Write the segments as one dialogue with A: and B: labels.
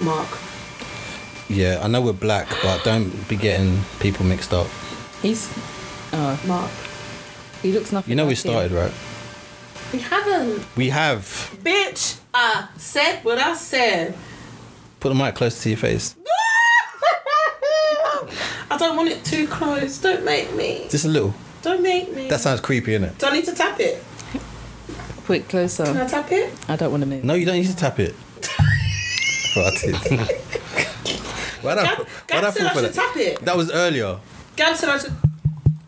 A: Mark.
B: Yeah, I know we're black, but don't be getting people mixed up.
C: He's. Oh,
A: Mark.
C: he looks nothing.
B: You know we
C: like him.
B: started, right?
A: We haven't.
B: We have.
A: Bitch, I said what I said.
B: Put the mic close to your face.
A: I don't want it too close. Don't make me.
B: Just a little.
A: Don't make me.
B: That sounds creepy, innit?
A: Do I need to tap it?
C: Quick,
A: Can I
C: closer.
A: tap it?
C: I don't want to move.
B: No, you don't need to tap it. Fuck it. Why'd I,
A: Gab,
B: why'd I
A: Gab said I
B: fall Oh, for
A: should
B: that?
A: tap it.
B: That was earlier.
A: Gab said I should.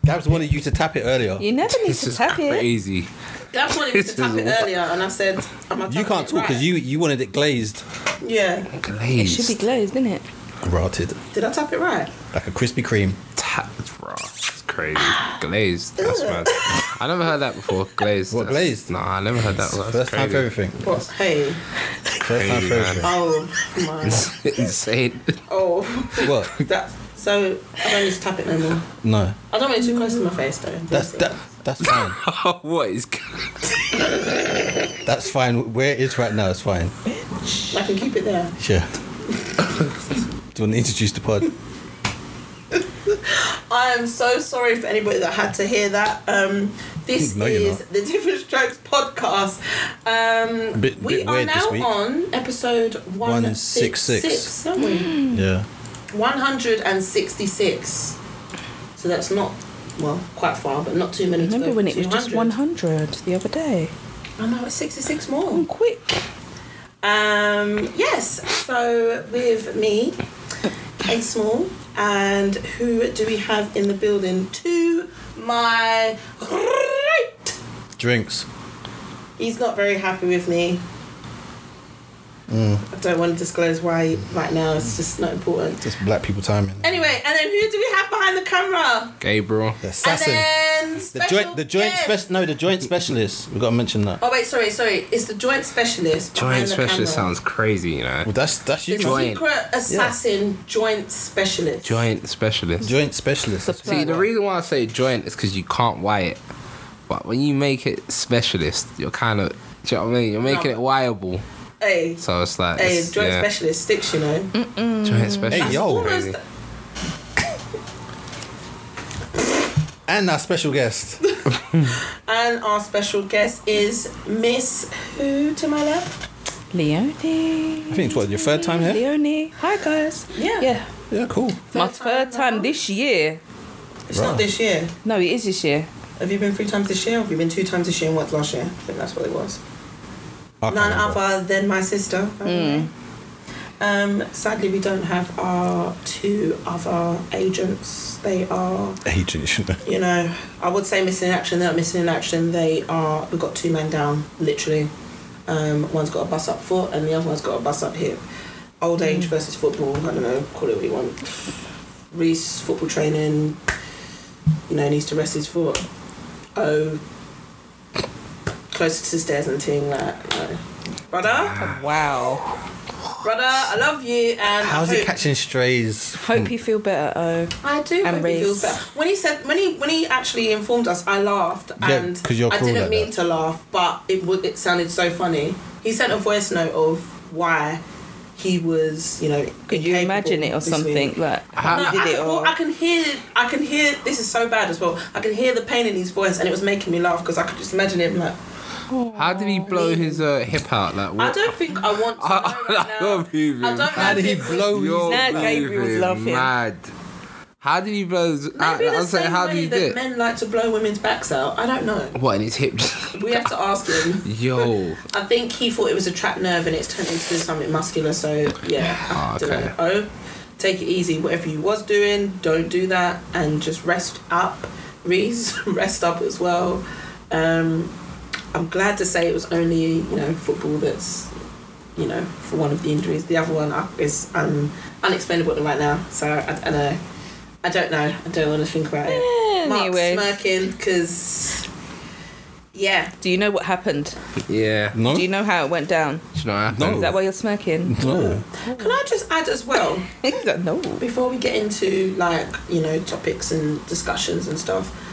B: Gabs wanted you to tap it earlier.
C: You never need
D: This
C: to
D: is
C: tap it.
D: crazy.
A: Gab wanted me
D: This
A: to tap
D: is
A: it
D: wha-
A: earlier, and I said, "Am I
B: You
A: tapping
B: can't
A: it
B: talk because
A: right?"
B: you, you wanted it glazed.
A: Yeah.
C: It
D: Glazed.
C: should be glazed, isn't it?
B: Rotted.
A: Did I tap it right?
B: Like a Krispy Kreme.
D: tapped, bro. It's crazy. Glazed. That's mad. I never heard that before. Glazed.
B: What,
D: That's-
B: glazed?
D: Nah, I never heard that. That's
B: First time
D: crazy.
B: for everything.
A: What? Hey.
B: First time
D: Crazy,
B: for
D: man.
B: everything.
A: Oh my.
D: Insane.
A: Oh.
B: What?
A: That. So I don't need to tap it no more.
B: No.
A: I don't want it too close to my face though.
B: That's that. That's fine.
D: what is?
B: That's fine. Where it is right now is fine.
A: I can keep it there.
B: Sure. Do you want to introduce the pod?
A: I am so sorry for anybody that had to hear that. Um, this
B: No, you're
A: is
B: not.
A: the Different Strokes podcast. Um,
B: Bit-
A: we
B: bit
A: are
B: weird this
A: now
B: week.
A: on episode 166,
B: 166.
A: aren't we?
B: Yeah.
A: 166. So that's not, well, quite far, but not too many to
C: Remember
A: go
C: when
A: for
C: it was just
A: 200.
C: 100 the other day?
A: I know, it's 66
C: Come
A: more.
C: quick.
A: Um, yes, so with me, Kay Small, and who do we have in the building to my right?
B: Drinks.
A: He's not very happy with me. I don't want to disclose why right now. It's just not important.
B: Just black people timing.
A: Anyway, and then who do we have behind the camera?
D: Gabriel.
B: The assassin.
A: And then
B: The
A: special
B: joint. The joint.
A: guest.
B: Spec- no, the joint specialist. We gotta mention that.
A: Oh wait, sorry, sorry. It's the joint specialist. behind
D: Joint
A: the
D: specialist
A: camera.
D: sounds crazy, you know.
B: Well, that's that's you.
A: The
B: man.
D: Joint.
A: secret assassin joint specialist.
D: Joint specialist.
B: Joint specialist.
C: The-
D: See, the reason why I say joint is because you can't wire it. But when you make it specialist, you're kind of, do you know what I mean? You're making it wireable.
A: Hey,
D: So it's like,
A: hey,
D: it's,
A: joint
D: yeah,
A: specialist sticks. You know.
D: joint specialist.
B: Hey, yo.
D: Crazy.
A: Almost.
B: And our special guest.
A: And our special guest is Miss Who to my left.
C: Leonie.
B: I think it's what your third time here.
C: Leonie. Hi, guys.
A: Yeah.
C: Yeah.
B: Yeah, cool.
C: My
A: time
C: third time this year.
A: It's
B: Right.
A: not this year.
C: No, it is this year.
A: Have you been three times this year? Have you been two times this year and once last year? I think that's what it was.
B: I can't
A: None
B: remember.
A: other than my sister. by the way. Um, sadly, we don't have our two other agents. They are,
B: Agent, shouldn't I?
A: you know, I would say missing in action. They're not missing in action. They are. We've got two men down, literally. Um, one's got a bus up foot, and the other one's got a bus up hip. Old age versus football. I don't know. Call it what you want. Reese football training. You know, needs to rest his foot. Oh, closer to the stairs and thing like, no. brother,
C: Wow.
A: brother, I love you. And
B: How's he
A: hope-
B: catching strays?
C: Hope you feel better, oh.
A: I do
C: And
A: hope he feels
C: Reece.
A: better. When he said, when he when he actually informed us, I laughed,
B: Yeah,
A: and
B: 'cause you're
A: I
B: cruel
A: didn't
B: like
A: mean
B: that.
A: to laugh, but it would it sounded so funny. He sent a voice note of why he was, you know,
C: Could you imagine it or something? Like,
D: How-
A: No,
C: how
A: I,
C: you did
A: can,
C: it
A: well,
C: or.
A: I can hear, I can hear. This is so bad as well. I can hear the pain in his voice, and it was making me laugh because I could just imagine him like.
D: How did he blow his uh, hip out? Like, what?
A: Oh, I don't think I want to.
D: I-
A: know right
D: I
A: now.
D: love you,
A: I don't
D: man.
A: know
B: How did he
A: if it-
B: blow his?
D: You're
C: Nah, Gabriel's
D: moving
C: love him.
D: mad. How did he blow? His, I,
A: Maybe
D: I
A: the
D: was saying,
A: same
D: how
A: way
D: did he
A: that
D: do it?
A: men like to blow women's backs out. I don't know.
D: What in his hip?
A: We have to ask him.
D: Yo,
A: I think he thought it was a trapped nerve and it's turned into something muscular. So yeah,
D: Ah,
A: I don't
D: okay.
A: know. Oh, take it easy. Whatever you was doing, don't do that and just rest up. Reese, rest up as well. Um, I'm glad to say it was only you know football that's you know for one of the injuries. The other one uh, is um, unexplainable right now. So I, I don't know. I don't know. I don't want to think about it.
C: Anyway.
A: Mark's smirking because yeah.
C: Do you know what happened?
D: yeah.
B: No.
C: Do you know how it went down?
D: Do you know what happened?
B: No.
C: Is that why you're smirking?
B: No.
A: Can I just add as well?
C: He's like, no.
A: before we get into like you know topics and discussions and stuff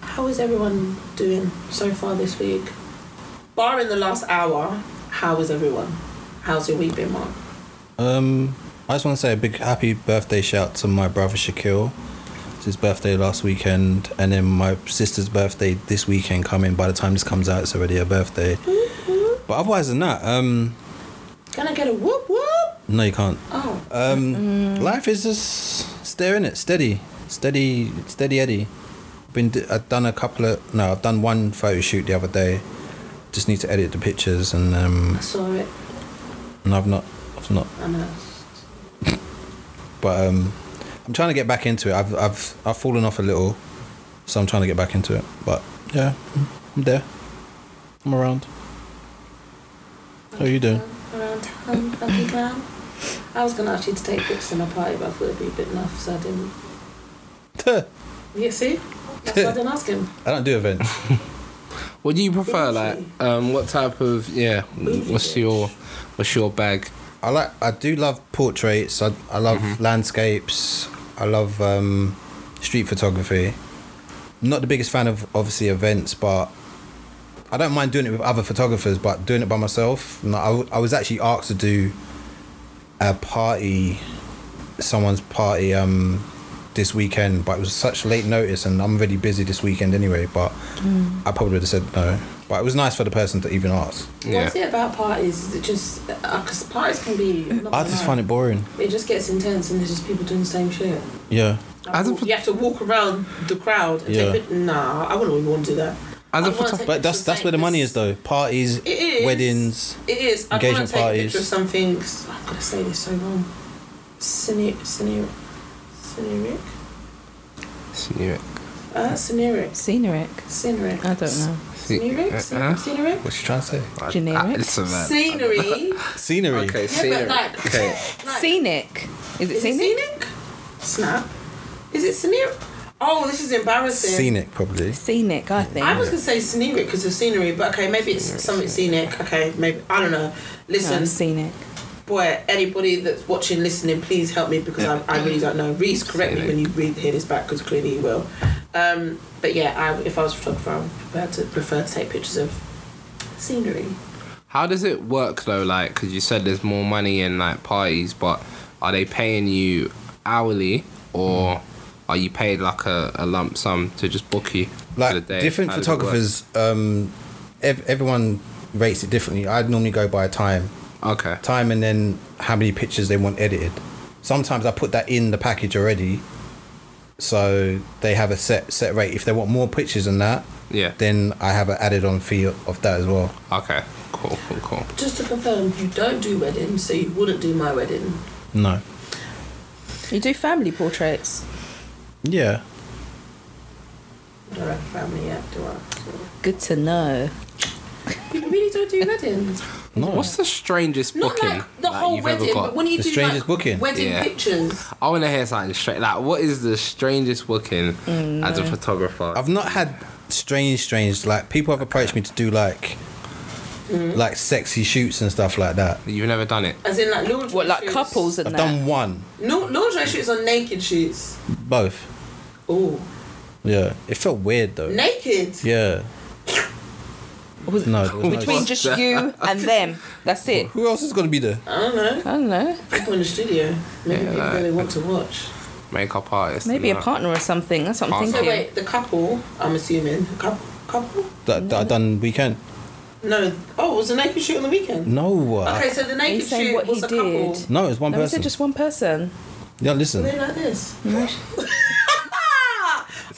A: how is everyone doing so far this week barring the last hour how is everyone how's your week been mark
B: Um, I just want to say a big happy birthday shout to my brother Shaquille. It's his birthday last weekend, and then my sister's birthday this weekend coming. By the time this comes out, it's already her birthday. But otherwise than that, um,
A: Can I get a whoop whoop?
B: no, you can't.
A: Oh,
B: Um, Life is just staring it steady, steady, steady Eddie. Been d- I've done a couple of no, I've done one photo shoot the other day. Just need to edit the pictures, and um,
A: I saw it.
B: and I've not, I've not
A: I know.
B: but um, I'm trying to get back into it. I've I've I've fallen off a little, so I'm trying to get back into it. But yeah, I'm there. I'm around. How are you doing?
A: Around town, fucking clown. I was gonna ask you to take pictures of my party, but I thought it'd be a bit enough, so I didn't.
B: I
A: Yeah, see, that's why I didn't ask him.
B: don't do events.
D: What do you prefer? Like,
A: Bougie.
D: um, what type of yeah?
A: Bougie
D: What's
A: bitch.
D: your what's your bag?
B: I like I do love portraits. I I love landscapes. I love um, street photography. I'm not the biggest fan of obviously events, but I don't mind doing it with other photographers. But doing it by myself, no, I, w- I was actually asked to do a party, someone's party um, this weekend, but it was such late notice, and I'm really busy this weekend anyway. But I probably would have said no. But it was nice for the person to even ask.
D: Yeah.
A: What's it about parties? Is it just because parties can be?
C: Uh,
A: I'm not
B: I
A: gonna
B: just
A: lie,
B: find it boring.
A: It just gets intense, and there's just people doing the same shit.
B: Yeah.
A: Like,
D: As a
A: walk-
D: phot-
A: you have to walk around the crowd. And
B: Yeah.
A: take pic- nah, I wouldn't even want to do that.
D: As a
A: I'd wanna
D: photo-
A: take
B: But that's
A: pictures
B: that's where the
A: saying
B: money
A: this-
B: is though. Parties,
A: It is.
B: weddings.
A: It is. I'd want
B: Engagement
A: to take a
B: parties.
A: picture of something. I'm gonna say this so wrong. Scenic, scenic, scenic,
D: Senior.
A: uh, scenic,
C: Scenic.
A: scenic,
C: I don't know.
A: scenic,
B: Uh,
D: Uh-huh.
A: scenic.
B: What's she trying to say?
D: I- I-
C: Generic?
D: listen, man.
A: Scenery.
B: Scenery.
D: Okay,
A: but
D: scenery.
A: like-
D: okay.
A: Like,
C: Scenic. Is it
A: Is it
C: scenic?
A: scenic? Snap. Is it scenic? Oh, this is embarrassing.
B: Scenic probably.
C: Scenic, I think.
A: I was gonna say scenic because of scenery, but okay, maybe it's something scenic. Okay, maybe I don't know. Listen,
C: no, scenic.
A: boy, anybody that's watching, listening, please help me because I, I really don't know. Reese, correct me when you read hear this back because clearly you will. Um, but yeah, I, if I was a photographer, I would prefer to prefer to take pictures of scenery.
D: How does it work though? Like, because you said there's more money in like parties, but are they paying you hourly or are you paid like a, a lump sum to just book you for the
B: Like
D: day?
B: different
D: How does it work?
B: photographers, um, ev- everyone rates it differently. I'd normally go by time,
D: Okay.
B: time, and then how many pictures they want edited. Sometimes I put that in the package already, so they have a set set rate. If they want more pictures than that,
D: Yeah.
B: then I have an added on fee of that as well.
D: Okay. Cool. Cool. Cool.
A: Just to confirm, you don't do weddings, so you wouldn't do my wedding.
B: No.
C: You do family portraits.
B: Yeah.
A: I don't have family yet, do I? So-
C: Good to know.
A: You really don't do weddings.
B: No.
D: What's the strangest
A: Not
D: booking
A: like the whole
D: you've
A: wedding,
D: ever got?
A: but when you
B: The
A: do
B: strangest
A: like
B: booking?
A: wedding
D: Yeah.
A: pictures.
D: I want to hear something straight. Like, what is the strangest booking
A: Mm,
D: as a photographer?
B: I've not had strange, strange like people have approached me to do like like sexy shoots and stuff like that.
D: You've never done it.
A: As in like lingerie
C: What, like
A: shoots.
C: couples and
B: I've
C: that?
B: done one,
A: No, lingerie shoots are naked shoots.
B: both.
A: Oh,
B: Yeah, it felt weird though.
A: naked.
B: Yeah,
C: Was-
B: no. it was nice.
C: Between just you and them. That's it.
B: Who else is gonna be there?
A: I don't know.
C: I don't know.
A: People in the studio. Maybe
D: Yeah,
A: people
D: like-
A: really want to watch.
D: Makeup artist.
C: Maybe a
D: and that.
C: partner or something. That's what I'm
D: Partner.
A: So
C: thinking.
A: wait, the couple. I'm assuming the couple. Couple?
B: That, that I done weekend.
A: No. Oh, it was the naked shoot on the weekend?
B: No, uh,
A: Okay, so the
C: Are you
A: naked
C: saying
A: shoot
C: what
A: was
C: he
A: a couple.
C: did?
B: no, it's one
C: No, we
B: person.
C: said just one person.
B: Yeah,
A: Were
B: listen.
A: they like this?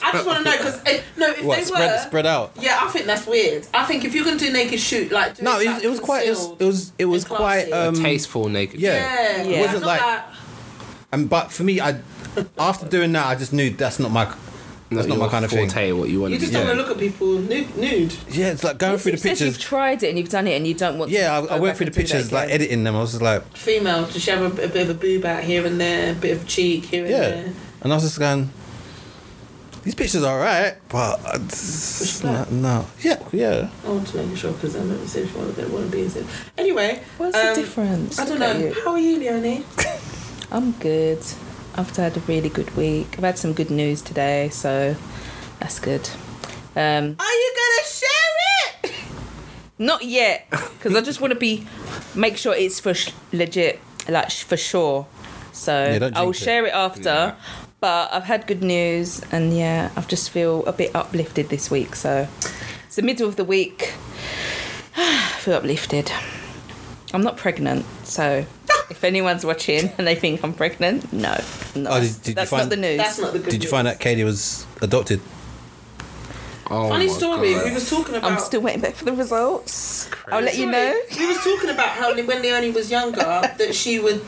C: No.
A: I just want to know because no, if
B: What
A: they
B: spread
A: were.
B: spread out?
A: Yeah, I think that's weird. I think if you're gonna do naked shoot, like do
B: No,
A: like,
B: it, it was quite. It was.
A: concealed.
B: It was, it was
A: It's classy.
B: quite. Um,
D: a tasteful naked.
B: yeah.
A: yeah,
C: It wasn't
A: not
B: like- And but for me, I after doing that, I just knew that's not my. That's not my
D: your
B: kind of thing.
D: forte, What you want
A: you
D: to
A: just
D: do.
A: don't want
B: yeah.
A: to look at people nude. nude.
B: Yeah, it's like going through the
C: You said
B: pictures.
C: You've tried it and you've done it and you don't want.
B: Yeah,
C: to
B: I, I
C: go
B: went through
C: back
B: the
C: and do that
B: pictures, like
C: again.
B: editing them. I was just like,
A: Female, just have a, a bit of a boob out here and there, a bit of cheek here and
B: yeah,
A: there.
B: and I was just going. These pictures are alright, but I just- no,
A: that?
B: no, yeah, yeah.
A: I want to make sure because I'm not the same one that want to be in it. Anyway,
C: What's
A: um,
C: the difference?
A: I don't
C: Look at
A: know.
C: you.
A: How are you, Leonie?
C: I'm good. I've had a really good week. I've had some good news today, so that's good. Um,
A: Are you gonna share it?
C: not yet, because I just want to be make sure it's for sh- legit. like sh- for sure. So
B: Yeah, don't
C: I'll
B: jinx it.
C: share it after.
D: Yeah.
C: But I've had good news, and yeah, I've just feel a bit uplifted this week. So it's the middle of the week. I feel uplifted. I'm not pregnant, so if anyone's watching and they think I'm pregnant, no, I'm not.
B: Oh, did- did you
C: that's not
B: find-
C: the news.
A: That's not the good
B: Did you find
A: news.
B: out Katie was adopted?
D: Oh
A: Funny
D: my
A: story.
D: God.
A: We was talking about.
C: I'm still waiting back for the results. I'll let you
A: Sorry,
C: know.
A: We was talking about how when Leonie was younger that she would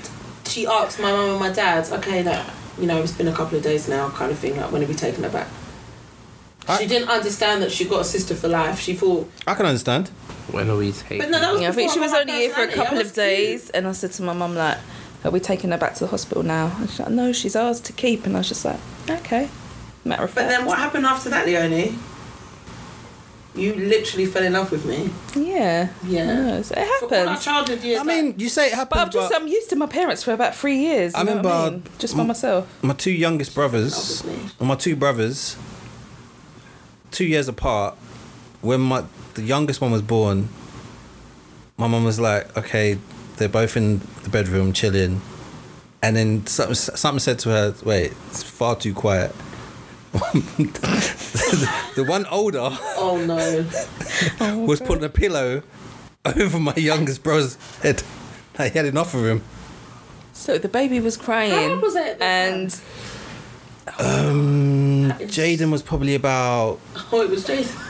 A: she asked my mum and my dad, okay, that you know it's been a couple of days now, kind of thing. Like when are we taking her back?
B: I-
A: she didn't understand that she got a sister for life. She thought,
B: I can understand.
D: When are we taking?
A: But no, that was-
C: Yeah, I think she was
A: Before I
C: only here for a
A: personality, I
C: couple
A: was
C: of days, and I said to my mum like, "Are we taking her back to the hospital now?" And she's like, "No, she's ours to keep." And I was just like, "Okay." Matter of
A: but
C: fact,
A: then what happened after that, Leonie? You literally fell in love with me.
C: yeah,
A: Yeah.
C: No, so it
A: For all our
C: happens.
A: childhood years.
B: I mean, you say it happened.
C: But I'm just I'm used to my parents for about three years. You
B: I
C: know what I
B: remember-
C: mean? just by myself.
B: my two youngest brothers,
A: Obviously.
B: my two brothers, two years apart. When my the youngest one was born, my mum was like, "Okay, they're both in the bedroom chilling," and then something, something said to her, "Wait, it's far too quiet." the one older
A: oh no!
B: was putting a pillow over my youngest brother's head. I had enough of him.
C: So the baby was crying.
A: How old was it at the
C: And
B: Um, Jaden was probably about
A: Oh, it was Jason.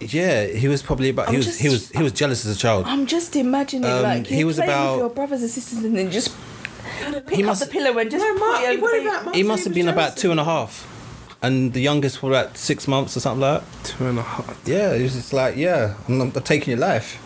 B: Yeah, he was probably about.
C: I'm
B: He was he was
C: just-
B: he was jealous as a child.
C: I'm just imagining
B: Um,
C: like
B: he
C: you
B: was
C: playing
B: about-
C: with your brothers and sisters, and then just pick
B: He
C: up
B: must-
C: the pillow and just
A: No,
C: put
A: Mark,
C: it over
A: what
C: the
A: about
C: baby.
A: Mark?
B: He must have been about two and a half, and the youngest was about six months or something like that.
D: two and a half.
B: Yeah, he was just like, yeah, I'm, I'm taking your life.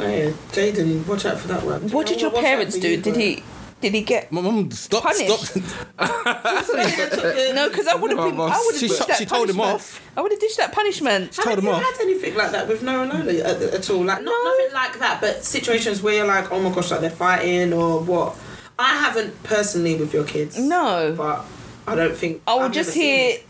A: Oh, yeah. Jaden, watch out for that one.
C: What did your
A: Watch out
C: parents
A: for
C: do?
A: you,
C: Did
A: bro.
C: he? Did he get?
B: My mum stop
C: Punished.
B: stop.
C: No, because I would have
D: No,
C: been.
D: boss.
C: I would have
B: She
C: dished
B: shot-
C: that
B: she told him
C: punishment.
B: off.
C: I would have dished that punishment.
B: She told
A: Haven't
B: him
A: you
B: off.
A: had anything like that with Noah Nola at, at all? Like, not,
C: No.
A: nothing like that, but situations where you're like, oh my gosh, like they're fighting or what? I haven't personally with your kids.
C: No,
A: But I don't think.
C: I will
A: I've
C: just
A: never seen
C: hear
A: it.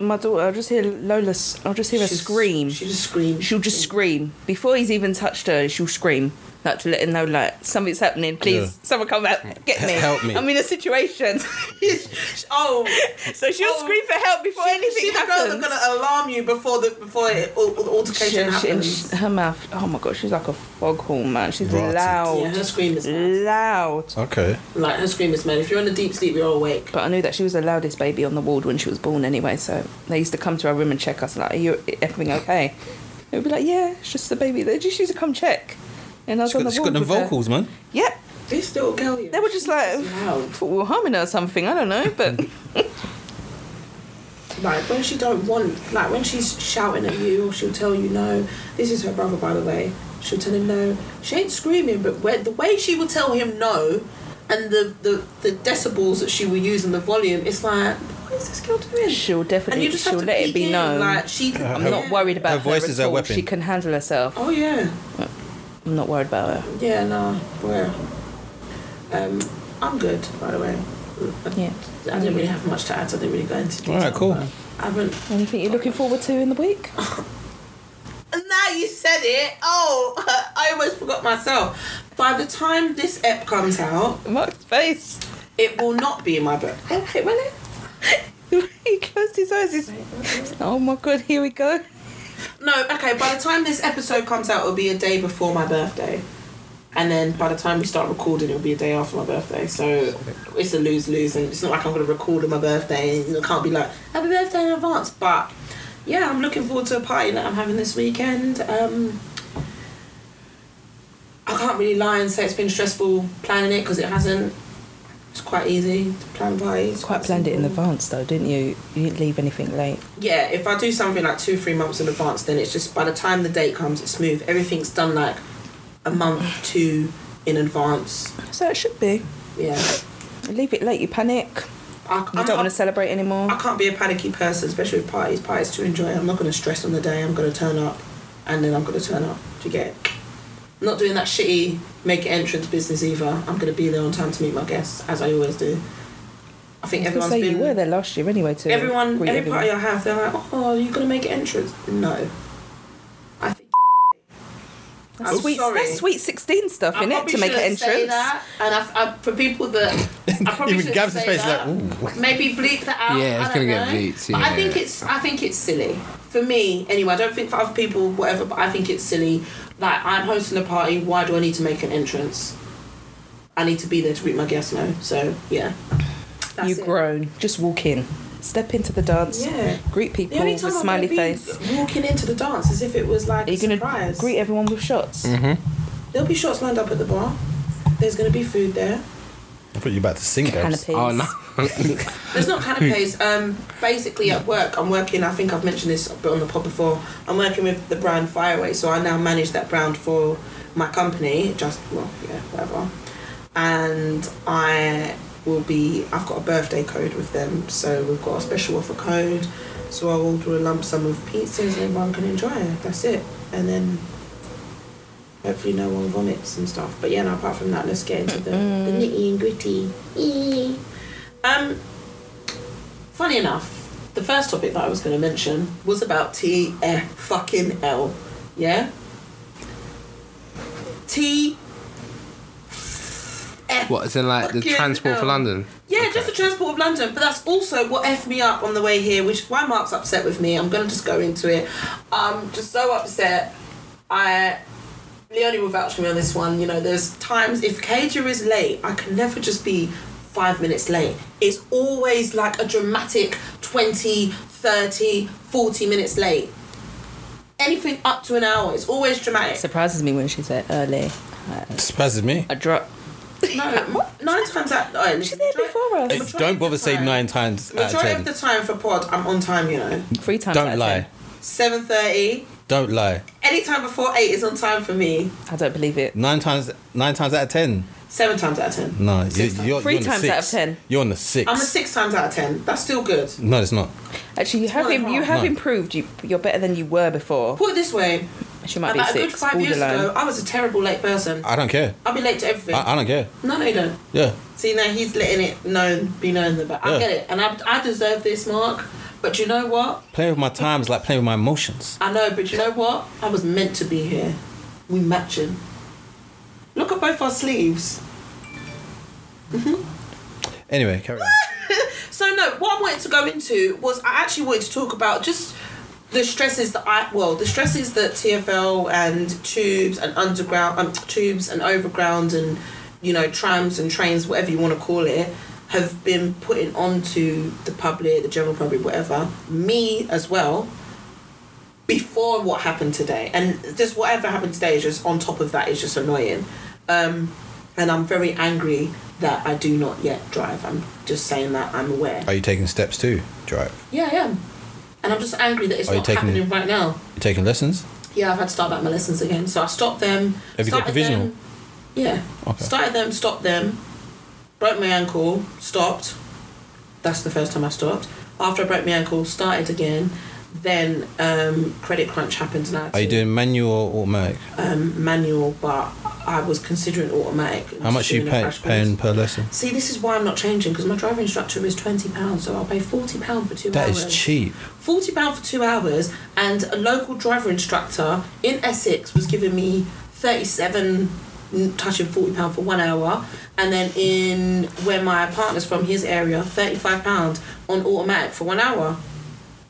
C: my daughter. I'll just hear Lola. s- I'll just hear her
A: She's-
C: scream.
A: She just screams.
C: She'll just scream before he's even touched her. She'll scream. Like to let him know, like something's happening. Please,
B: Yeah.
C: someone come out, get me.
B: Help me.
C: I'm in a situation.
A: Oh,
C: so she'll
A: Oh.
C: scream for help before anything
A: she's the girl
C: happens.
A: that's gonna alarm you before the before it, all, all the
C: She-
A: altercation
C: she- and
A: happens.
C: she- her mouth. Oh my god, she's like a foghorn, man. She's
B: Rotted.
A: yeah, her
C: loud,
A: scream is mad.
C: Mm. loud.
B: Okay.
A: like her scream is mad. If you're in a deep sleep, you're awake.
C: But I knew that she was the loudest baby on the ward when she was born anyway, so they used to come to our room and check us, like, are you everything okay? It would be like, yeah, it's just the baby. They just used to come check. And I was
B: She
C: on the
B: got, she
C: ward
B: got them
C: with her.
B: vocals, man.
C: Yep.
A: This little girl, yeah,
C: They were just
A: she's
C: like,
A: loud.
C: thought we were harming her or something, I don't know, but
A: like when she don't want like when she's shouting at you she'll tell you no this is her brother by the way she'll tell him no she ain't screaming but where, the way she will tell him no and the, the the decibels that she will use and the volume it's like what is this girl doing
C: she'll
A: and
C: definitely,
A: you just have
C: she'll
A: to
C: let it
A: peek
C: be
A: in,
C: known.
A: like she
C: I'm not worried about her,
B: Her voice is
C: at
B: her
C: all.
B: weapon.
C: She can handle herself.
A: oh yeah
C: I'm not worried about her.
A: yeah no well um i'm good by the way
C: Yeah.
A: i didn't really have much to add so i didn't really go into detail
B: All right, cool.
A: but i haven't
C: Anything you're looking forward to in the week?
A: Now you said it. Oh, I almost forgot myself. By the time this ep comes out,
C: Mark's face.
A: it will not be in my book. Oh, wait, will it?
C: he closed his eyes. He's, oh my god, here we go.
A: No, okay. By the time this episode comes out, it'll be a day before my birthday, and then by the time we start recording, it'll be a day after my birthday. So it's a lose lose, and it's not like I'm gonna record on my birthday, and I can't be like happy birthday in advance. But yeah, I'm looking forward to a party that I'm having this weekend. Um, I can't really lie and say it's been stressful planning it because it hasn't. It's quite easy to plan parties.
C: Quite planned it in
A: simple.
C: advance though, didn't you? You didn't leave anything late.
A: yeah, if I do something like two, three months in advance, then it's just by the time the date comes, it's smooth. Everything's done like a month, two in advance.
C: So it should be.
A: Yeah.
C: You leave it late, you panic.
A: I,
C: You don't want to celebrate anymore.
A: I can't be a panicky person, especially with parties. Parties to enjoy. I'm not going to stress on the day. I'm going to turn up and then I'm going to turn up. Do you get it? I'm not doing that shitty make entrance business either. I'm going to be there on time to meet my guests, as I always do. I think
C: I was
A: everyone's
C: gonna say
A: been.
C: you were there last year anyway too.
A: Everyone, every party I have, they're like, "Oh, are you gonna make an entrance?" No. I think
C: That's
A: I'm
C: sweet,
A: sorry.
C: that's sweet 16 stuff,
A: I
C: in it,
A: probably
C: to make an
A: shouldn't say
C: entrance.
A: that, and I, I, for people that I probably
B: Even
A: shouldn't
B: Gav's
A: say
B: face is
A: that.
B: like, ooh.
A: maybe bleep that out.
D: Yeah, it's
A: I
D: gonna
A: don't
D: get
A: know.
D: bleeped,
A: But I
D: yeah.
A: think it's I think it's silly for me anyway. I don't think for other people whatever, but I think it's silly. Like I'm hosting a party. Why do I need to make an entrance? I need to be there to greet my guests now. So yeah, That's
C: you
A: it.
C: groan. Just walk in. Step into the dance.
A: Yeah.
C: Greet people
A: The only
C: with
A: time
C: a
A: I'm
C: smiley
A: gonna be
C: face.
A: Walking into the dance as if it was like
C: Are you
A: a
C: going to
A: surprise.
C: greet everyone with shots?
B: Mm,
A: There'll be shots lined up at the bar. There's gonna be food there.
B: I thought you were about to sing Gabs.
C: Canapes.
D: Oh no.
A: There's not canapes. Um, basically, at work, I'm working. I think I've mentioned this on the pod before. I'm working with the brand Fireway, so I now manage that brand for my company. Just well, yeah, whatever. And I will be. I've got a birthday code with them, so we've got a special offer code. So I'll order a lump sum of pizzas, and everyone can enjoy it. That's it, and then. Hopefully no one vomits and stuff. But yeah, no, apart from that, let's get into the, the nitty and gritty. Eee. Um, Funny enough, the first topic that I was going to mention was about T F fucking L. Yeah? T. F.
D: What? It's in like the
A: fucking
D: transport for
A: hell.
D: London.
A: Yeah, just the Transport of London, but that's also what effed me up on the way here, which is why Mark's upset with me. I'm gonna just go into it. I'm just so upset. I Leonie will vouch for me on this one. You know, there's times if Kaja is late, I can never just be five minutes late. It's always like a dramatic 20, 30, 40 minutes late. Anything up to an hour, it's always dramatic.
C: Surprises me when she's there early.
B: Surprises me.
C: I drop.
A: No, nine times out. Oh,
C: She's there before us.
A: Majority
B: Don't
A: of
B: bother
A: the
B: saying
A: time-
B: nine times out of
A: Majority of
B: ten.
A: the time for pod, I'm on time. You know,
C: Three times out
B: Don't
C: of
B: lie.
C: 10.
A: seven thirty.
B: Don't lie.
A: Anytime before eight is on time for me.
C: I don't believe it.
B: Nine times, nine times out of ten.
A: Seven times out of ten.
B: No, you,
A: times.
B: you're
C: Three
B: you're on the
C: times
B: six.
C: out of ten.
B: You're on the 6
A: I'm a six times out of ten. That's still good.
B: no, it's not.
C: Actually, you have
A: one
C: im-
A: and a
C: you
A: half.
C: have
B: No.
C: improved. You you're better than you were before.
A: Put it this way,
C: She might
A: about
C: be
A: a good
C: six.
A: five years ago,
C: Borderline.
A: I was a terrible late person.
B: I don't care.
A: I'll be late to everything.
B: I, I don't care.
A: no, no, you don't.
B: Yeah.
A: See now he's letting it known, be known about. I
B: Yeah.
A: get it, and I, I deserve this, Mark. But you know what?
B: Playing with my time is like playing with my emotions.
A: I know, but you know what? I was meant to be here. We matching. Look at both our sleeves.
B: Anyway, carry on.
A: So no, what I wanted to go into was I actually wanted to talk about just the stresses that I well the stresses that TFL and tubes and underground um, tubes and overground and you know trams and trains whatever you want to call it have been putting onto the public the general public whatever me as well before what happened today and just whatever happened today is just on top of that is just annoying um, and I'm very angry that I do not yet drive I'm just saying that I'm aware
B: Are you taking steps too, drive?
A: yeah I am and I'm just angry that it's
B: Are you
A: not
B: taking-
A: happening right now
B: You taking lessons?
A: yeah I've had to start back my lessons again so I stopped them
B: Have you got
A: started
B: provisional?
A: them- yeah
B: Okay.
A: started them stopped them broke my ankle stopped that's the first time I stopped after I broke my ankle started again then um, credit crunch happened and I had
B: Are you
A: to-
B: doing manual or automatic?
A: um, manual, but I was considering automatic.
B: How much are you
A: Doing a
B: pay,
A: crash course.
B: paying per lesson?
A: See, this is why I'm not changing because my driver instructor is twenty pounds, so I'll pay forty pound for two
B: That
A: hours.
B: is cheap.
A: Forty pound for two hours, and a local driver instructor in Essex was giving me thirty-seven, n- touching forty pound for one hour, and then in where my partner's from, his area, thirty-five pound on automatic for one hour.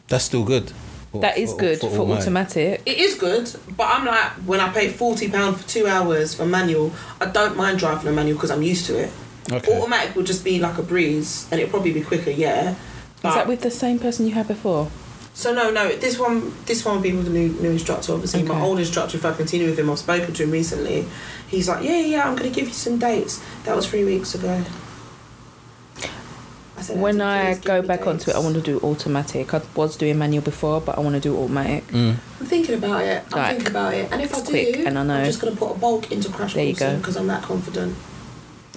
B: That's still good. For-
C: That is good for automatic.
A: It is good, but I'm like, when I pay forty pound for two hours for manual, I don't mind driving a manual because I'm used to it.
B: Okay.
A: Automatic would just be like a breeze, and it'll probably be quicker. Yeah.
C: Is
A: But-
C: that with the same person you had before?
A: so no, no. This one, this one will be with the new new instructor. Obviously, my
C: Okay.
A: old instructor. If I continue with him, I've spoken to him recently. He's like, yeah, yeah, I'm gonna give you some dates. That was three weeks ago. I said,
C: When
A: "Please
C: I
A: give
C: go
A: me
C: back onto it, I
A: dates."
C: want to do automatic. I was doing manual before, but I want to do automatic.
B: Mm,
A: I'm thinking about it. I'm
C: Like,
A: thinking about it, and if I
C: it's
A: do,
C: quick, and I know.
A: I'm just gonna put a bulk into crash
C: There you go.
A: because I'm that confident.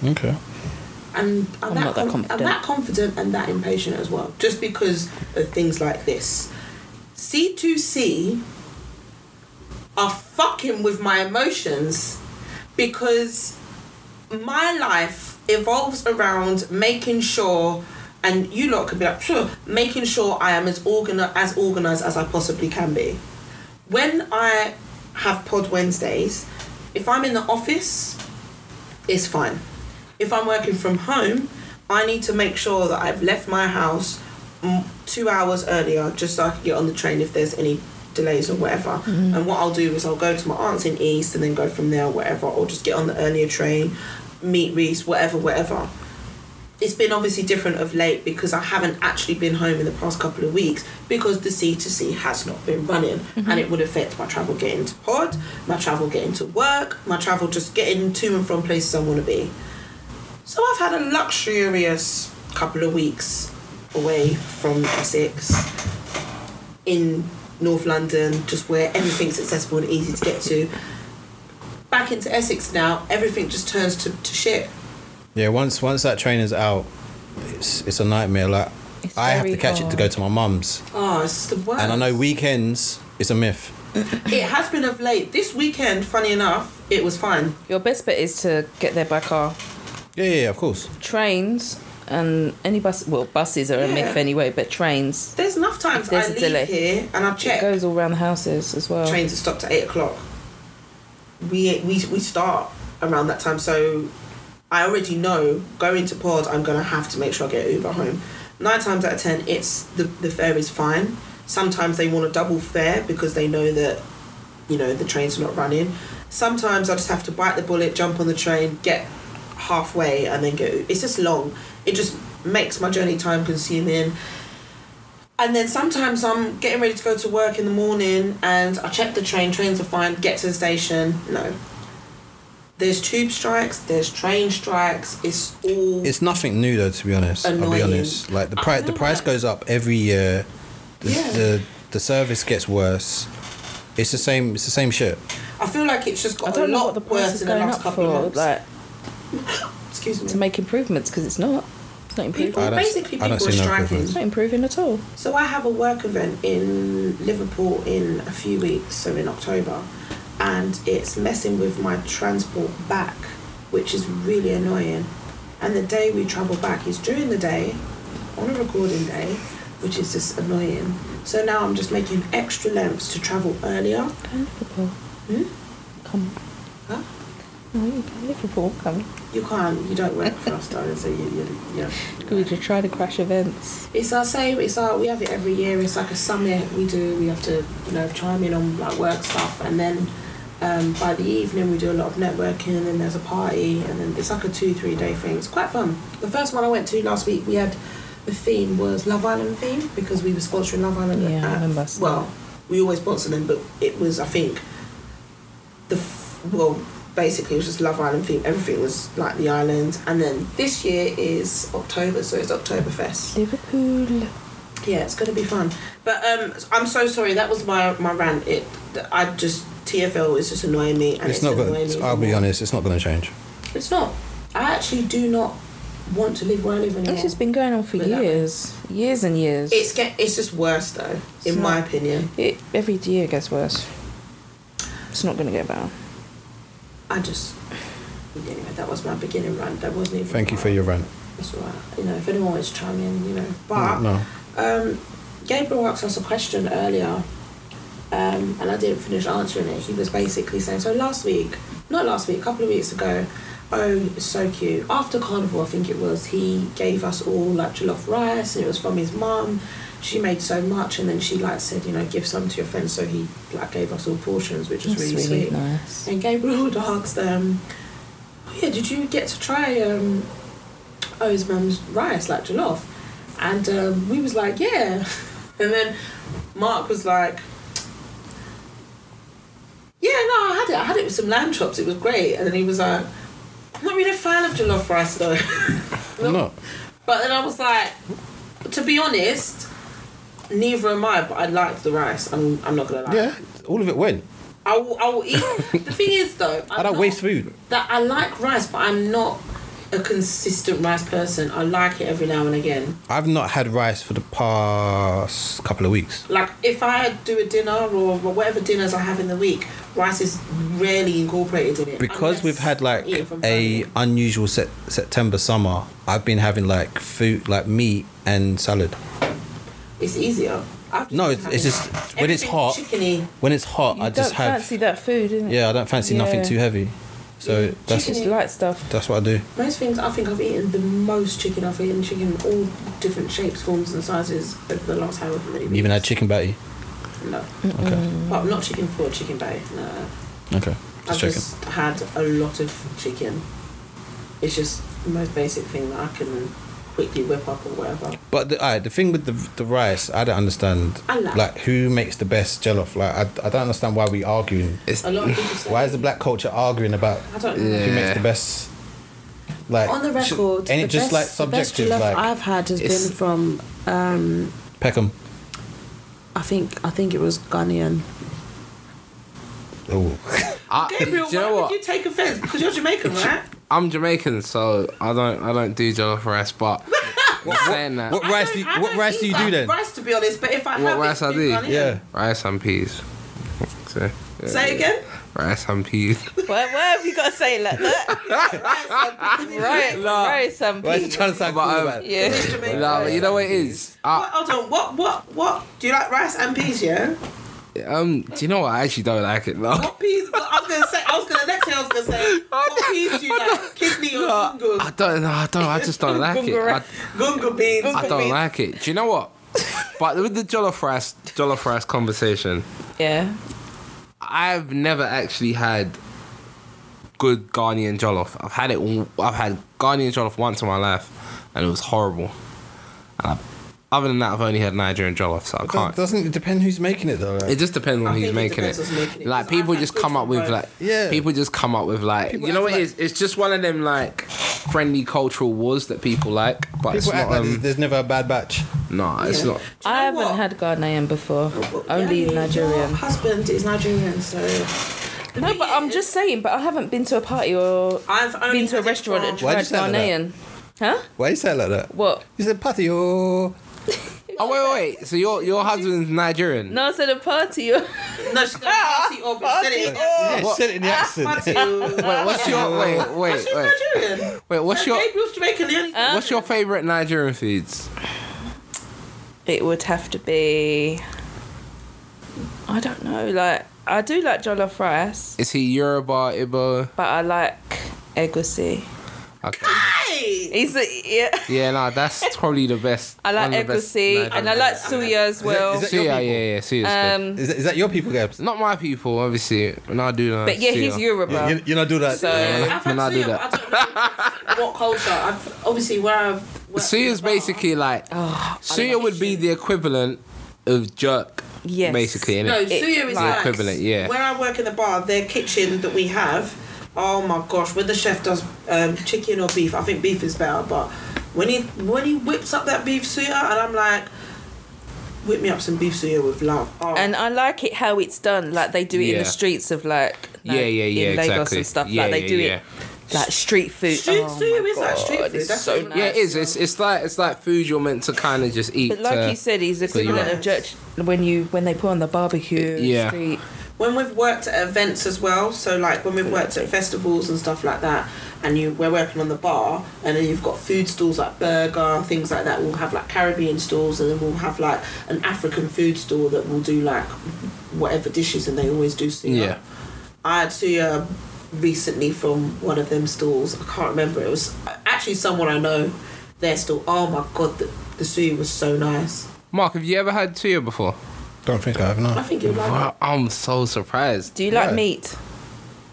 B: Okay.
A: and I'm,
C: I'm
A: that,
C: not that
A: con- I'm
C: confident.
A: that confident and that impatient as well, just because of things like this. C2C are fucking with my emotions because my life evolves around making sure and you lot could be like sure making sure i am as organi- as organized as i possibly can be when i have pod wednesdays if I'm in the office, it's fine. If I'm working from home, I need to make sure that I've left my house mm, two hours earlier just so I can get on the train if there's any delays or whatever. And what I'll do is I'll go to my aunt's in East and then go from there, or whatever, or just get on the earlier train, meet Reese, whatever, whatever it's been obviously different of late because I haven't actually been home in the past couple of weeks because the C2C has not been running and it would affect my travel getting to pod, my travel getting to work, my travel just getting to and from places I want to be. So I've had a luxurious couple of weeks away from Essex in North London, just where everything's accessible and easy to get to. Back into Essex now, everything just turns to, to shit.
B: Yeah, once once that train is out, it's it's a nightmare. Like
C: It's
B: I have
C: very
B: to catch it to
C: hard.
B: go to my mum's,
A: Oh, it's the worst.
B: and I know weekends is a myth.
A: It has been of late. This weekend, funny enough, it was fine.
C: Your best bet is to get there by car.
B: Yeah, yeah, yeah, of course.
C: Trains and any bus. Well, buses are a
A: Yeah.
C: myth anyway, but trains.
A: There's enough times
C: If there's
A: I
C: a
A: leave
C: delay.
A: here and I
C: It
A: check.
C: goes all round the houses as well.
A: Trains are stopped at eight o'clock. We we we start around that time, so I already know going to pod. I'm gonna have to make sure I get Uber home. Nine times out of ten, it's the the fare is fine. Sometimes they want a double fare because they know that you know the trains are not running. Sometimes I just have to bite the bullet, jump on the train, get halfway, and then go. It's just long. It just makes my journey time consuming. And then sometimes I'm getting ready to go to work in the morning and I check the train, trains are fine, get to the station. No. There's tube strikes, there's train strikes, it's all.
B: It's nothing new though, to be honest. I'll be
A: Mm. Annoying.
B: honest. Like the
A: I
B: price, the
A: know
B: price
A: that.
B: goes up every year. The,
A: Yeah.
B: the the service gets worse. It's the same. It's the same shit.
A: I feel like it's just
C: I
A: got a
C: don't know
A: lot
C: what the price
A: worse
C: is
A: in the
C: going
A: last
C: up
A: couple
C: for,
A: of months.
C: like
A: Excuse
C: to
A: me.
C: make improvements because it's not. It's not improving.
A: People,
B: I don't-
A: basically, people
B: I don't
A: are
B: see no
A: striking.
B: improvement.
C: It's not improving at all.
A: So I have a work event in Liverpool in a few weeks, so in October, and it's messing with my transport back, which is really annoying. And the day we travel back is during the day, on a recording day, which is just annoying. So now I'm just making extra lengths to travel earlier.
C: Liverpool,
A: Hmm?
C: come.
A: Huh?
C: No, you go Liverpool, come.
A: You can't, you don't work for us, darling, so you, you, yeah.
C: We just try to crash events.
A: It's our same. It's our. We have it every year. It's like a summit we do. We have to, you know, chime in on like work stuff, and then um, by the evening we do a lot of networking, and then there's a party, and then it's like a two three day thing. It's quite fun. The first one I went to last week, we had the theme was Love Island theme because we were sponsoring Love Island.
C: Yeah, I
A: at-
C: remember seeing
A: Well, we always sponsor them, but it was I think the f- well basically it was just Love Island theme. Everything was like the island, and then this year is October, so it's Oktoberfest.
C: Liverpool.
A: Yeah, it's gonna be fun. But um, I'm so sorry. That was my my rant. It, I just TFL is just annoying me, and it's,
B: It's, not
A: annoying
B: going.
A: me.
B: to I'll
A: even
B: be
A: more.
B: honest. It's not going to change.
A: It's not. I actually do not want to live where I live anymore.
C: It's just been going on for
A: But that-
C: years, years and years.
A: It's get. It's just worse though, in
C: It's
A: my
C: not-
A: opinion.
C: It, every year gets worse. It's not going to get better.
A: I just. Anyway, that was my beginning rant. That wasn't even.
B: Thank you for
A: my-
B: your rant.
A: That's all right. You know, if anyone wants to chime in, you know. But
B: No,
A: um, Gabriel asked us a question earlier, um, and I didn't finish answering it. He was basically saying, so last week, not last week, a couple of weeks ago, oh, it's so cute. After carnival, I think it was, he gave us all like jollof rice, and it was from his mum. She made so much, and then she like said, you know, give some to your friends. So he like gave us all portions, which was
C: That's
A: really,
C: really
A: sweet.
C: nice.
A: And Gabriel had asked them, oh yeah, did you get to try um, oh, his mum's rice, like jollof? And um, we was like, yeah. And then Mark was like, yeah, no, I had it. I had it with some lamb chops. It was great. And then he was like, I'm not really a fan of jollof rice though.
B: I'm not.
A: But then I was like, to be honest, neither am I, but I liked the rice. I'm, I'm not going to lie.
B: Yeah, all of it went.
A: I will, I will eat. the thing is, though, I'm
B: I don't
A: not-
B: waste food.
A: That I like rice, but I'm not a consistent rice person. I like it every now and again.
B: I've not had rice for the past couple of weeks.
A: Like if I do a dinner or whatever dinners I have in the week, rice is rarely incorporated in it.
B: because
A: unless
B: we've had like
A: I'm eating from
B: a
A: family.
B: unusual set, September summer, I've been having like food like meat and salad.
A: it's easier. I've
B: No,
A: been
B: it's, it's just
A: having
B: when it's
A: everything
B: hot.
A: Chickeny.
B: When it's hot,
C: You
B: I
C: don't
B: just have
C: fancy that food, isn't
B: yeah. I don't fancy nothing
C: Yeah.
B: too heavy, so that's
C: Just light stuff.
B: that's what I do.
A: Most things I think I've eaten the most chicken I've eaten chicken all different shapes, forms, and sizes over the last however many.
B: You even had
A: weeks.
B: chicken batty.
A: No,
B: Okay.
A: but not chicken for chicken bay. No,
B: Okay.
A: Mm. I've
B: Just chicken.
A: just had a lot of chicken. It's just the most basic thing that I can quickly whip up or whatever.
B: But the, alright, the thing with the the rice, I don't understand.
A: I like-
B: Like who makes the best jollof? Like I, I don't understand why we arguing.
D: It's
A: A lot of people say.
B: Why is the black culture arguing about
A: I don't know.
B: who
D: Yeah.
B: makes the best? Like
E: On the
B: sh-
E: record,
B: ain't
E: the
B: it just
E: best,
B: like
E: the best
B: subjective?
E: jollof
B: Like
E: I've had has
D: It's-
E: been from um,
B: Peckham.
E: I think I think it was Ghanaian.
B: Oh,
D: I,
A: Uh, Gabriel,
D: do you know
A: why
D: what?
A: would you take offence? Because you're Jamaican, right?
D: I'm Jamaican, so I don't I don't do jollof rice. But saying that,
B: what rice? Do you,
A: I don't- I
B: what rice do you
A: eat
B: do
A: that
B: then?
A: Rice, to be honest. But if I
D: What
A: have
D: rice
A: it,
D: I
A: it's
D: do?
A: onion.
B: Yeah.
D: rice and peas. So, yeah,
A: Say again.
D: rice and peas.
C: What, what have you got to say like that? right,
D: No.
C: right, some
B: Why is he
C: people.
B: trying to sound cool
D: But, um,
B: about it?
C: Yeah.
A: Jamaican.
D: No, but you know what it is.
A: What,
D: I,
A: hold on. What? What? What? Do you like rice and peas? Yeah.
D: um, do you know what? I actually don't like it. No,
A: What peas? What, I was gonna say. I was gonna next thing I was gonna say. What peas do you like? Kidney or
D: I
A: gunga?
D: don't. No, I don't. I just don't like it. I,
A: Gunga beans.
D: I don't like it. Do you know what? But with the jollof rice, jollof rice conversation,
C: Yeah.
D: I've never actually had good Ghanaian jollof. I've had it. all- I've had Ghanaian jollof once in my life, and it was horrible. And I, other than that, I've only had Nigerian jollof, so I
B: Doesn't-
D: can't.
B: Doesn't it depend who's making it though? like?
D: It just depends on
A: I
D: who's
A: think it
D: making it.
A: depends who's making it,
D: Like
A: 'cause I've
D: people
A: had
D: just
A: good
D: come up
A: from
D: with
A: both.
D: like
B: Yeah.
D: People just come up with like
B: People
D: you know
B: act
D: what it
B: like-
D: is? It's just one of them like friendly cultural wars that people like, but it's
B: People
D: not.
B: act like
D: um,
B: there's, there's never a bad batch.
D: Nah, it's
A: Yeah.
D: not.
A: you know
C: I haven't
A: what?
C: had Ghanaian before.
A: Well,
C: Only
A: yeah, Your
C: Nigerian.
A: husband is Nigerian, so
C: No, but I'm just saying. But I haven't been to a party or
A: I've only
C: been to a
A: had it
C: restaurant and
A: from-
B: Why'd you
C: tried
B: sound like that?
C: Ghanaian. Huh?
B: Why you say it like that?
C: What?
B: You said patio.
D: Oh wait, wait, wait. So your your husband's Nigerian?
C: No, I said a party.
A: No, she's like,
C: Ah,
A: party or said it. Ah,
B: Yeah, she said it Oh, in
E: Ah,
B: the accent.
A: Party or-
D: Wait, what's your wait wait
A: She's
D: wait
A: Nigerian.
D: wait? What's your
A: Gabriel's Jamaican. the only-
C: Uh,
D: what's your favorite Nigerian foods?
C: it would have to be. I don't know. Like I do like jollof rice,
D: Is he Yoruba, Igbo?
C: but I like egusi.
D: Okay.
A: Hey!
C: Is it? Yeah.
D: Yeah, nah, that's probably the best.
C: I like
D: one of the best
C: egusi
D: Nigerian
C: and I like
D: foods.
C: suya as well.
B: is that
D: Suya,
B: your
D: yeah,
B: people?
D: yeah, suya's good.
C: um,
B: Is that, is that your people, Gabs?
D: Not my people, obviously. And I do know.
C: but yeah, he's
D: suya.
C: Yoruba.
B: You, you not do that.
C: So-
A: Yeah, I've had
D: When I do
A: suya,
D: that.
A: but I don't know what culture. I've obviously where I've. worked
D: Suya
A: in
D: is
A: the bar,
D: basically like
C: Oh,
D: suya
C: love
D: would be the equivalent of jerk.
C: Yes.
D: Basically, innit?
A: No,
C: it-
A: suya is
C: the
A: like
D: equivalent, yeah.
A: Where I work in the bar, their kitchen that we have. Oh my gosh, when the chef does um, chicken or beef, I think beef is better. But when he when he whips up that beef suya, and I'm like, whip me up some beef suya with love. Oh,
C: And I like it how it's done. Like they do it in
D: Yeah.
C: the streets of like,
D: Yeah, yeah, yeah,
C: in Lagos
D: exactly.
C: and stuff.
D: Yeah,
C: like they
D: yeah,
C: do
D: yeah.
C: it like street food.
A: Street
C: oh
A: suya
C: my
A: is like street
C: God,
A: food,
C: It's
A: that's
C: so
A: what
C: nice.
A: it
D: Yeah, it is. It's it's like it's like food you're meant to kind of just eat.
C: But like
D: to-
C: you said, he's
D: so you
C: equivalent
A: like-
C: of judge when you when they put on the barbecue
D: Yeah.
C: street.
A: when we've worked at events as well so like when we've worked at festivals and stuff like that and you we're working on the bar and then you've got food stalls like burger things like that we'll have like caribbean stalls and then we'll have like an african food stall that will do like whatever dishes and they always do suya
D: Yeah.
A: i had suya recently from one of them stalls i can't remember it was actually someone i know their stall oh my god the, the suya was so nice
D: Mark, have you ever had suya before?
B: Don't think I have,
A: i
B: no.
A: think you would like it
D: Bro, I'm so surprised.
C: Do you like
B: Right.
C: meat?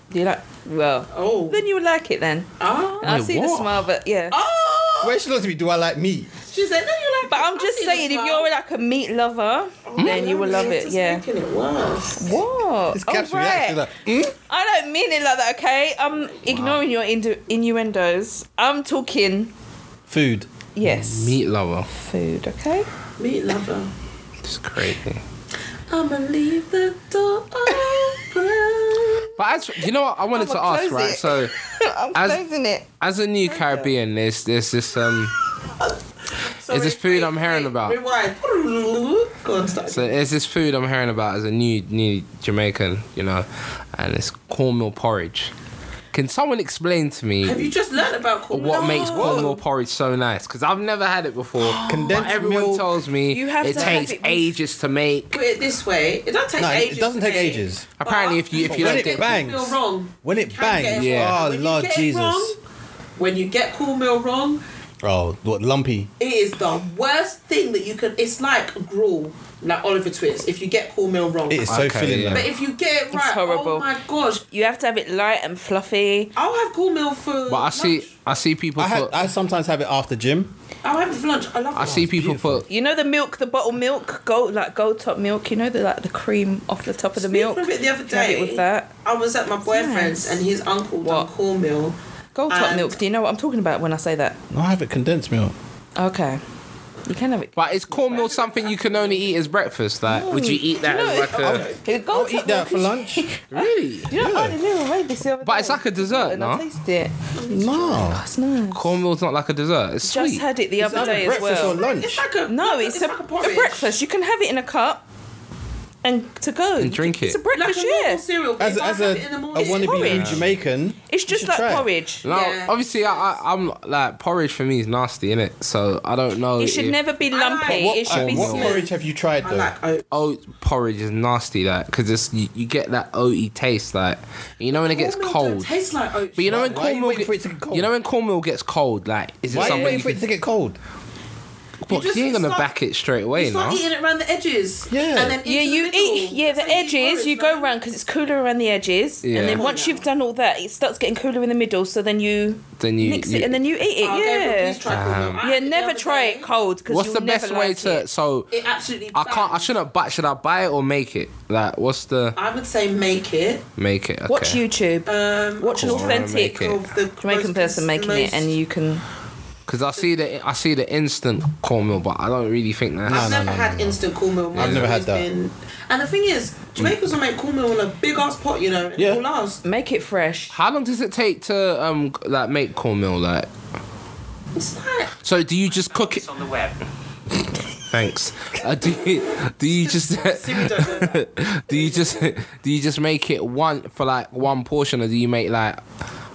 C: Do you like well?
A: oh
C: Then you Ah. would like it then.
A: oh
C: I
D: Wait,
C: see the
D: what?
C: smile, but yeah.
A: oh
B: Where should I be? Do I like meat?
A: She said, "No, you like."
C: But
A: it.
C: I'm
A: I
C: just
A: see
C: saying,
A: the
C: if
A: smile."
C: you're like a meat lover,
D: Mm.
C: then you will love
A: It's
C: it.
A: just
C: Yeah.
A: Making it worse.
C: What?
B: This
C: Oh,
B: Gab's
C: right.
B: reaction, like, mm?
C: I don't mean it like that, okay? I'm ignoring your innu- innuendos. I'm talking,
B: "Eh." Food.
C: yes,
D: Meat lover.
C: food, okay?
A: Meat lover.
D: It's crazy.
A: I'ma leave the door open.
D: But as you know, what I wanted
C: I'ma
D: to ask,
C: close
D: right?
C: it.
D: So,
C: I'm
D: As-
C: closing it.
D: as a new Caribbean, there's there's this um,
A: Sorry,
D: this food
A: wait,
D: I'm hearing
A: wait,
D: about?
A: Rewind. Go on, start.
D: so
A: again.
D: there's this food I'm hearing about as a new new Jamaican, you know, and it's cornmeal porridge. Can someone explain to me
A: Have you just learned about cornmeal?
D: what makes cornmeal porridge so nice? Because I've never had it before.
B: Condensed
D: but everyone
B: milk-
D: tells me
C: You have
D: it
C: to have
D: takes
C: it with-
D: ages to make.
A: Put it this way. It doesn't take
B: No, it
A: ages.
B: doesn't
A: to
B: take
A: make,
B: ages.
A: but
D: Apparently, if you if you
B: When
D: don't
B: it
D: get
B: bangs.
A: cornmeal wrong.
B: When it
A: you can get
B: bangs,
A: it
D: Yeah.
A: wrong.
B: oh
A: When you
B: Lord
A: get it
B: Jesus.
A: wrong, when you get cornmeal wrong,
B: Oh, what lumpy?
A: It is the worst thing that you could. It's like gruel, like Oliver Twist. If you get cornmeal wrong,
B: It is so
D: Okay,
B: filling
D: yeah.
B: though.
A: but if you get it right, oh
C: horrible.
A: my gosh,
C: You have to have it light and fluffy.
A: I'll have cornmeal for.
D: But I see
A: lunch.
D: I see people
B: I, had,
D: put
B: I sometimes have it after gym.
A: I'll have it for lunch. I love.
D: I
A: it.
D: see people
B: beautiful.
D: put
C: You know the milk, the bottle milk, gold like gold top milk. You know the like the cream off the top of the
A: Speaking
C: milk.
A: of it the other
C: You can have it
A: day,
C: with that
A: I was at my boyfriend's
C: nice.
A: and his uncle done
C: What?
A: cornmeal.
C: gold top
A: And-
C: milk. Do you know what I'm talking about when I say that?
B: No, I have it condensed milk.
C: Okay, you can have it.
D: But is cornmeal something you can only eat as breakfast? Like, would you eat that as like a
B: I'll eat that for lunch.
D: really?
C: You know, I never made this the other
D: But
C: day.
D: it's like a dessert,
C: and I
D: no?
C: tasted it.
B: no.
C: It's nice.
D: Cornmeal's not like a dessert. It's
C: Just
D: sweet.
C: had it the other
B: Either
C: day as
B: breakfast
C: well.
B: or lunch.
A: It's like a
C: no, it's, a,
A: like a
C: a
A: porridge.
C: breakfast. You can have it in a cup and to go
D: And drink
C: It's
D: it.
C: a breakfast,
A: Like a
C: yeah.
A: normal cereal.
B: As,
A: If I
B: as
A: have
B: a,
A: it in the
B: a
A: morning-
B: wannabe
C: porridge.
B: Jamaican,
C: It's
B: you
C: just
B: should
C: like
B: try it.
C: porridge.
D: No,
A: Yeah.
D: obviously, I, I, I'm like porridge for me is nasty, innit? So I don't know.
C: It should
D: if-
C: never be
A: like-
C: lumpy.
A: What-
C: it should
B: Uh,
C: be
B: what
C: smooth.
B: porridge have you tried
A: I
B: though?
A: like oh, oat.
D: oat porridge is nasty, like, because it's you, you get that oaty taste, like, you know when it gets
A: Cornmeal
D: cold.
A: Don't taste like oat.
D: But you know when
B: Why are you
D: cornmeal,
B: waiting
D: get-
B: for it to get cold?
D: you know when cornmeal gets cold, like, is it
B: Why are you
D: something
B: waiting
D: you
B: for it
D: could,
B: to get cold?
D: What, 'cause you ain't gonna
A: start-
D: back it straight
A: You
D: away,
A: start
D: no?
A: eating it around the edges.
B: Yeah.
A: And then
C: Yeah,
A: into the
C: you
A: middle.
C: eat. Yeah,
A: That's
C: the
A: how you eat
C: edges. You
A: porridge,
C: go
A: man. Oh,
C: around because it's cooler around the edges,
D: Yeah.
C: and then once you've done all that, it starts getting cooler in the middle. So then you
D: Then you-
C: mix
D: you-
C: it and then you eat it.
A: Oh, Gabriel,
C: yeah,
A: please try cornmeal. I
C: yeah.
A: ate the
C: Never
A: other
C: try
A: day.
C: it cold because
D: What's the best way to?
C: It.
D: So
A: It absolutely.
D: I can't. I
A: bangs.
D: shouldn't. But should I buy it or make it? Like, what's the
A: I would say make it.
D: make it? Okay.
C: Watch YouTube.
A: Um,
C: Watch an
D: course, I'm gonna
C: authentic
D: make it.
A: of the
C: Jamaican
A: most-
C: person making it,
A: most-
C: and you can.
D: Because I see the I see the instant cornmeal, but I don't really think that.
A: I've never had instant cornmeal. Mine's
B: never had
A: always
B: that.
A: been- and the thing is,
D: Mm.
A: Jamaicans will make cornmeal in a big ass pot, you know. and
B: Yeah.
A: It will last.
C: Make it fresh.
D: How long does it take to um like make cornmeal? Like,
A: It's like
D: so do you just cook it?
F: on the web.
D: Thanks. Uh, do you, do you just
A: Siri don't know that.
D: do you just do you just make it one for like one portion, or do you make like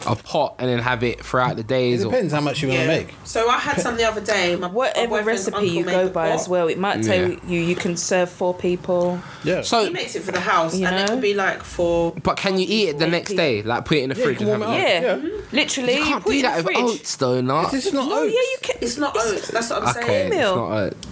D: a pot and then have it throughout the
B: It
D: days?
B: depends how much you want
A: Yeah.
B: to make.
A: So I had some the other day. My, my
C: Whatever
A: boyfriend's
C: recipe
A: uncle
C: you
A: made
C: go
A: the
C: by
A: pot.
C: as well, it might tell
D: Yeah.
C: you you can serve four people.
B: Yeah.
D: Or, so,
A: He makes it for the house,
C: You
A: and it
C: know?
A: could be like for.
D: but can you eat it the next day? Like, put it in the
B: you
D: fridge
B: can
D: and have it.
A: Oh,
B: warm it up.
C: Yeah,
B: yeah.
C: literally.
D: You can't
C: put it
D: do
C: in the
D: that with
C: fridge.
D: oats, though. Not
B: This is not
C: No,
B: oats.
C: yeah, you can.
A: It's not oats. That's what I'm
D: okay. It's
A: saying.
C: Cornmeal.
D: not oats.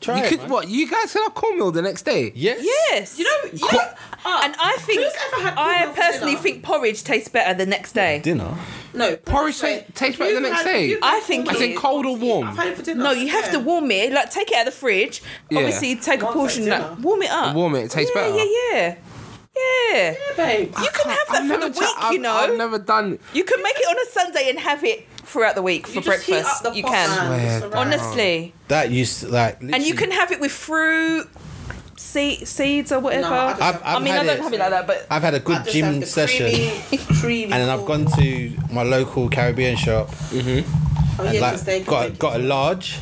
B: Try
D: you
B: it,
D: could
B: man.
D: what? You guys could have cornmeal the next day.
B: Yes.
C: Yes.
A: You know, you know uh,
C: And I think
A: Who's ever had
C: I
A: cornmeal for
C: personally
A: dinner?
C: think porridge tastes better the next day.
B: Dinner.
A: no
D: Porridge ta- tastes better the
A: You've
D: next
A: had-
D: day.
A: you've had
C: I think
A: cornmeal.
C: As in
D: cold or warm?
A: I've had it for dinner.
C: No, you have to
A: Yeah.
C: warm it. Like take it out of the fridge.
D: Yeah.
C: Obviously, take a
A: Once at
C: portion. Like,
A: dinner.
C: warm it up.
D: Warm it, it tastes
C: yeah,
D: better.
C: Yeah, yeah, yeah.
A: Yeah, babe.
C: You can have that
D: I've
C: for
D: never
C: the week.
D: tri- I've-
C: you know,
D: I've never done.
C: you can make it on a Sunday and have it throughout the week for
A: You just heat up
C: breakfast.
A: the
C: You
A: pot,
C: can.
A: man.
D: Swear
A: It's alright.
C: Honestly,
B: That used to, like.
C: and you
B: literally-
C: can have it with fruit, seed, seeds or whatever.
A: No, I just-
B: I've, I've
C: I mean,
B: had
C: I don't
B: it,
C: have it like that, but
B: I've had a good
A: I just have
B: gym
A: the
B: session,
A: creamy- creamy
B: and then I've gone to my local Caribbean shop
A: oh,
B: and
A: yeah, 'cause they can
B: like got
A: make
B: got a large.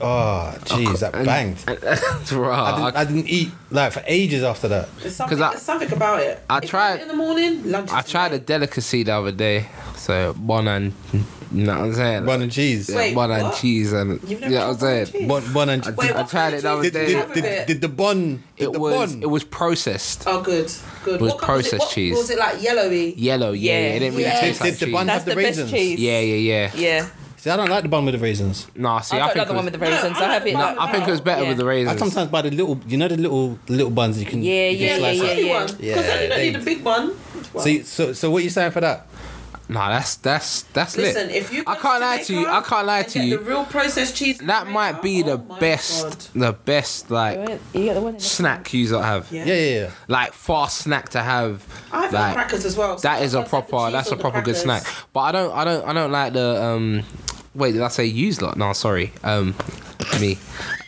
B: Oh, jeez, that banged. I didn't,
D: Bruh,
B: I didn't eat like for ages after that.
A: There's something,
D: 'Cause I-
A: there's something about it.
D: I
A: If you
D: tried-
A: eat in the morning. Lunch.
D: I, I tried a
A: it.
D: delicacy the other day. So bun and, you know what I'm saying?
B: Bun and cheese.
D: yeah,
A: Wait,
D: bun and
A: what?
D: cheese and
A: You've
D: yeah,
A: never
D: you know what
A: tried
D: I'm
A: bun
D: saying.
A: and
B: Bun, bun and
D: I,
B: cheese.
D: did,
A: Wait,
D: I
A: what
D: tried
A: kind
D: it
A: of
D: the other
A: cheese
B: Did,
A: did
D: day.
A: you
B: did,
A: have
B: did,
A: it?
B: did the bun?
D: It
B: did the
D: was
B: bun?
D: it was processed
A: Oh, good, good.
D: It was
A: What kind-
D: processed
A: what-
D: cheese.
A: Was it like yellowy?
D: yellow. Yeah,
C: Yeah.
D: it didn't really
A: Yeah.
D: taste
B: Did-
D: like
B: did the
D: cheese.
B: bun-
C: that's
B: have the
C: the best
B: raisins.
C: cheese.
D: Yeah, yeah, yeah.
C: yeah.
B: See, I don't like the bun with the raisins.
D: Nah, see,
C: I
D: I,
C: don't
D: think
C: like
D: it
C: the one
D: was,
C: with the
A: No, I
C: raisins. I
A: like
C: have it
A: the
C: like.
A: one
D: I think it was better
C: Yeah.
D: with the
B: I
D: raisins.
B: sometimes buy the little, you know, the little little buns you can.
C: Yeah,
B: you
C: yeah,
A: Yeah,
B: slice
C: yeah,
B: up.
A: yeah,
C: yeah.
A: yeah. Because then you don't need a big one. Well,
B: So, you- so, so what you saying for that?
D: Nah, that's that's that's lit.
A: listen, if you
D: I
A: go
D: can't lie to you.
A: Jamaica
D: I can't lie
A: and
D: to
A: get
D: you.
A: The real processed cheese. in
D: That
A: Jamaica,
D: might be the
A: oh my
D: best,
A: God.
D: the best like
C: You got the one. in the-
D: snack you lot have.
A: Yeah.
B: Yeah, yeah, yeah.
D: Like fast snack to have.
A: I have
D: like,
A: had crackers as well.
D: That
A: Sometimes
D: is a
A: I have the
D: proper.
A: cheese
D: That's a
A: on the
D: proper good
A: crackers.
D: snack. But I don't. I don't. I don't like the. um Wait, did I say used lot? No, sorry. Um, me.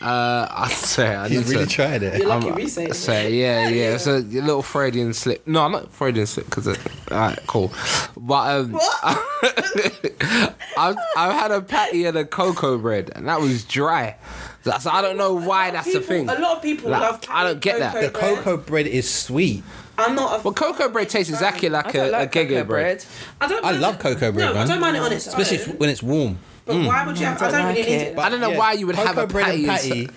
D: Uh, I swear, I need
B: He's really
D: to.
B: tried it.
A: You're lucky
D: I'm-
A: we saved it.
D: So yeah, yeah. So a little Freudian slip. No, I'm not Freudian slip because it. Alright, cool. But um, I've I've had a patty and a cocoa bread, and that was dry. So, so I don't know why that's
A: people,
D: the thing.
A: A lot of people
D: Like,
A: love.
D: I don't get that.
B: The cocoa bread is sweet.
A: I'm not a.
D: Well, cocoa bread tastes exactly like
C: I
D: a,
C: don't
D: a
C: like
D: gege
C: cocoa
D: bread.
A: I don't.
B: I
A: mind
B: love
A: it-
B: cocoa bread,
A: No,
B: man.
A: I don't mind it on its
B: Especially Mm.
A: own,
B: if, when it's warm.
A: But why would you have?
C: I
A: I don't
C: don't
A: really
C: like
A: need
C: it.
A: it.
D: I don't know why you would have a
B: cocoa bread and
D: patty
B: patty.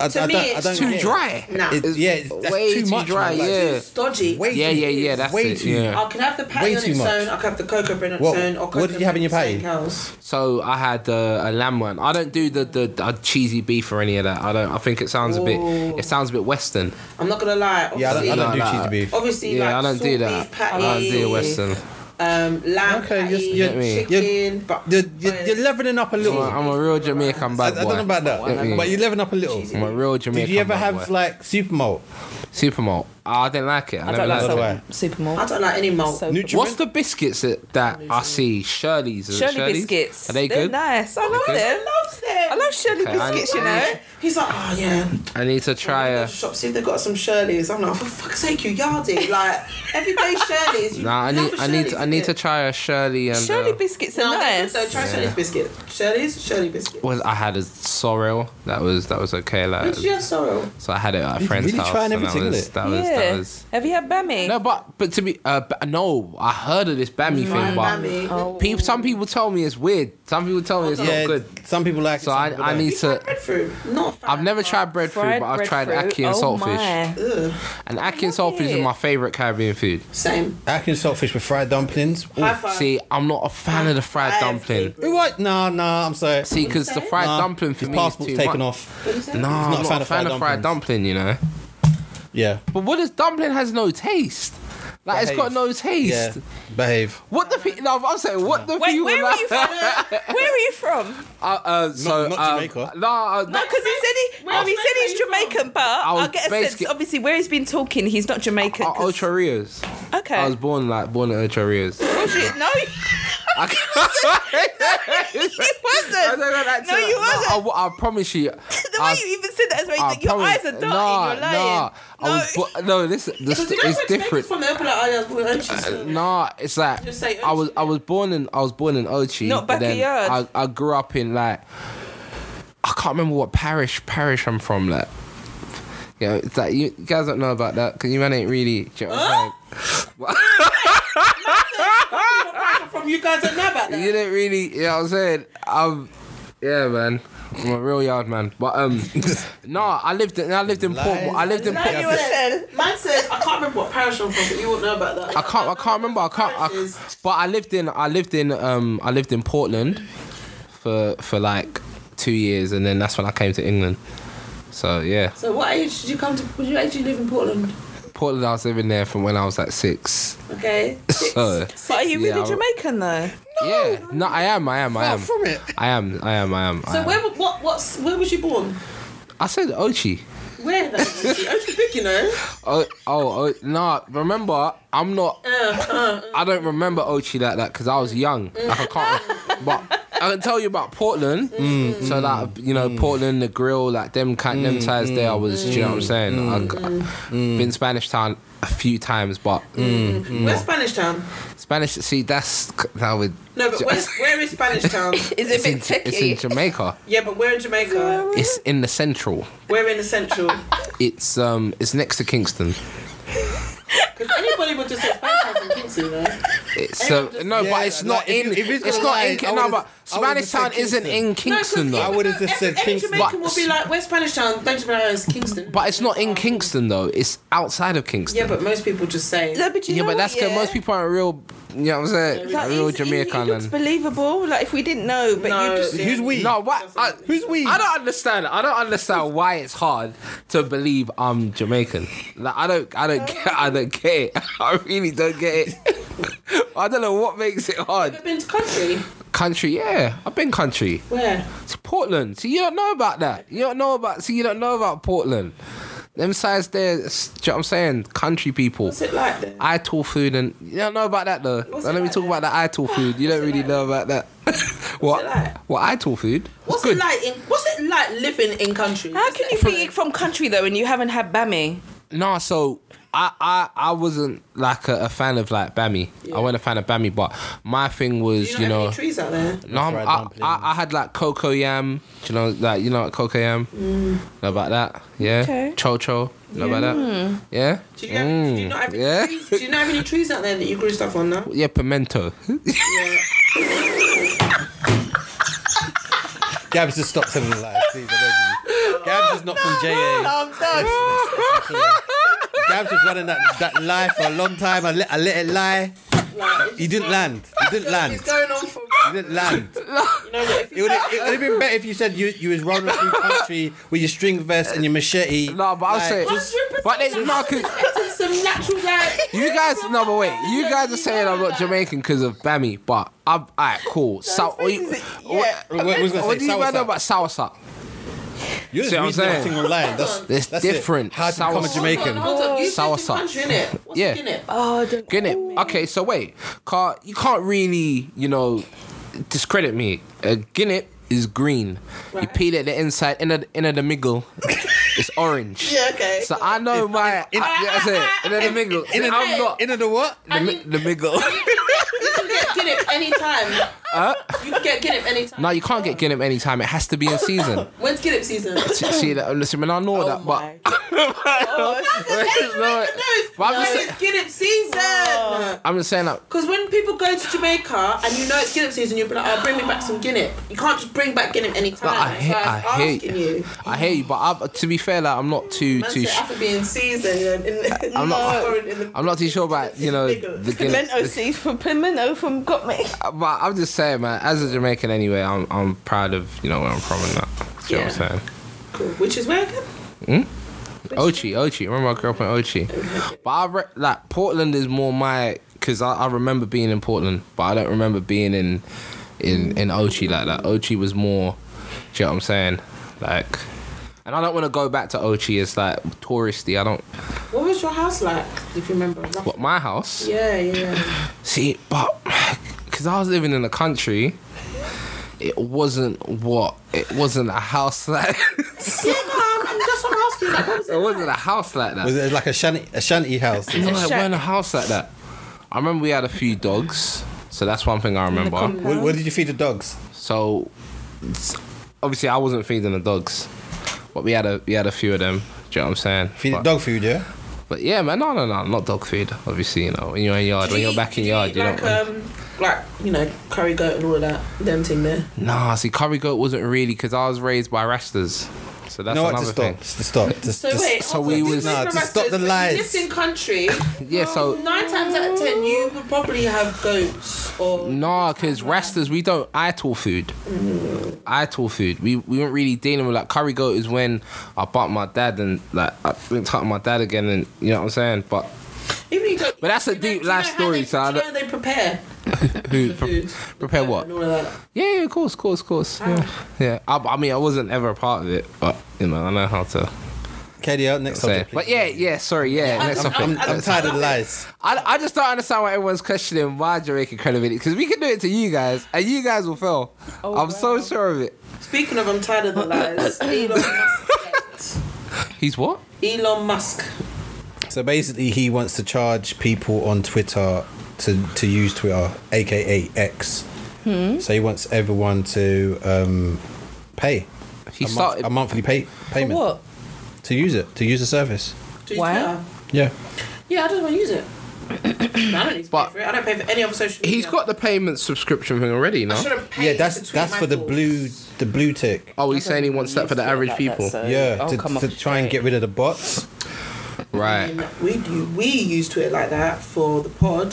B: I,
A: To
B: I
A: me,
B: don't, I
A: it's
B: don't
A: too
D: Too
B: get it.
D: dry.
A: Nah.
B: It-
D: It's
B: yeah, it's- that's
D: way
B: too
D: too,
B: much,
D: dry.
B: man. Like,
D: yeah.
A: It's dodgy.
B: Way
D: Yeah,
B: too-
D: yeah, yeah,
B: it's
D: that's
B: way
D: it,
B: too-
D: yeah.
A: I could have the patty
B: Way
A: on
B: too
A: its
B: much.
A: own. I could have the cocoa bread on
B: What-
A: its own. Or
B: what
A: cocoa
B: did you have in your
A: bread
B: patty?
A: something else.
D: So I had uh, a lamb one. I don't do the, the the cheesy beef or any of that. I don't. I think it sounds a
A: Ooh.
D: bit. It sounds a bit western.
A: I'm not gonna lie.
B: Yeah, I don't, I
A: obviously-
B: don't do
D: Nah, nah.
B: cheesy beef.
A: Obviously,
D: yeah,
A: like
D: I don't
A: salt
D: do that.
A: beef patty,
D: I don't do western.
A: Um, lamb
B: Okay,
A: patty,
B: just- you're-
D: you're-
A: chicken, but
B: You're, you're, you're leveling up a
D: I'm
B: little.
D: a, I'm a real Jamaican
B: I, I
D: bad boy.
B: don't know about
D: Get me?
B: that, but you're leveling up a little.
D: I'm a real Jamaican.
B: Did you ever
D: bad
B: have
D: boy.
B: like super malt?
D: Supermalt? Ah, I didn't like it. I,
C: I
D: never
C: don't like
D: liked it.
B: some-
C: super, super
A: I
C: malt.
A: don't like any malt.
C: So
B: Nutri-
D: What's the biscuits that, that I see? Shirley's. is it
C: Shirley
D: Shirley's?
C: biscuits.
D: Are they
C: They're
D: good?
C: nice. I love
D: good?
C: them.
A: loves it.
C: I love Shirley
D: Okay, I-
C: biscuits. You know.
A: He's like, oh yeah.
D: I need to try
A: Go to
D: a.
A: the shop, see if they've got some Shirley's. I'm like, for fuck's sake, you yardie. Like, everyday Shirley's. You
D: Nah, I need.
A: love a
D: I need.
A: Shirley's,
D: I need
A: isn't
D: to
A: it?
D: try a Shirley and.
C: Shirley
D: uh,
C: biscuits are
A: No, they're good
C: nice.
A: though. try Shirley's biscuit. Shirley's, Shirley biscuit.
D: well, I had a sorrel. That was that was okay. Like,
A: Did you have sorrel?
D: so I had it at a
B: You
D: friend's
B: really
D: house.
B: trying
D: and
B: everything,
D: that was,
B: innit?
D: that was,
C: yeah.
D: that was
C: Have you had bami?
D: No, but but to be uh, but no, I heard of this Bammy thing, but
A: Mammy.
C: Oh.
D: peop- some people tell me it's weird. Some people tell me it's
B: Yeah,
D: not Oh, good.
B: some people like. it,
D: So
B: some
D: I,
B: people
D: I
B: don't.
D: need
A: You tried
D: to.
A: breadfruit. Not a fan,
D: I've never
A: but-
D: tried breadfruit,
C: Fried
D: but I've tried
C: breadfruit.
D: ackee and
C: Oh
D: saltfish.
C: my.
A: Ugh.
D: And ackee and
C: love
D: saltfish is
C: it.
D: my favorite Caribbean food.
A: Same.
B: Atkins saltfish with fried dumplings. Ooh.
A: High five.
D: See, I'm not a fan of the fried
A: Fried
D: dumpling.
A: food.
B: Ooh, what? Nah, nah. I'm sorry.
D: See, because the
A: say?
D: fried
B: nah,
D: dumpling for
B: his
D: me is
B: passport's
D: too
B: taken
D: much.
B: off.
A: What is that?
D: No, I'm
B: not
D: not, a fan of
B: dumplings.
D: fried dumpling. You know,
B: Yeah.
D: but what is dumpling has no taste. Like it's
B: Behave.
D: got no taste.
B: Yeah. Behave.
D: What the? Pe- no, I'm saying what the.
C: Uh, Wait,
D: people
C: where are
D: like-
C: you from? where are you from?
D: Uh, uh, so,
B: not
D: um,
B: Jamaica.
D: No, uh,
C: No, because he said he,
A: Where
C: um, he
A: Jamaica
C: said he's
A: you from?
C: Jamaican, but I,
D: was
C: get a
D: basically-
C: sense. Obviously, where he's been talking, he's not Jamaican.
D: Uh,
C: 'cause-
D: Ocho Rios.
C: okay.
D: I was born like born at Ocho Rios.
C: Was you? No,
D: I
C: you
D: can't- I don't
C: wasn't.
D: know that
C: No,
D: to-
C: you
D: I, w- I promise you.
C: The way
D: I-
C: you even said that is where you
D: I
C: think your
D: promise-
C: eyes are darting.
D: Nah,
C: you're lying.
D: Nah, I was bo- no. This this
A: Because you know
D: is
A: where Jamaica's
D: different. Uh,
A: From there, but like, oh, yeah, we're anxious.
D: Nah, it's like
A: Just say
D: I was
A: Ochi.
D: I was born in I was born in Ochi.
C: Not
D: but then
C: backyard.
D: I, I grew up in like I can't remember what parish parish I'm from. Like, you know, it's like you guys don't know about that because you man ain't really. Do you know what I'm
A: I'm from you guys don't know about
D: saying? You
A: that.
D: didn't really. You know what I'm saying? I'm. Yeah, man. I'm a real yard man. But um, no, I lived in I lived in Portmore. I lived in
C: Lies.
D: Portmore.
C: you were saying.
A: Man said, I can't remember what parish I'm from, but you won't know about that.
D: I can't. I can't remember. I can't. I, but I lived in. I lived in. Um. I lived in Portland for for like two years, and then that's when I came to England. So yeah,
A: So what age did you come to? What age did you live in Portland?
D: Portland. I was living there from when I was like six.
A: Okay.
D: So
C: But are you
D: Yeah,
C: really
D: I-
C: Jamaican though?
D: yeah. No, I am. I am. I am.
B: from it.
D: I am. I am. I am. I,
A: So
D: am.
A: where wa- what what's where was you born?
D: I said Ochi.
A: Where? though? Ocean Big, you know.
D: Oh, oh, oh, nah. Remember, I'm not. I don't remember Ochi like that because I was young. Like I can't. but I can tell you about Portland. so like you know, Portland, the grill, like them kind, them ties there. I was. do you know what I'm saying? I, have been Spanish Town a few times, but
A: Where's Spanish Town?
D: Spanish. See, that's that would.
A: No, but where's, where is Spanish Town?
C: Is it a bit
D: It's in, it's in
C: techie?
D: Jamaica.
A: Yeah, but we're in Jamaica.
D: It's in the central.
A: We're in the central.
D: It's um. It's next to Kingston.
A: Because anybody would just say Spanish Town from Kingston, though.
D: It's um, no,
B: Yeah,
D: but it's
B: like,
D: not
B: if
D: in.
B: you- if it's
D: it's
B: gonna
D: not
B: lie,
D: in. Ki-
B: I
D: No,
B: would've-
D: but
B: I would've
D: Spanish
B: said
D: Town isn't
B: Kingston.
D: in Kingston
A: no,
D: though.
B: I would've just said Kingston.
A: Every Jamaican
D: But-
A: will be like, "Where's Spanish Town?" Don't you realize Kingston?
D: But it's not in Kingston though. It's outside of Kingston.
A: Yeah, but most people just say.
C: No, but you
D: yeah,
C: know
D: but that's
C: what,
D: because
C: yeah?
D: most people aren't real. You know what I'm saying?
C: Like,
D: real
C: he's- he-
D: Jamaican.
C: He looks
D: and,
C: believable. Like if we didn't know, but
A: No.
C: you just
B: Who's we?
D: no, why? I,
B: Who's we?
D: I don't understand. I don't understand why it's hard to believe I'm Jamaican. Like I don't. I don't. Get, I don't get it. I really don't get it. I don't know what makes it hard.
A: Ever been to country?
D: Country, yeah, I've been country.
A: Where?
D: It's Portland. See, you don't know about that. You don't know about. See, you don't know about Portland. Them sides there, s- do you know what I'm saying? Country people.
A: What's it like then?
D: Ital food and you don't know about that though.
A: What's
D: Don't
A: it
D: let me
A: like
D: talk
A: then?
D: about the Ital food. You
A: What's
D: don't
A: it
D: really
A: like
D: know about that. what?
A: it like?
D: What Ital food? It's
A: What's
D: good.
A: it like? In, what's it like living in country?
C: How can you be from country though and you haven't had bami?
D: No, so I I, I wasn't like a, a fan of like Bammy. I wasn't a fan of Bammy, but my thing was
A: You know,
D: you know.
A: how many trees out there.
D: No, I'm-
B: Fried
D: I,
B: dumpling.
D: I, I had like cocoa yam. Do you know like you know what cocoa yam? Know about that? Yeah.
C: Okay.
D: Cho cho. Know about that? Yeah.
A: Do you, have, do you not have any
D: Mm, yeah.
A: trees? Do you not have any trees out there that you grew stuff on now?
D: Yeah, pimento.
A: Yeah.
B: Gabs just stopped telling lies. Please, I beg you. Gabs is not from JA.
A: I'm done.
B: Gabs was running that, that lie for a long time. I let, I let it lie.
A: Like,
B: You didn't land. You didn't land.
A: It's going on for
B: You didn't land.
A: you know what? If
B: It
A: you
B: would have been better if you said you, you was rolling through country with your string vest and your machete.
D: No, but I'll
B: Like,
D: say.
B: just-
D: But they, no, 'cause-
A: It's some natural like.
D: You guys, no, but wait. You guys are saying I'm not Jamaican because of Bammy, but I'm alright, cool. So, what, you- what,
B: What- what was I gonna
D: what
B: say?
D: do you guys know
B: Southside.
D: about salsa?
B: You're just
D: See what I'm
B: reading
D: saying?
B: everything online. That's,
D: It's
B: that's it.
D: different.
B: How to become a
D: Southside.
B: Jamaican.
A: Hold on, you've
D: Sour
A: lived in
D: salt.
A: country, innit? What's
D: Yeah.
A: in it?
C: Oh, I don't.
D: Get it? Okay, so wait. Can't, you can't really, you know, discredit me. A guinea is green. You
A: Right.
D: peel it the inside, inner, inner the middle. It's orange.
A: Yeah, okay.
D: So I know my. In, I, yeah, that's it. Inner the middle. See, I'm not.
B: Into the what?
D: The, mi- the middle.
A: You can get Guinness anytime. You can get Guinness anytime.
D: no, you can't get guinea anytime. It has to be in season.
A: When's Guinness season?
D: see, see that? Listen, man, I know
A: Oh
D: that, but. No, but I'm,
A: When
D: just,
A: it's Guinness season.
D: I'm just saying, like,
A: Because when people go to Jamaica and you know it's Guinness season, you'll be like, oh, bring me back some Guinness. You can't just bring back Guinness anytime.
D: No, I
A: That's
D: hear-
A: why was
D: I hear
A: asking
D: you.
A: you.
D: I hear you, but i to be fair, like, I'm not too
A: Man
D: too.
A: said
D: Sh-
A: after being seasoned, you're in, in,
D: I'm not-
A: or in the-
D: I'm not too sure about you know
A: Nigga.
D: the
C: Pimento
D: Guinness.
C: seed from pimento from got me.
D: But I'm just saying, man. As a Jamaican, anyway, I'm I'm proud of you know where I'm from and that. Do you know what I'm saying?
A: Cool. Which is where I go.
D: Ochi, Ochi. Remember I grew up in Ochi, but I re- like Portland is more my because I, I remember being in Portland, but I don't remember being in in in Ochi like that. Ochi was more. Do you know what I'm saying? Like, and I don't want to go back to Ochi. It's like touristy. I don't.
A: What was your house like, if you remember?
D: What my house?
A: Yeah, yeah.
D: See, but because I was living in the country, it wasn't what it wasn't a house like
A: yeah, no, I'm, that's what I'm asking. Like, what was it?
D: it wasn't a house like that.
B: Was it like a shanty, a shanty house?
D: No, it
C: shack?
D: wasn't a house like that. I remember we had a few dogs, so that's one thing I remember.
C: compound.
B: What, what did you feed the dogs?
D: So s- obviously, I wasn't feeding the dogs, but we had a we had a few of them. Do you know what I'm saying?
B: Feed
D: but,
B: dog food, yeah.
D: But yeah, man, no, no, no, not dog food. Obviously, you know, when you're in yard, when you're back in yard, you
A: like,
D: don't.
A: um, like you know, curry goat and all of that. Them thing there.
D: Nah, see, curry goat wasn't really because I was raised by rastas, so that's
B: no, what?
D: another
B: Just
D: thing.
B: stop. Just stop. Just,
A: So
B: just,
A: wait,
D: so
A: hold
D: we
A: on.
D: was-
A: These
B: Nah,
A: people
B: just stop the
A: masters, when
B: lies.
A: You lived in country.
D: Yeah, so
A: Nine times out of ten, you would probably have goats or.
D: nah, because rastas we don't idle food. Idle food. We we weren't really dealing with like curry goat is when I bought my dad and like I linked up with my dad again and you know what I'm saying. But
A: Even if you don't,
D: But that's a
A: do you know-
D: deep
A: do you know
D: life
A: how
D: story,
A: They,
D: so I
A: do you know
D: don't-
A: how they prepare
D: who
A: the
D: pre-
A: food.
D: prepare
A: The
D: what?
A: And all of that.
D: Yeah, yeah, of course, of course, of course. Yeah, yeah. I, I mean, I wasn't ever a part of it, but you know, I know how to
B: Katie, next
D: say.
B: subject.
D: But
B: please.
D: yeah, yeah. Sorry, yeah. next
A: I'm-
D: topic.
B: I'm, I'm tired of the lies.
D: I, I just don't understand why everyone's questioning my Jamaican credibility because we can do it to you guys and you guys will fail. I'm so sure of it.
A: Speaking of, I'm tired of the lies. Elon Musk.
D: He's what?
A: Elon Musk.
B: So basically, he wants to charge people on Twitter to, to use Twitter, aka X. So he wants everyone to um, pay
D: He
B: a, month-
D: started.
B: a monthly pay payment
C: What?
B: to use it to use the service.
A: Do you
C: Wow.
A: Twitter?
B: Yeah,
A: Yeah, I just want to use it. No, I don't need to
D: But-
A: pay for it. I don't pay for any other social media.
D: He's got the payment subscription thing already,
A: I
D: no?
A: should have paid
B: yeah.
A: to
B: That's
A: tweet
B: that's
A: my
B: for the
A: thoughts.
B: blue the blue tick.
D: Oh, he's saying he wants that for the average people.
C: Oh,
B: Yeah, to, to try and get rid of the bots.
A: I
D: Right.
A: mean, we do. We use Twitter like that for the pod,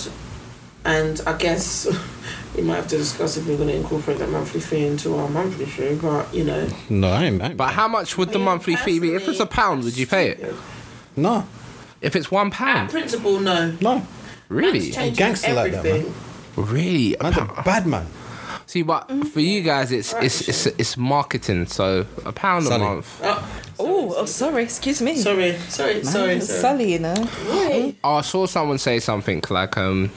A: and I guess we might have to discuss if we're going to incorporate that monthly fee into our monthly fee. But you know,
B: No, I ain't. I ain't-
D: But how much would the
A: Me
D: monthly fee be? If it's a
A: personally,
D: pound, would you pay it?
A: stupid.
B: no,
D: If it's one
A: At
D: pound?
A: principle, no.
B: no.
D: Really?
A: It's changing
B: Gangster like that,
A: everything.
D: Really? A
B: Man's a
D: pound.
B: bad man.
D: See,
A: Mm-hmm.
D: but for you guys, it's it's it's, it's marketing. So a pound a
B: Sonny.
D: month.
A: Oh,
C: Oh, Oh, oh, sorry. Excuse me.
A: Sorry, sorry,
C: Man,
A: sorry, sorry.
C: Sully, you know.
A: Why?
D: Oh, I saw someone say something like, um,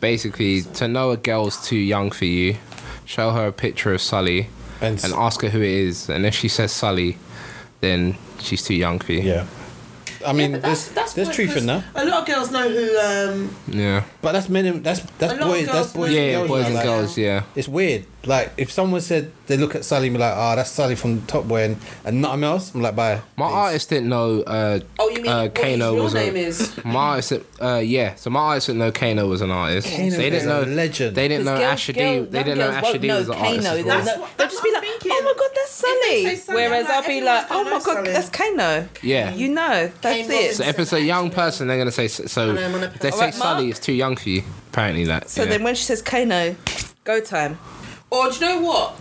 D: basically, to know a girl's too young for you, show her a picture of Sully
B: And, s-
D: and ask her who it is. And if she says Sully, then she's too young for you.
B: yeah. I mean,
A: Yeah, but
B: there's there's
A: what-
B: truth in that,
A: 'cause A lot of girls know who. Um,
D: Yeah.
B: but that's minimum. That's that's
A: A lot of
B: boys. That's
A: girls
B: boys.
A: know-
B: and
D: Yeah,
B: girls,
D: boys
B: now,
D: and
B: like-
D: girls, yeah.
B: It's weird. Like if someone said they look at Sally and be like, "Ah, that's Sally from Top Boy," and, and nothing else, I'm like, "Bye."
D: My
B: please."
D: artist didn't know uh,
A: oh, you mean
D: Uh,
A: what his
D: Kano
A: real
D: was a-
A: name is?
D: My artist, uh, yeah. So my artist didn't know Kano was an artist.
B: Kano
D: they
B: is
D: didn't know
B: a legend.
D: They didn't know
C: Because girls-
D: Asher D.
C: girls-
D: They
C: young
D: didn't know
C: girls
D: Asher
C: won't
D: D
C: know
D: was an artist.
C: Kano,
D: as
C: they'll
D: well.
A: That's
C: know-
A: what-
C: They'll
A: that's
C: just be
A: what
C: like,
A: I'm thinking.
C: oh my god, that's
A: If they
C: Sully.
A: say Sully,
C: Whereas
A: I'm like,
C: I'll be
A: everyone's
C: like,
A: gonna
C: oh my
A: know
C: god,
A: Sully.
C: that's Kano.
D: Yeah.
C: You know, that's
A: Kane
C: it.
D: So
A: Robinson.
D: if it's a young person, they're gonna say so. so
A: And I'm on a
D: if they say
C: Alright, Mark.
D: Sully, it's too young for you. Apparently that.
C: So
D: yeah.
C: then when she says Kano, go time.
A: Or do you know what?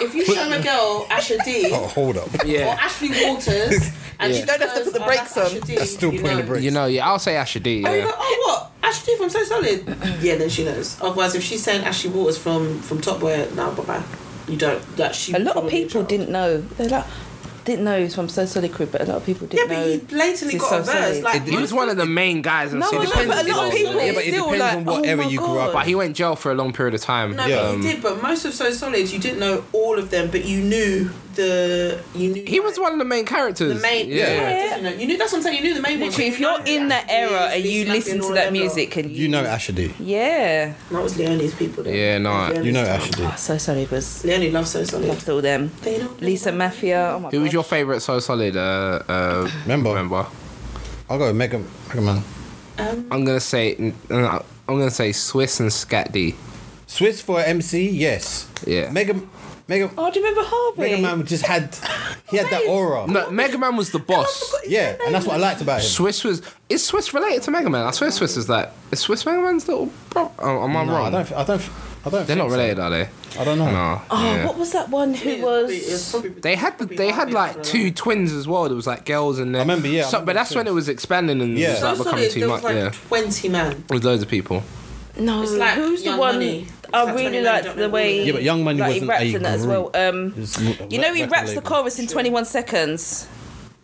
A: If you show a girl Asher D
B: Oh, hold up.
A: or
D: yeah.
A: Ashley Waters, and
D: Yeah.
A: she
D: You
C: don't have to
A: goes,
C: put the
A: "Oh,
C: brakes
A: that's
C: on."
A: Asher D,"
B: That's still
A: you
B: putting the
A: know.
B: brakes.
D: You know, yeah. I'll say Asher D.
A: Oh, you
D: Yeah.
A: go, oh what? Ashley D from So Solid. yeah, then she knows. Otherwise, if she's saying Ashley Waters from from Top Boy, no, bye bye. You don't. That she.
C: A lot of
A: probably
C: people
A: don't.
C: didn't know. They're like, didn't know he's from So Solid Crew, but a lot of people
A: Yeah,
C: didn't
A: but
C: know.
A: he blatantly
C: This
A: got
C: is
A: a
C: so
A: verse.
C: silly.
A: Like
D: He was one of the main guys. And
C: no,
D: so
C: I
D: it
C: know, but
D: depends-
C: a lot of people
A: Yeah,
B: but it
C: still
B: depends
C: like,
B: on what
C: oh
B: era
C: my
B: you grew
C: God.
B: up
D: But he went jail for a long period of time. Um,
A: No,
B: Yeah.
A: but you did. But most of So Solid, you didn't know all of them, but you knew the you knew.
D: He was one of the main characters.
A: the main.
D: Yeah.
B: Yeah.
A: You, know, you knew that's what I'm saying. You knew the main ones.
C: Literally,
A: but
C: if
A: you
C: you're
A: know
C: in that
A: Ashley,
C: era and
A: Lee
C: you
A: Slappy
C: listen
A: and all
C: to
A: of
C: that
A: them lot.
C: music and
B: You know Asher D.
C: Yeah.
A: that was Leonie's people. Though.
D: Yeah, no,
A: That was
B: You know
A: Leonie's
B: Asher
A: time.
B: D.
C: Oh, so Solid was
A: Leonie loves So Solid.
C: loved all them.
A: They don't-
C: Lisa Mafia. Oh my
D: Who was
C: God.
D: your favourite So Solid uh, uh,
B: Member.
D: member?
B: I'll go with Mega Mega Man.
A: Um,
D: I'm gonna say n- no, I'm gonna say Swiss and Scat D.
B: Swiss for MC, yes.
D: Yeah.
B: Mega Mega
C: Oh, do you remember Harvey?
B: Mega Man just had he had that aura.
D: No, Mega Man was the boss.
B: Yeah, and that's what I liked about him.
D: Swiss was is Swiss related to Mega Man? I swear Swiss is like is Swiss Mega Man's little bro. Oh, am I
B: No, I
D: wrong?
B: don't. I don't. I don't.
D: They're
B: think
D: not
B: so.
D: related, are they?
B: I don't know.
D: No.
C: Oh,
D: yeah.
C: what was that one who
A: it's
C: was?
A: probably-
D: They had the, they had like two twins as well. There was like girls and then
B: remember, yeah, I
D: So,
B: remember
D: but that's when
B: twins.
D: it was expanding and
B: Yeah.
D: it was
A: So
D: like becoming
A: Solid,
D: too
A: there
D: much.
A: was like
D: yeah,
A: twenty man.
D: with loads of people.
C: No,
A: It's like
C: who's the
A: Young
C: one?
A: Money.
C: I
A: It's like
C: really
A: 21 don't
C: liked the
A: remember
C: way.
A: the
B: Yeah, but Young Money
C: like, he
B: wasn't
C: raps
B: a
C: in that as well.
B: group.
C: Um,
B: It's-
C: you know, he
B: record
C: raps the
B: label.
C: chorus in 21 seconds.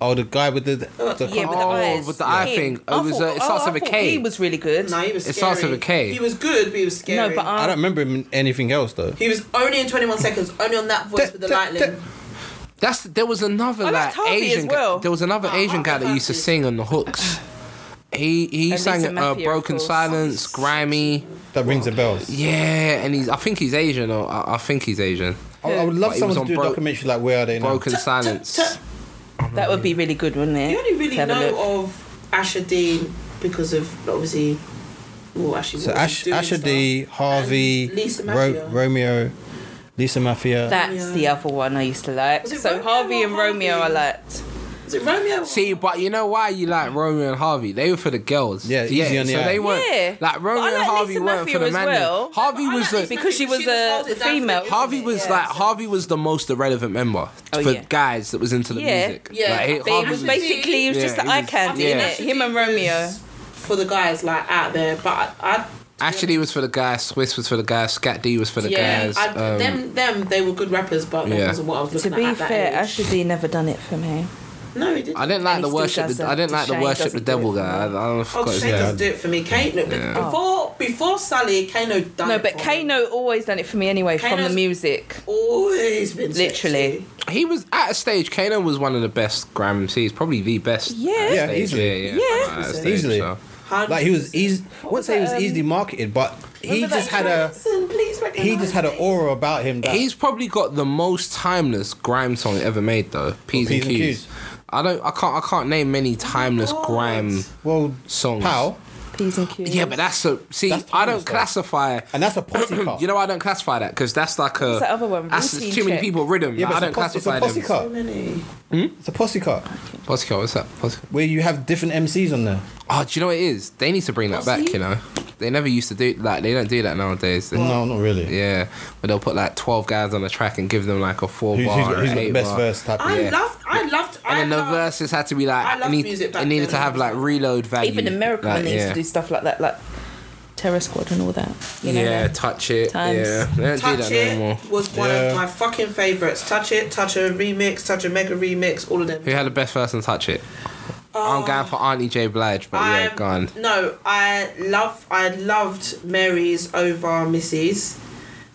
B: Oh, the guy with the the, the
C: yeah, with the
D: Oh,
C: eyes.
D: with the eye
C: Him.
D: thing. It
C: I
D: was,
C: thought-
D: uh, it starts
C: oh, I
D: with a
C: thought
D: K.
C: He was really good.
A: No, he was.
D: It starts
A: scary.
D: with a K.
A: He was good, but he was scary.
C: No, but I,
B: Oh, I don't remember him in anything else though.
A: He was only in 21 seconds, only on that voice
B: Da-
A: with the
B: da-
A: lightning.
D: That's there was another
C: I
D: like
C: liked Oh, Harvey as
D: Asian. guy-
C: well.
D: there was another
A: Oh,
D: Asian guy
A: Harvey
D: that used to
A: Harvey.
D: sing on the hooks. He he
C: And
D: sang
C: Lisa
D: uh,
C: Matthew, of
D: Broken
C: course.
D: Silence, Grimy.
B: That rings a bell. Yeah.
D: Yeah, and he's I think he's Asian or I, I think he's Asian.
B: I, I would love
D: But he
B: someone
D: was
B: to
D: on
B: do
D: Bro-
B: a documentary like Where Are They Now?
D: Broken
A: T- t-
D: Silence.
A: t-
C: that would be really good, wouldn't it?
A: You only really
C: To have a look.
A: know of Asher D because of obviously. Well, actually,
B: So
A: what
B: Ash,
A: she's doing
B: Asher
A: stuff.
B: D, Harvey,
A: And Lisa
B: Ro-
A: Mafia.
B: Romeo, Lisa Mafia.
C: That's
A: Yeah.
C: the other one I used to like.
A: Was it
C: So
A: Romeo
C: Harvey
A: or
C: and Romeo I
A: Harvey?
C: liked.
A: Is it Romeo?
D: See, but you know why you like Romeo and Harvey? They were for the girls.
B: Yeah, easy on the
D: so
B: eye.
D: they weren't
C: Yeah.
D: like Romeo
C: But I
D: and
C: like
D: Harvey
C: Lisa
D: weren't for
C: Matthew
D: the
C: as
D: man.
C: well.
D: Harvey
A: I
D: was
A: like
D: the
A: Lisa
C: because she
A: Matthew,
C: was
A: holding it
C: a
A: down for the
C: female.
A: girls.
D: Harvey was like Harvey was the most irrelevant member
C: Oh,
D: for
C: yeah.
D: guys that was into the
C: Yeah.
D: music.
A: Yeah.
D: like, he-
A: They
C: But it
D: Harvey
C: was
A: Harvey.
C: basically, it was
D: Yeah,
C: just the
D: he
C: eye
D: was-
A: I
C: candy,
A: think
D: Yeah.
C: innit?
A: Asher
C: Him
A: D
C: and
A: was
C: Romeo.
A: For the guys like out there, but I, I
D: Ashley was for the guys. Swiss was for the guys. Scat D was for the
A: yeah,
D: guys.
A: I,
D: um,
A: them them they were good rappers, but that
D: Yeah.
A: wasn't what I was
C: To
A: looking at.
C: be
A: at that
C: fair,
A: age.
C: Asher D never done it for me.
A: no, he didn't.
D: I didn't like
C: And
D: the
C: he still
D: worship. The,
C: doesn't.
D: I didn't like the
C: Shane
D: worship the
C: doesn't do
D: devil
C: it for
D: guy. I, I
C: me.
D: forgot
A: Oh,
D: his
A: Shane
D: name.
A: doesn't do it for me. Kane, no, before before Sally, Kano done.
C: Oh. No,
A: it
C: but
A: for me.
C: Kano always done it for me anyway from the
A: Kano's-
C: music.
A: always been
C: Literally.
A: sexy.
D: He was at a stage. Kano was one of the best Graham MCs, probably the best.
C: Yeah.
D: at a
B: Yeah,
D: stage.
B: easily.
D: Yeah,
C: Yeah.
D: at a
B: Easily.
D: so.
B: Like he was easy. I wouldn't say he was
C: that, um,
B: easily marketed, but he
A: Remember
B: just
A: that
B: had a
A: Jackson, please
B: he
A: recognise
B: just had an
A: me.
B: aura about him. That
D: He's probably got the most timeless grime song ever made though.
B: P's
D: P's, and,
B: and
D: Q's.
B: Q's.
D: I don't. I can't. I can't name many timeless
A: God.
D: grime
B: well,
D: songs.
B: pal,
C: P's and Q's.
D: Yeah, but that's a see.
B: That's
D: I
B: timeless,
D: don't
B: though.
D: classify.
B: and that's a posse car.
D: You know, I don't classify that because that's like a.
C: What's that other one?
D: That's it's
C: Routine
D: too many
C: check.
D: people rhythm.
B: yeah, but
D: like, I
B: it's a
D: don't
B: posse, it's
D: classify
B: a posse
D: them.
A: So
B: car.
A: many.
B: It's a posse car
D: Posse car. What's that? Posse car.
B: where you have different MCs on there.
D: Oh, do you know what it is? They need to bring that back.
A: Posse?
D: You know, they never used to do like they don't do that nowadays. They-
B: No, not really.
D: Yeah, but they'll put like twelve guys on a track and give them like a four
B: Who's, who's,
D: bar,
B: got, who's
D: or
B: got the
D: eight
B: best
D: bar. eh,
B: verse type?
A: I
D: Yeah.
A: loved, I loved, I
D: And then the
A: loved,
D: verses had to be
A: I
D: like it,
A: loved
D: need,
A: music back
D: it needed
A: then.
D: to have like reload value.
C: Even America
D: like,
C: needs
D: yeah.
C: to do stuff like that, like Terror Squad and all that. You know,
D: yeah,
C: like,
D: touch it.
C: times.
D: Yeah, they don't do
A: Touch
D: that
A: It
D: no more.
A: was one
B: Yeah.
A: of my fucking favourites. Touch It, Touch A Remix, Touch A Mega Remix, all of them.
D: Who had the best person touch it? I'm going for Auntie J Blige, but yeah,
A: I'm-
D: gone.
A: No, I love I loved Mary's over Missy's.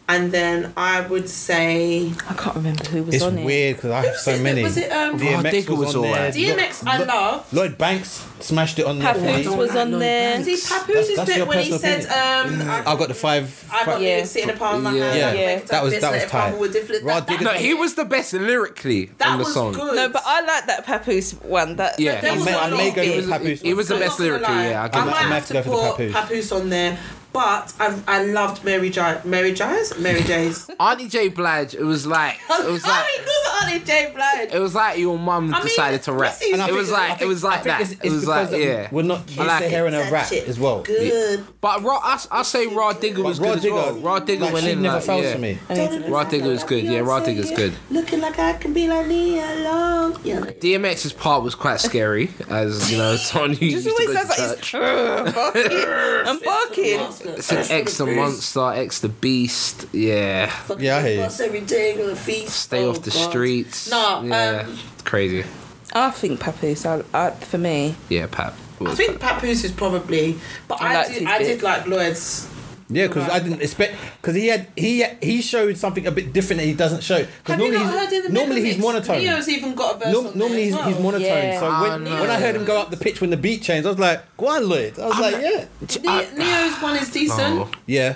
A: And then I would say
C: I can't remember who was
B: It's
C: on it.
B: weird because I have
A: was
B: so
A: it that-
B: many.
A: was it, um,
B: DMX
D: Oh, Digger
B: was,
D: was
B: on
D: alright.
B: there.
A: DMX I
B: Lo-
A: love.
B: Lloyd Banks smashed it on there.
C: Papoose
E: don't
C: was
E: like
C: on
E: Lloyd
C: there.
E: Banks.
A: See Papooz's
B: that's
A: bit
B: your
A: when he
B: personal
A: said um
B: I've got the five.
A: I've got yeah.
B: fi-
C: Yeah.
A: living sitting upon my hand.
B: Yeah.
A: I've
C: Yeah.
A: got
B: That was-
A: bits
B: that
A: that
B: was
A: if I
B: tight.
A: would deflect-
B: Rod
A: that-
B: Digger-
D: No,
A: that-
D: he was the best lyrically
A: that
D: on the
A: was
D: song.
A: good.
C: No, but I like that Papoose one. That
D: Yeah,
A: There
C: that
A: was
C: was
A: a
C: my
A: lot.
C: least
B: Mega
C: bit.
B: was- Papoose
D: He was the
A: I'm not
D: best
A: gonna
D: lyrically.
A: lie,
D: Yeah, I
A: I
D: get
A: might
B: I'm
D: that.
A: have
B: happy
A: to
B: to go for
A: put
B: the
A: Papoose.
B: Papoose.
A: on there, but I, I loved Mary J. Mary J's? Mary J's.
D: Auntie J Blige. It was like it was like
A: oh, because of Auntie J.
D: it
A: Blood. was
D: was like your mum
A: I mean,
D: decided to rap.
A: listen, And I
D: It
A: think
D: was
A: it's- I
D: like it
A: think-
D: was like that. It was like yeah.
B: We're not used
D: like
B: to
D: it.
B: hearing her rap as well.
A: Good.
D: But Ra, I, I say Raw Digger was
B: Rod
D: good as well. Raw Digger
B: like,
D: went
B: she
D: in
B: never
D: like,
B: fails
D: yeah.
B: to me.
C: I need to listen.
D: Raw Digger was good. Yeah, Raw Digger's good.
A: Looking like I can be like Nia Long. Yeah.
D: DMX's part was quite scary, as you know, someone who used
C: Just
D: to go
C: always
D: to
C: sounds like
D: church.
C: he's "Ugh, I'm barking. I'm barking.
D: It's an X the monster, X the beast. Yeah,
B: Yeah, I hear you.
A: Bus every day, gonna feast.
D: stay
A: Oh,
D: off the
A: God.
D: streets.
A: No,
D: yeah,
A: um,
D: it's crazy.
C: I think Papoose. I, I, for me,
D: Yeah, Pat. What
A: I
D: was
A: think Papoose is probably, but
C: I
A: I,
C: liked
A: did,
C: his
A: I
C: bit.
A: did like Lloyd's.
B: Yeah, because I didn't expect because he had he he showed something a bit different that he doesn't show. 'Cause
A: Have
B: normally
A: you not heard
B: he's,
A: of the
B: normally
A: Megamix?
B: he's monotone.
A: Neo's even got a verse
B: Norm-
A: on there
B: normally
A: as
B: he's,
A: well.
B: he's monotone.
C: Yeah.
B: So when,
D: Oh,
B: when I
D: no.
B: heard him go up the pitch when the beat changed, I was like, "Go on, Lloyd." I was like, "Yeah,
A: Ne- Neo's one is
D: it?
A: decent.
D: No.
B: yeah."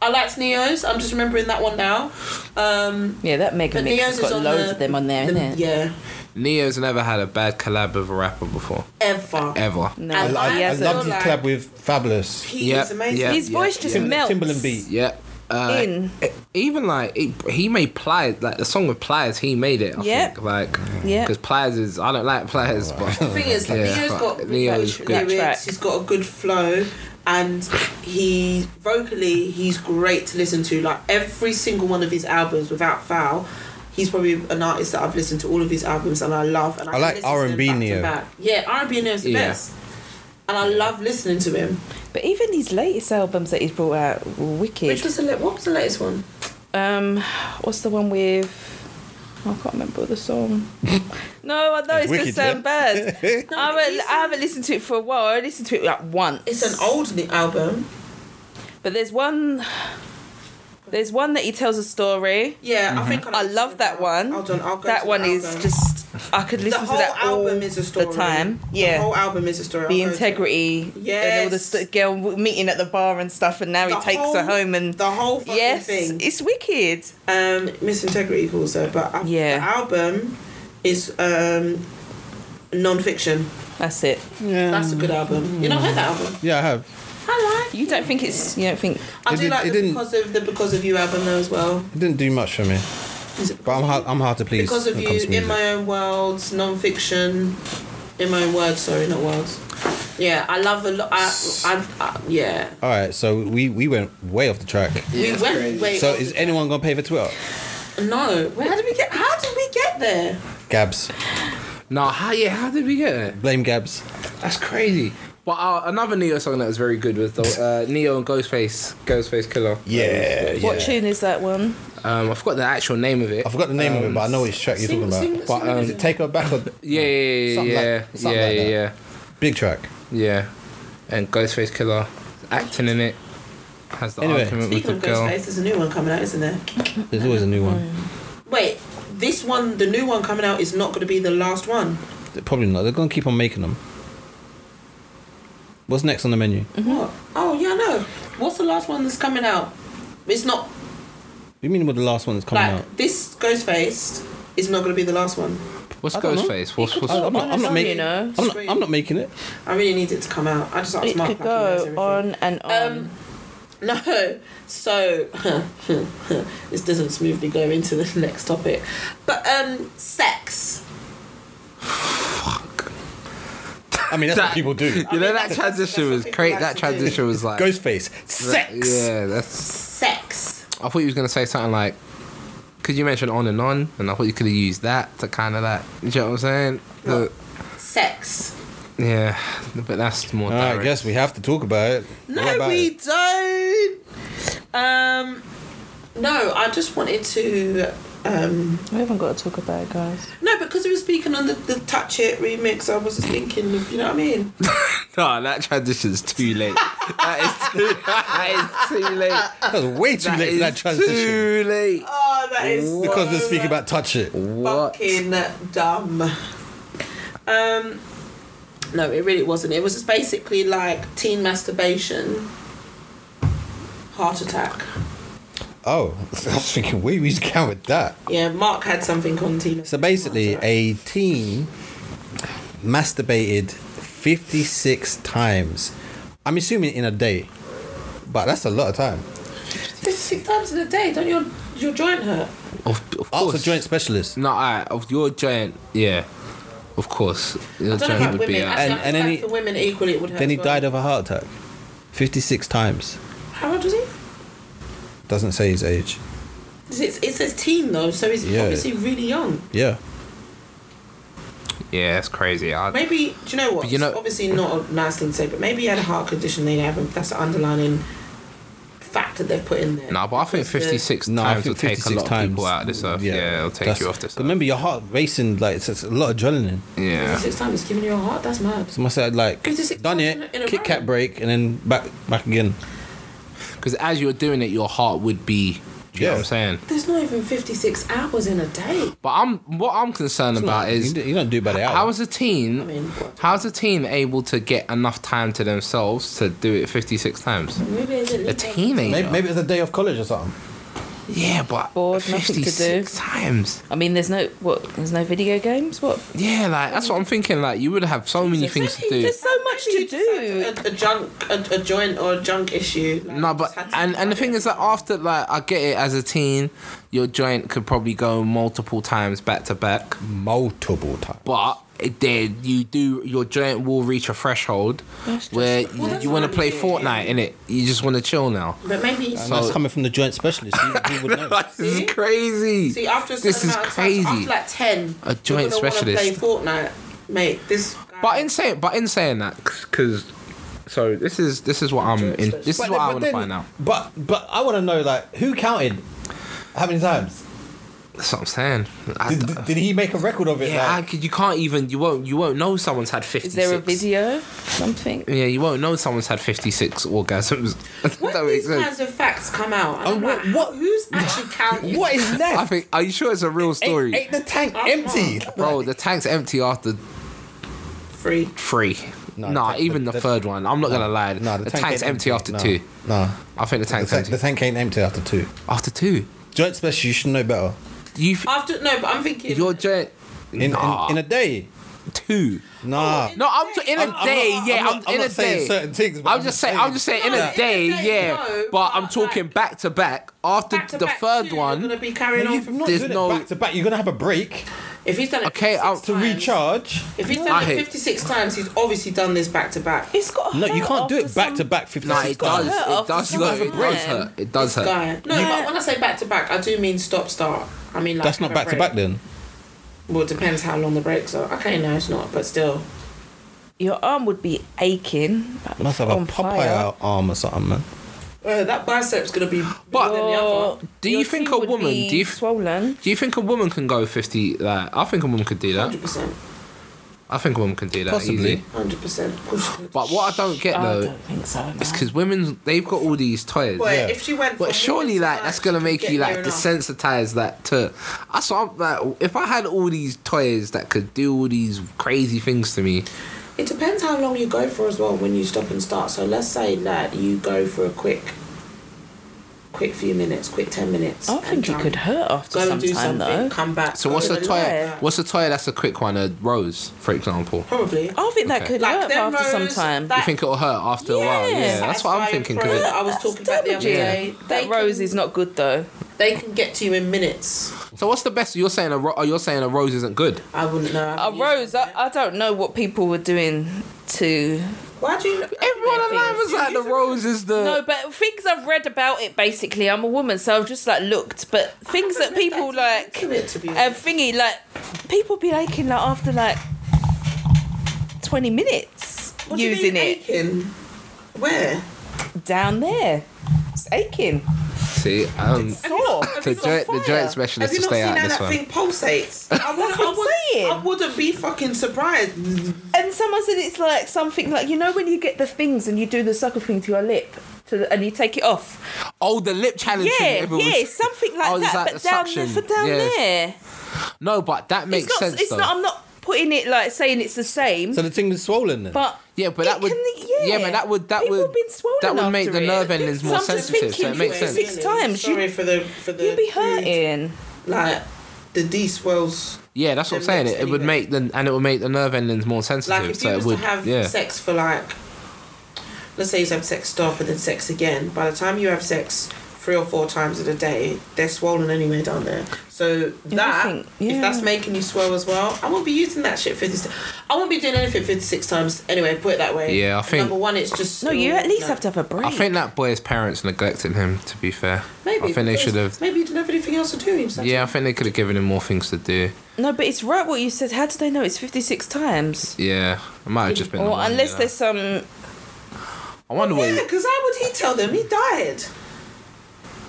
A: I liked Neo's. I'm just remembering that one now. Um,
C: yeah, that mega
A: but
C: mix
A: Neo's
C: has
A: is
C: got
A: on
C: loads
A: the,
C: of them on there,
A: the-
C: isn't it?
A: Yeah,
D: Neo's never had a bad collab with a rapper before,
A: ever.
D: ever.
C: No,
A: I
B: I, I,
A: like-
C: he
B: I
C: hasn't.
A: love
B: loved his
A: like-
B: collab with Fabulous.
A: He
D: Yeah,
A: is amazing.
D: yeah.
C: His voice just
B: Tim-
C: melts.
B: Timbaland beat.
D: Yeah. Uh,
C: In.
D: e- even like he, he made Pliers like the song with Pliers he made it I
C: Yep.
D: think like
C: Yeah.
D: because Pliers is I don't like Pliers
A: The
D: but
A: thing is, like,
D: Yeah.
A: Neo's got good
D: Neo's
A: like,
D: good.
A: lyrics.
C: Track.
A: He's got a good flow, and he vocally he's great to listen to. Like every single one of his albums, without foul, he's probably an artist that I've listened to all of his albums and I love. And I, can
B: like
A: listen to them
B: R&B
A: back to
B: Neo.
A: back. Yeah, R and B Neo's the
D: Yeah.
A: best, and I love listening to him.
C: But even his latest albums that he's brought out, were wicked.
A: Which was the la- what was the latest one?
C: Um, what's the one with? I can't remember the song. no, I know
B: It's
C: it's gonna
B: wicked,
C: sound
B: yeah?
C: bad.
A: No,
C: I, haven't,
A: it's-
C: I haven't listened to it for a while. I listened to it like once.
A: It's an old ne- album.
C: But there's one. There's one that he tells a story.
A: Yeah, I think
C: I love that one.
A: Hold on, I'll go
C: that
A: to
C: one
A: the
C: is
A: album.
C: just. I could
A: the
C: listen
A: whole
C: to that all
A: album is a story.
C: the time.
A: the whole
C: Yeah.
A: album is a story.
C: The,
A: I'll go to it.
C: integrity. And all the
A: Yes.
C: st- girl w- meeting at the bar and stuff, and now
A: The
C: he takes
A: whole-
C: her home and.
A: the whole fucking
C: yes,
A: thing.
C: it's wicked.
A: um Miss Integrity calls her, but I,
C: Yeah.
A: the album is um non-fiction.
C: That's it.
B: Yeah,
A: That's a good album. You not heard that album?
B: yeah, I have.
A: I like.
C: You don't think it's. You don't think.
A: I
B: It
A: do
B: did-
A: like
B: it
A: the
B: didn't-
A: because of the because of you album though as well.
B: It didn't do much for me,
A: Is it
B: but I'm hard, I'm hard to please.
A: because of
B: when it
A: you
B: comes to
A: in
B: music.
A: my own worlds non-fiction, in my own words. Sorry, not worlds. Yeah, I love a lot. I, I, I, yeah,
B: All right, so we we went way off the track.
A: we went. Wait,
B: So is anyone gonna pay for Twitter?
A: no. Wait, how did we get? How did we get there?
B: Gabs,
D: no how yeah how did we get it
B: blame Gabs.
D: that's crazy but uh, another Neo song that was very good was the uh, Neo and Ghostface Ghostface Killer
B: Yeah, yeah.
C: What tune is that one?
D: um I forgot the actual name of it
B: I forgot the name of it, but I know which track you're
A: sing-
B: talking about.
A: sing-
D: But,
A: sing
D: um,
B: Is it Take Her Back or
D: yeah yeah yeah
B: Something like-
D: yeah yeah,
B: something like
D: yeah,
B: that.
D: yeah
B: big track?
D: yeah and Ghostface Killer acting in it has the
B: Anyway.
D: argument
A: Speaking of
D: with the girl
A: Ghostface, there's a new one coming out, isn't there?
B: There's always a new one.
A: Mm. Wait, this one, the new one coming out, is not going to be the last one.
B: Probably not. They're gonna keep on making them. What's next on the menu?
C: Mm-hmm.
A: What? Oh yeah, no. What's the last one that's coming out? It's not
B: You mean with the last one that's coming
A: like
B: out?
A: this Ghostface is not going to be the last one.
D: what's
B: I don't know.
D: Ghostface what's what's
B: I'm not, I'm not making.
C: You know?
B: I'm not, I'm not making it.
A: I really need it to come out. I just asked
C: It
A: Mark.
C: could
A: like, he knows
C: go
A: everything.
C: on and on.
A: Um, No, so this doesn't smoothly go into the next topic, but um, sex.
B: I mean, that's what people do.
D: You know
A: mean,
D: that
A: that's- that's
D: transition
A: what
D: was
A: people
D: great.
A: like
D: That
A: to do.
D: transition was like
B: Ghostface, sex.
D: Yeah, that's.
A: Sex.
D: I thought you was gonna say something like, "Cause you mentioned on and on," and I thought you could have used that to kind of like, you know what I'm saying? The
A: Sex.
D: Yeah, but that's more.
B: I
D: direct.
B: guess we have to talk about it. What
A: No,
B: about
A: we
B: it?
A: don't. Um, no, I just wanted to. Um,
C: We haven't got to talk about it, guys.
A: no, because we were speaking on the, the Touch It remix, I was just thinking of, you know what I mean?
D: No, that transition's too late. that is too. That is too late.
B: That was way too
D: That
B: late for
D: is
B: that transition.
D: Too late.
A: Oh, that is.
B: Because
A: so
B: they're speaking about touch it.
D: What?
A: fucking dumb. Um, no, it really wasn't. It was just basically like teen masturbation, heart attack.
B: Oh, I was thinking, where are we going with that?
A: Yeah, Mark had something on teen.
B: So basically,
A: heart attack.
B: a teen masturbated 56 times. I'm assuming in a day, but that's a lot of time.
A: fifty-six times in a day. Don't your your joint hurt?
D: Of, of
B: Ask a
D: course.
B: joint specialist.
D: No, I, of your giant. Yeah, of course. Your
A: I don't know
D: giant
A: about
D: would be
A: women.
D: out.
A: Actually,
B: And-
A: I
B: and
A: feel
B: then
A: like
B: he-
A: for women equally it would hurt.
B: Then he
A: as well.
B: died of a heart attack 56 times.
A: How old was he?
B: Doesn't say his age.
A: It's, it says teen though, so he's
B: Yeah.
A: obviously really young.
B: Yeah.
D: Yeah, it's crazy. I,
A: Maybe do you know what?
D: But you know-
A: It's obviously not a nice thing to say, but maybe he had a heart condition. They haven't. That's the underlining fact that they've put in there.
D: No, but I think
A: Because the-
D: 56
B: No, I
D: times will
B: think
D: take a
B: 56
D: lot of
B: times.
D: people out of this earth. Yeah, it'll take
B: that's-
D: you off this
B: but
D: earth.
B: Remember, your heart racing, like, it's, it's a lot of adrenaline.
D: yeah.
A: Fifty-six times it's giving you a heart. That's mad.
B: So must have, like,
A: 56
B: done
A: times in a- in a
B: it, Kit
A: row.
B: Kat break, and then back back again.
D: Because as you're doing it, your heart would be. Do you know
B: Yeah.
D: what I'm saying?
A: There's not even fifty-six hours in a day.
D: But I'm what I'm concerned about
B: you,
D: is
B: don't- you don't do by the hour.
D: how is a teen
A: I mean, what?
D: how's a teen able to get enough time to themselves to do it 56 times?
A: Maybe it isn't
D: A teenager.
B: maybe, maybe it's a day off college or something.
D: Yeah, but
C: Bored, nothing to do.
D: 56 times.
C: I mean, there's no what? There's no video games. What?
D: Yeah, like that's what I'm thinking. Like you would have so many things to do.
C: There's so much to do.
A: A, a junk, a, a joint or a junk issue. Like,
D: No,
A: just
D: but
A: had to-
D: and, and the thing is that after like I get it as a teen, your joint could probably go multiple times back to back.
B: Multiple times.
D: But it did you do your joint will reach a threshold
C: That's just-
D: where
C: Well,
D: you,
A: that's
D: you want to
A: what
D: play
A: I'm saying.
D: Fortnite in it. You just want to chill now.
A: But maybe
B: And
A: he's
B: that's
D: So-
B: coming from the joint specialist. He, he would know.
D: this
A: See?
D: is crazy.
A: See, after a certain
D: this is
A: amount
D: crazy.
A: of time, after like ten,
D: A joint
A: you're gonna
D: specialist.
A: Wanna play Fortnite, mate. This. Guy,
D: but in saying but in saying that, because so this is this is what I'm in. This is what
B: then-
D: I want to
B: then-
D: find out.
B: But but I want to know like who counted how many times?
D: That's what I'm saying. I,
B: Did, did- did he make a record of it?
D: yeah, I
B: like,
D: could- you can't even you won't you won't know someone's had fifty.
C: Is there a video? Something?
D: Yeah, you won't know someone's had 56 orgasms.
A: when
D: that makes
A: these
D: sense.
A: kinds of facts come out, and
B: Oh,
A: I'm
B: what-
A: like,
B: what-
A: Who's actually counting?
B: what is left?
D: I think, are you sure it's a real story?
B: Ain't, ain't the tank
A: Oh,
B: empty?
D: Bro, the tank's empty after
A: free?
D: three.
B: No,
D: No,
B: the
D: nah,
B: tank-
D: even
B: the-
D: the,
B: the-
D: third one. I'm not gonna lie.
B: No,
D: the, tank's
B: ain't
D: empty after
B: no,
D: two.
B: No,
D: I think
B: the,
D: the tank's
B: tank,
D: empty
B: the tank ain't empty after two.
D: after two.
B: Joint specialist, you should know better.
D: You,
A: After no, but I'm thinking.
D: your jet.
B: In
D: nah,
B: in, in a day,
D: two.
B: nah.
A: in-
D: No, I'm t- in a
B: I'm- I'm
D: day.
B: not-
D: yeah,
B: I'm
D: I'm,
B: not- I'm
D: in
B: not
D: a
B: saying
D: day.
B: certain things, but
D: I'm
B: I'm
D: just
B: just
D: saying. I'm just saying in
A: No,
D: a day.
A: in a day,
D: yeah,
A: no,
D: but
A: but
D: I'm talking
A: like-
D: back to back after
A: back to
D: the
A: back
D: third
A: two,
D: one.
A: You're gonna be carrying
B: No,
A: on.
B: you're
A: For,
B: not
D: There's
B: doing
D: no-
B: it back to back. You're gonna have a break
A: if he's done it.
D: Okay,
A: 56
D: I'll-
B: to
A: times-
B: recharge.
A: If he's
D: I
A: done it
D: hate-
A: 56 times, he's obviously done this back to back.
C: It's got.
B: No, you can't do it back to back. Fifty
D: No, it
B: six
D: does.
B: times.
C: hurt
D: It
C: after
D: does
C: some
D: though.
C: of
D: It
C: them.
D: does hurt. It does hurt.
A: Guy. No, but when I say back to back, I do mean stop start. I mean like
B: That's not
A: have a
B: back to
A: break.
B: back then.
A: Well, it depends how long the breaks are. Okay, no, it's not, but still.
C: Your arm would be aching. like,
B: Must have a
C: on
B: Popeye
C: fire.
B: out arm or something, man.
A: Uh, that bicep's gonna be bigger than the other.
C: Your-
A: one.
D: Do you
C: your
D: think
C: two
D: a
C: would
D: woman-
C: be
D: do you f-
C: swollen?
D: Do you think a woman can go 50? Like, I think a woman could do that.
A: 100%.
D: I think a woman can do that
B: Possibly.
D: easily.
A: 100%. Of course she did.
D: But what I don't get
C: I
D: though
C: don't think so. No.
D: is because women they've got all these toys.
A: But
B: Yeah.
A: if she went.
D: But
A: from
D: surely,
A: woman to
D: like,
A: man,
D: that's
A: she
D: gonna
A: could
D: make
A: get
D: you
A: near
D: like
A: enough.
D: desensitize that to. I saw like if I had all these toys that could do all these crazy things to me.
A: It depends how long you go for as well when you stop and start. So let's say that you go for a quick, quick few minutes, quick ten minutes.
C: I don't think
A: and
C: it could
A: done.
C: hurt after
A: Go
C: some
A: and do
C: time
A: something.
C: though.
A: Come back.
D: So
A: go
D: what's
A: and
D: a
A: do
D: toy?
A: that.
D: What's a toy that's a quick one? A rose, for example.
A: Probably.
C: I think that
D: Okay.
C: could
A: Like
C: hurt
A: them
C: after some
A: rose-
C: time.
A: that-
D: You think it'll hurt after a while?
C: Yeah.
D: Oh, Yeah, that's what I'm
A: Satisfying
D: thinking.
A: product
D: 'cause
A: I was talking about the other
C: damaging.
A: day.
C: That
A: They
C: rose
A: can-
C: is not good though.
A: They can get to you in minutes.
D: it- so what's the best? You're saying a ro- oh, you're saying a rose isn't good.
A: I wouldn't know. I
C: A
A: haven't used
C: rose,
A: it.
C: I, I don't know what people were doing to.
A: Why do you?
D: Everyone online was like the rose is the.
C: No, but things I've read about it basically, I'm a woman, so I've just like looked. But things that people like,
A: To it, to be
C: a
A: honest.
C: thingy, like, people be aching like after like 20 minutes
A: What do you
C: using
A: mean
C: it
A: aching? Where?
C: down there. It's aching.
D: See, um,
C: Sore.
D: the joint, the joint
A: Have
D: specialist
A: you
D: to
A: not
D: stay
A: seen
D: out
A: how
D: this
A: that
D: one.
A: thing pulsates? I wouldn't,
C: what
A: I,
C: I'm
A: would,
C: saying.
A: I wouldn't be fucking surprised.
C: And someone said it's like something like, you know, when you get the things and you do the sucker thing to your lip to the, and you take it off.
D: Oh, the lip challenge.
C: Yeah,
D: thing everyone's-
C: yeah, something like
D: Oh, it's
C: that.
D: like
C: but
D: the
C: down
D: suction.
C: there, for down
D: Yeah.
C: there.
D: No, but that makes
C: it's not,
D: sense
C: it's
D: though.
C: not, I'm not putting it like saying it's the same,
B: So the thing was swollen then.
C: but.
D: yeah, but
C: it
D: that would
C: can-
D: yeah. but that would that
C: People
D: would
C: have been swollen
D: that would make
C: after
D: the
C: it.
D: nerve endings more
C: So I'm just
D: sensitive. So it
C: thinking,
D: makes
C: wait,
D: sense.
C: six times,
A: Sorry
C: you-
A: for the for the.
C: You'd be
A: crude,
C: hurting.
A: Like the D swells.
D: Yeah, that's what I'm
A: It
D: saying. It,
A: makes
D: it would
A: anyway.
D: make the and it would make the nerve endings more sensitive.
A: Like if you
D: so
A: was
D: it would
A: to have
D: yeah.
A: sex for like, let's say you have sex stop and then sex again. By the time you have sex three or four times in a day, they're swollen anyway down there. So that
C: think-
A: if that's
C: yeah.
A: making you swell as well, I won't be using that shit fifty. si- I won't be doing anything fifty six times anyway. Put it that way.
D: Yeah, I think-
A: number one, it's just
C: No, you
A: still-
C: at least
A: no.
C: have to have a break.
D: I think that boy's parents neglected him. To be fair,
A: Maybe
D: I think they
A: because
D: should have.
A: Maybe you didn't have anything else to do. It's like-
D: Yeah, I think they could have given him more things to do.
C: No, but it's right what you said. How do they know it's 56 times?
D: Yeah, it might have just been. the
C: Or
D: one, you
C: unless
D: know.
C: there's some.
D: I wonder what.
A: Yeah, because how would he tell them? He died.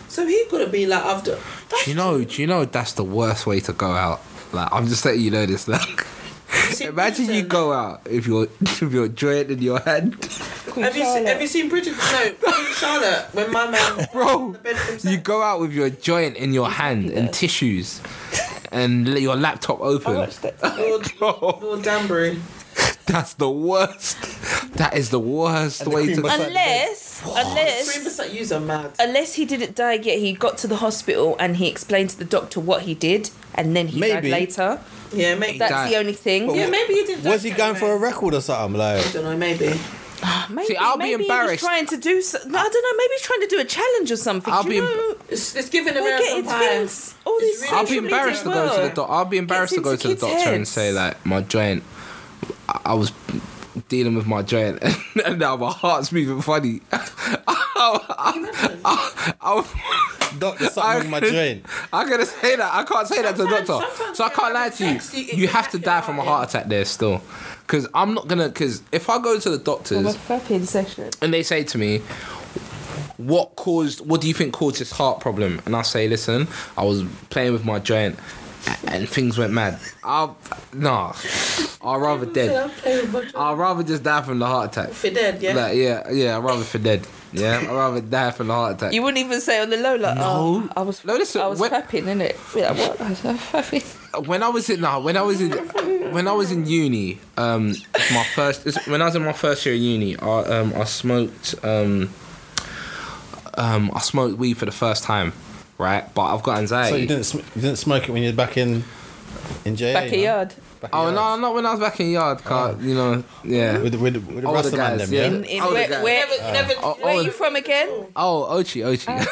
A: So he could have been like after.
D: Do you know? Do you know that's the worst way to go out? Like I'm just letting you know this. Like,
A: See,
D: imagine you
A: Bridgerton.
D: go out if you're if you're joint in your hand,
A: Have you, se- have you seen Bridget? No, Queen Charlotte. When my man,
D: bro.
A: The bed from
D: You go out with your joint in your hand and tissues, and let your laptop open.
A: Lord,
D: Bro,
A: Lord Danbury.
D: that's the worst. That is the worst
B: And the
D: way
B: cream
D: to.
B: bus-
C: Unless.
A: Three
C: Unless.
A: percent yous are mad.
C: Unless he didn't die yet, he got to the hospital and he explained to the doctor what he did, and then he died
B: Maybe.
C: later.
A: Yeah, maybe.
C: That's
D: died.
C: the only thing.
B: But
A: yeah,
B: what-
A: maybe you didn't.
B: was he going for a record or something? Like,
A: I don't know. Maybe.
C: Maybe,
D: See, I'll be
C: maybe
D: embarrassed.
C: He was trying to do. So, no, I don't know. Maybe he's trying to do a challenge or something.
D: I'll
C: Do
D: be
C: you
D: em-
C: know?
A: It's, it's giving
C: They get
A: American
C: its
A: Pie.
C: things- all
A: It's
C: these
A: really
D: I'll be
C: social media
D: embarrassed to go to the
C: world.
D: doctor. I'll be embarrassed to
C: into
D: go to the
C: kids'
D: doctor and
C: heads.
D: say like my joint. I- I was dealing with my joint and now my heart's moving funny. I, I,
B: doctor, something in my joint.
D: I'm gonna say that. I can't say that to the
A: Sometimes-
D: doctor.
A: sometimes
D: So I
A: when
D: can't
A: you're
D: lie
A: having
D: to you.
A: sex, you- it
D: You have to
A: can
D: die
A: happen,
D: from a
A: right?
D: heart attack there still. Because I'm not gonna. Because if I go to the doctors
C: fapping session.
D: and they say to me, "What caused? What do you think caused this heart problem?" And I say, "Listen, I was playing with my joint, and things went mad." I'll nah, I'd rather dead. I'd rather just die from the heart attack.
A: If you're dead, yeah.
D: Like, yeah, yeah, I'd rather for dead. Yeah, I'd rather die from the heart attack.
C: You wouldn't even say on the low like,
D: No.
C: oh, I was,
D: No, listen,
C: I was
D: when-
C: fapping, innit? Yeah, what? I was fapping.
D: when I was in nah, when I was in when I was in uni, um, my first it's- when I was in my first year of uni, I um I smoked um um I smoked weed for the first time, right? But I've got anxiety.
B: So you didn't, sm- you didn't smoke it when you're back in, in jail.
C: Backyard.
D: oh no, not when I was back in yard, car, you know, yeah.
B: Oh. With, with, with the
D: Older
B: Rasta man,
D: guys,
B: them,
D: yeah.
B: yeah.
C: In, in,
D: Older
C: where,
D: guy.
C: where,
A: Never, never.
D: Oh,
C: where
D: oh,
C: are you from again?
D: Oh, Ochi, Ochi.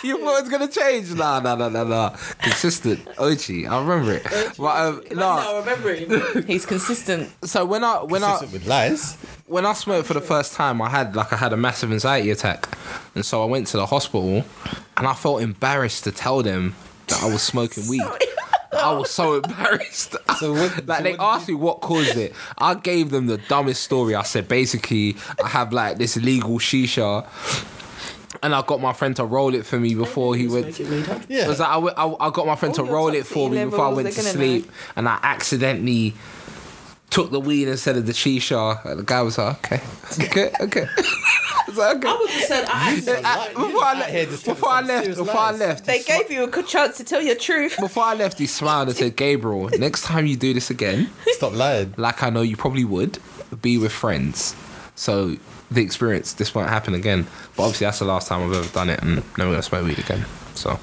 D: you thought it was gonna change? Nah, nah, nah, nah, nah. Consistent, Ochi. I remember it. But um,
A: No, I
D: nah.
A: remember it.
C: He's consistent.
D: So when I when I
B: Consistent with lies.
D: when I smoked for the first time, I had like I had a massive anxiety attack, and so I went to the hospital, and I felt embarrassed to tell them that I was smoking weed. I was so embarrassed.
B: So what-
D: like
B: so
D: they
B: what did
D: asked me what caused it. I gave them the dumbest story. I said basically I have like this illegal shisha, and I got my friend to roll it for me before he went.
A: Smoking weed, huh?
B: Yeah.
D: It was like I, went- I- I got my friend
C: All
D: to
C: your
D: roll it
C: toxicity
D: for me before I
C: levels,
D: went to
C: they're gonna
D: sleep, and I accidentally took the weed instead of the shisha. And the guy was like, "Okay, okay, okay." I was like,
A: I
D: "Okay."
A: would have said I actually.
D: I- Before I
B: out here just
D: left,
B: talking
D: before I
B: some
D: left,
B: serious
D: before I
B: lies.
D: left,
C: They gave you a good chance to tell your truth.
D: before I left, he smiled and said, "Gabriel, next time you do this again,
B: Stop lying.
D: like I know you probably would, be with friends, so the experience this won't happen again." But obviously, that's the last time I've ever done it, and never gonna smoke weed again. So.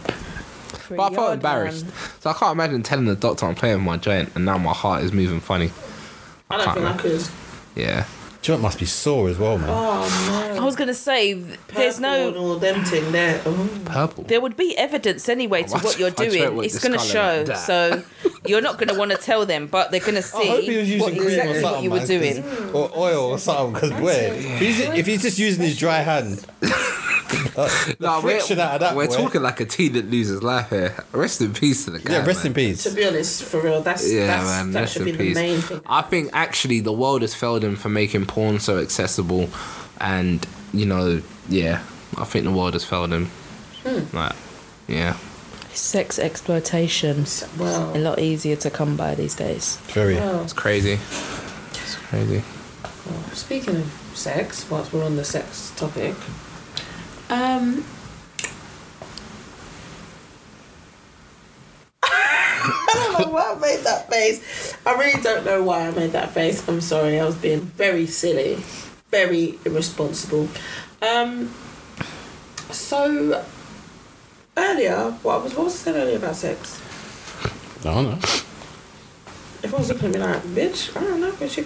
D: But I felt embarrassed. So I can't imagine telling the doctor I'm playing with my joint and now my heart is moving funny.
A: I don't think I could.
D: Yeah.
B: Joint must be sore as well, man.
A: Oh no.
C: I was gonna say there's
A: Purple and
C: no.
A: all them thing there. Oh.
D: Purple.
C: There would be evidence anyway to
D: I
C: what you're
D: don't
C: doing.
D: want
C: It's
D: this
C: gonna
D: colour
C: show,
D: like
C: so
D: that.
C: you're not gonna want to tell them, but they're gonna see
B: I hope he was using
C: what,
B: cream
C: exactly
B: or something,
C: what you were
B: man,
C: doing.
B: 'cause- or oil or something. Because where? If he's, if he's just using his dry hand,
D: No, we're,
B: friction out of that
D: we're
B: boy.
D: talking like a teen that loses life here. Rest in peace to the guy.
B: Yeah, rest
D: man.
B: in peace.
A: To be honest, for real, that's,
D: Yeah,
A: that's
D: man,
A: that
D: rest
A: should
D: in
A: be
D: peace.
A: the main thing.
D: I think actually the world has failed him for making porn so accessible, and you know, yeah, I think the world has failed him. Like, yeah,
C: Sex exploitation.
A: Wow.
D: Oh.
C: A lot easier to come by these days.
B: Very.
A: Well,
D: it's crazy. It's crazy.
A: speaking of sex, whilst we're on the sex topic,
E: Um,
A: I don't know why I made that face. I really don't know why I made that face. I'm sorry, I was being very silly, very irresponsible. Um, so earlier, what was what was I saying earlier about sex?
B: I don't know.
A: Everyone's looking at me like, bitch. I don't know about you.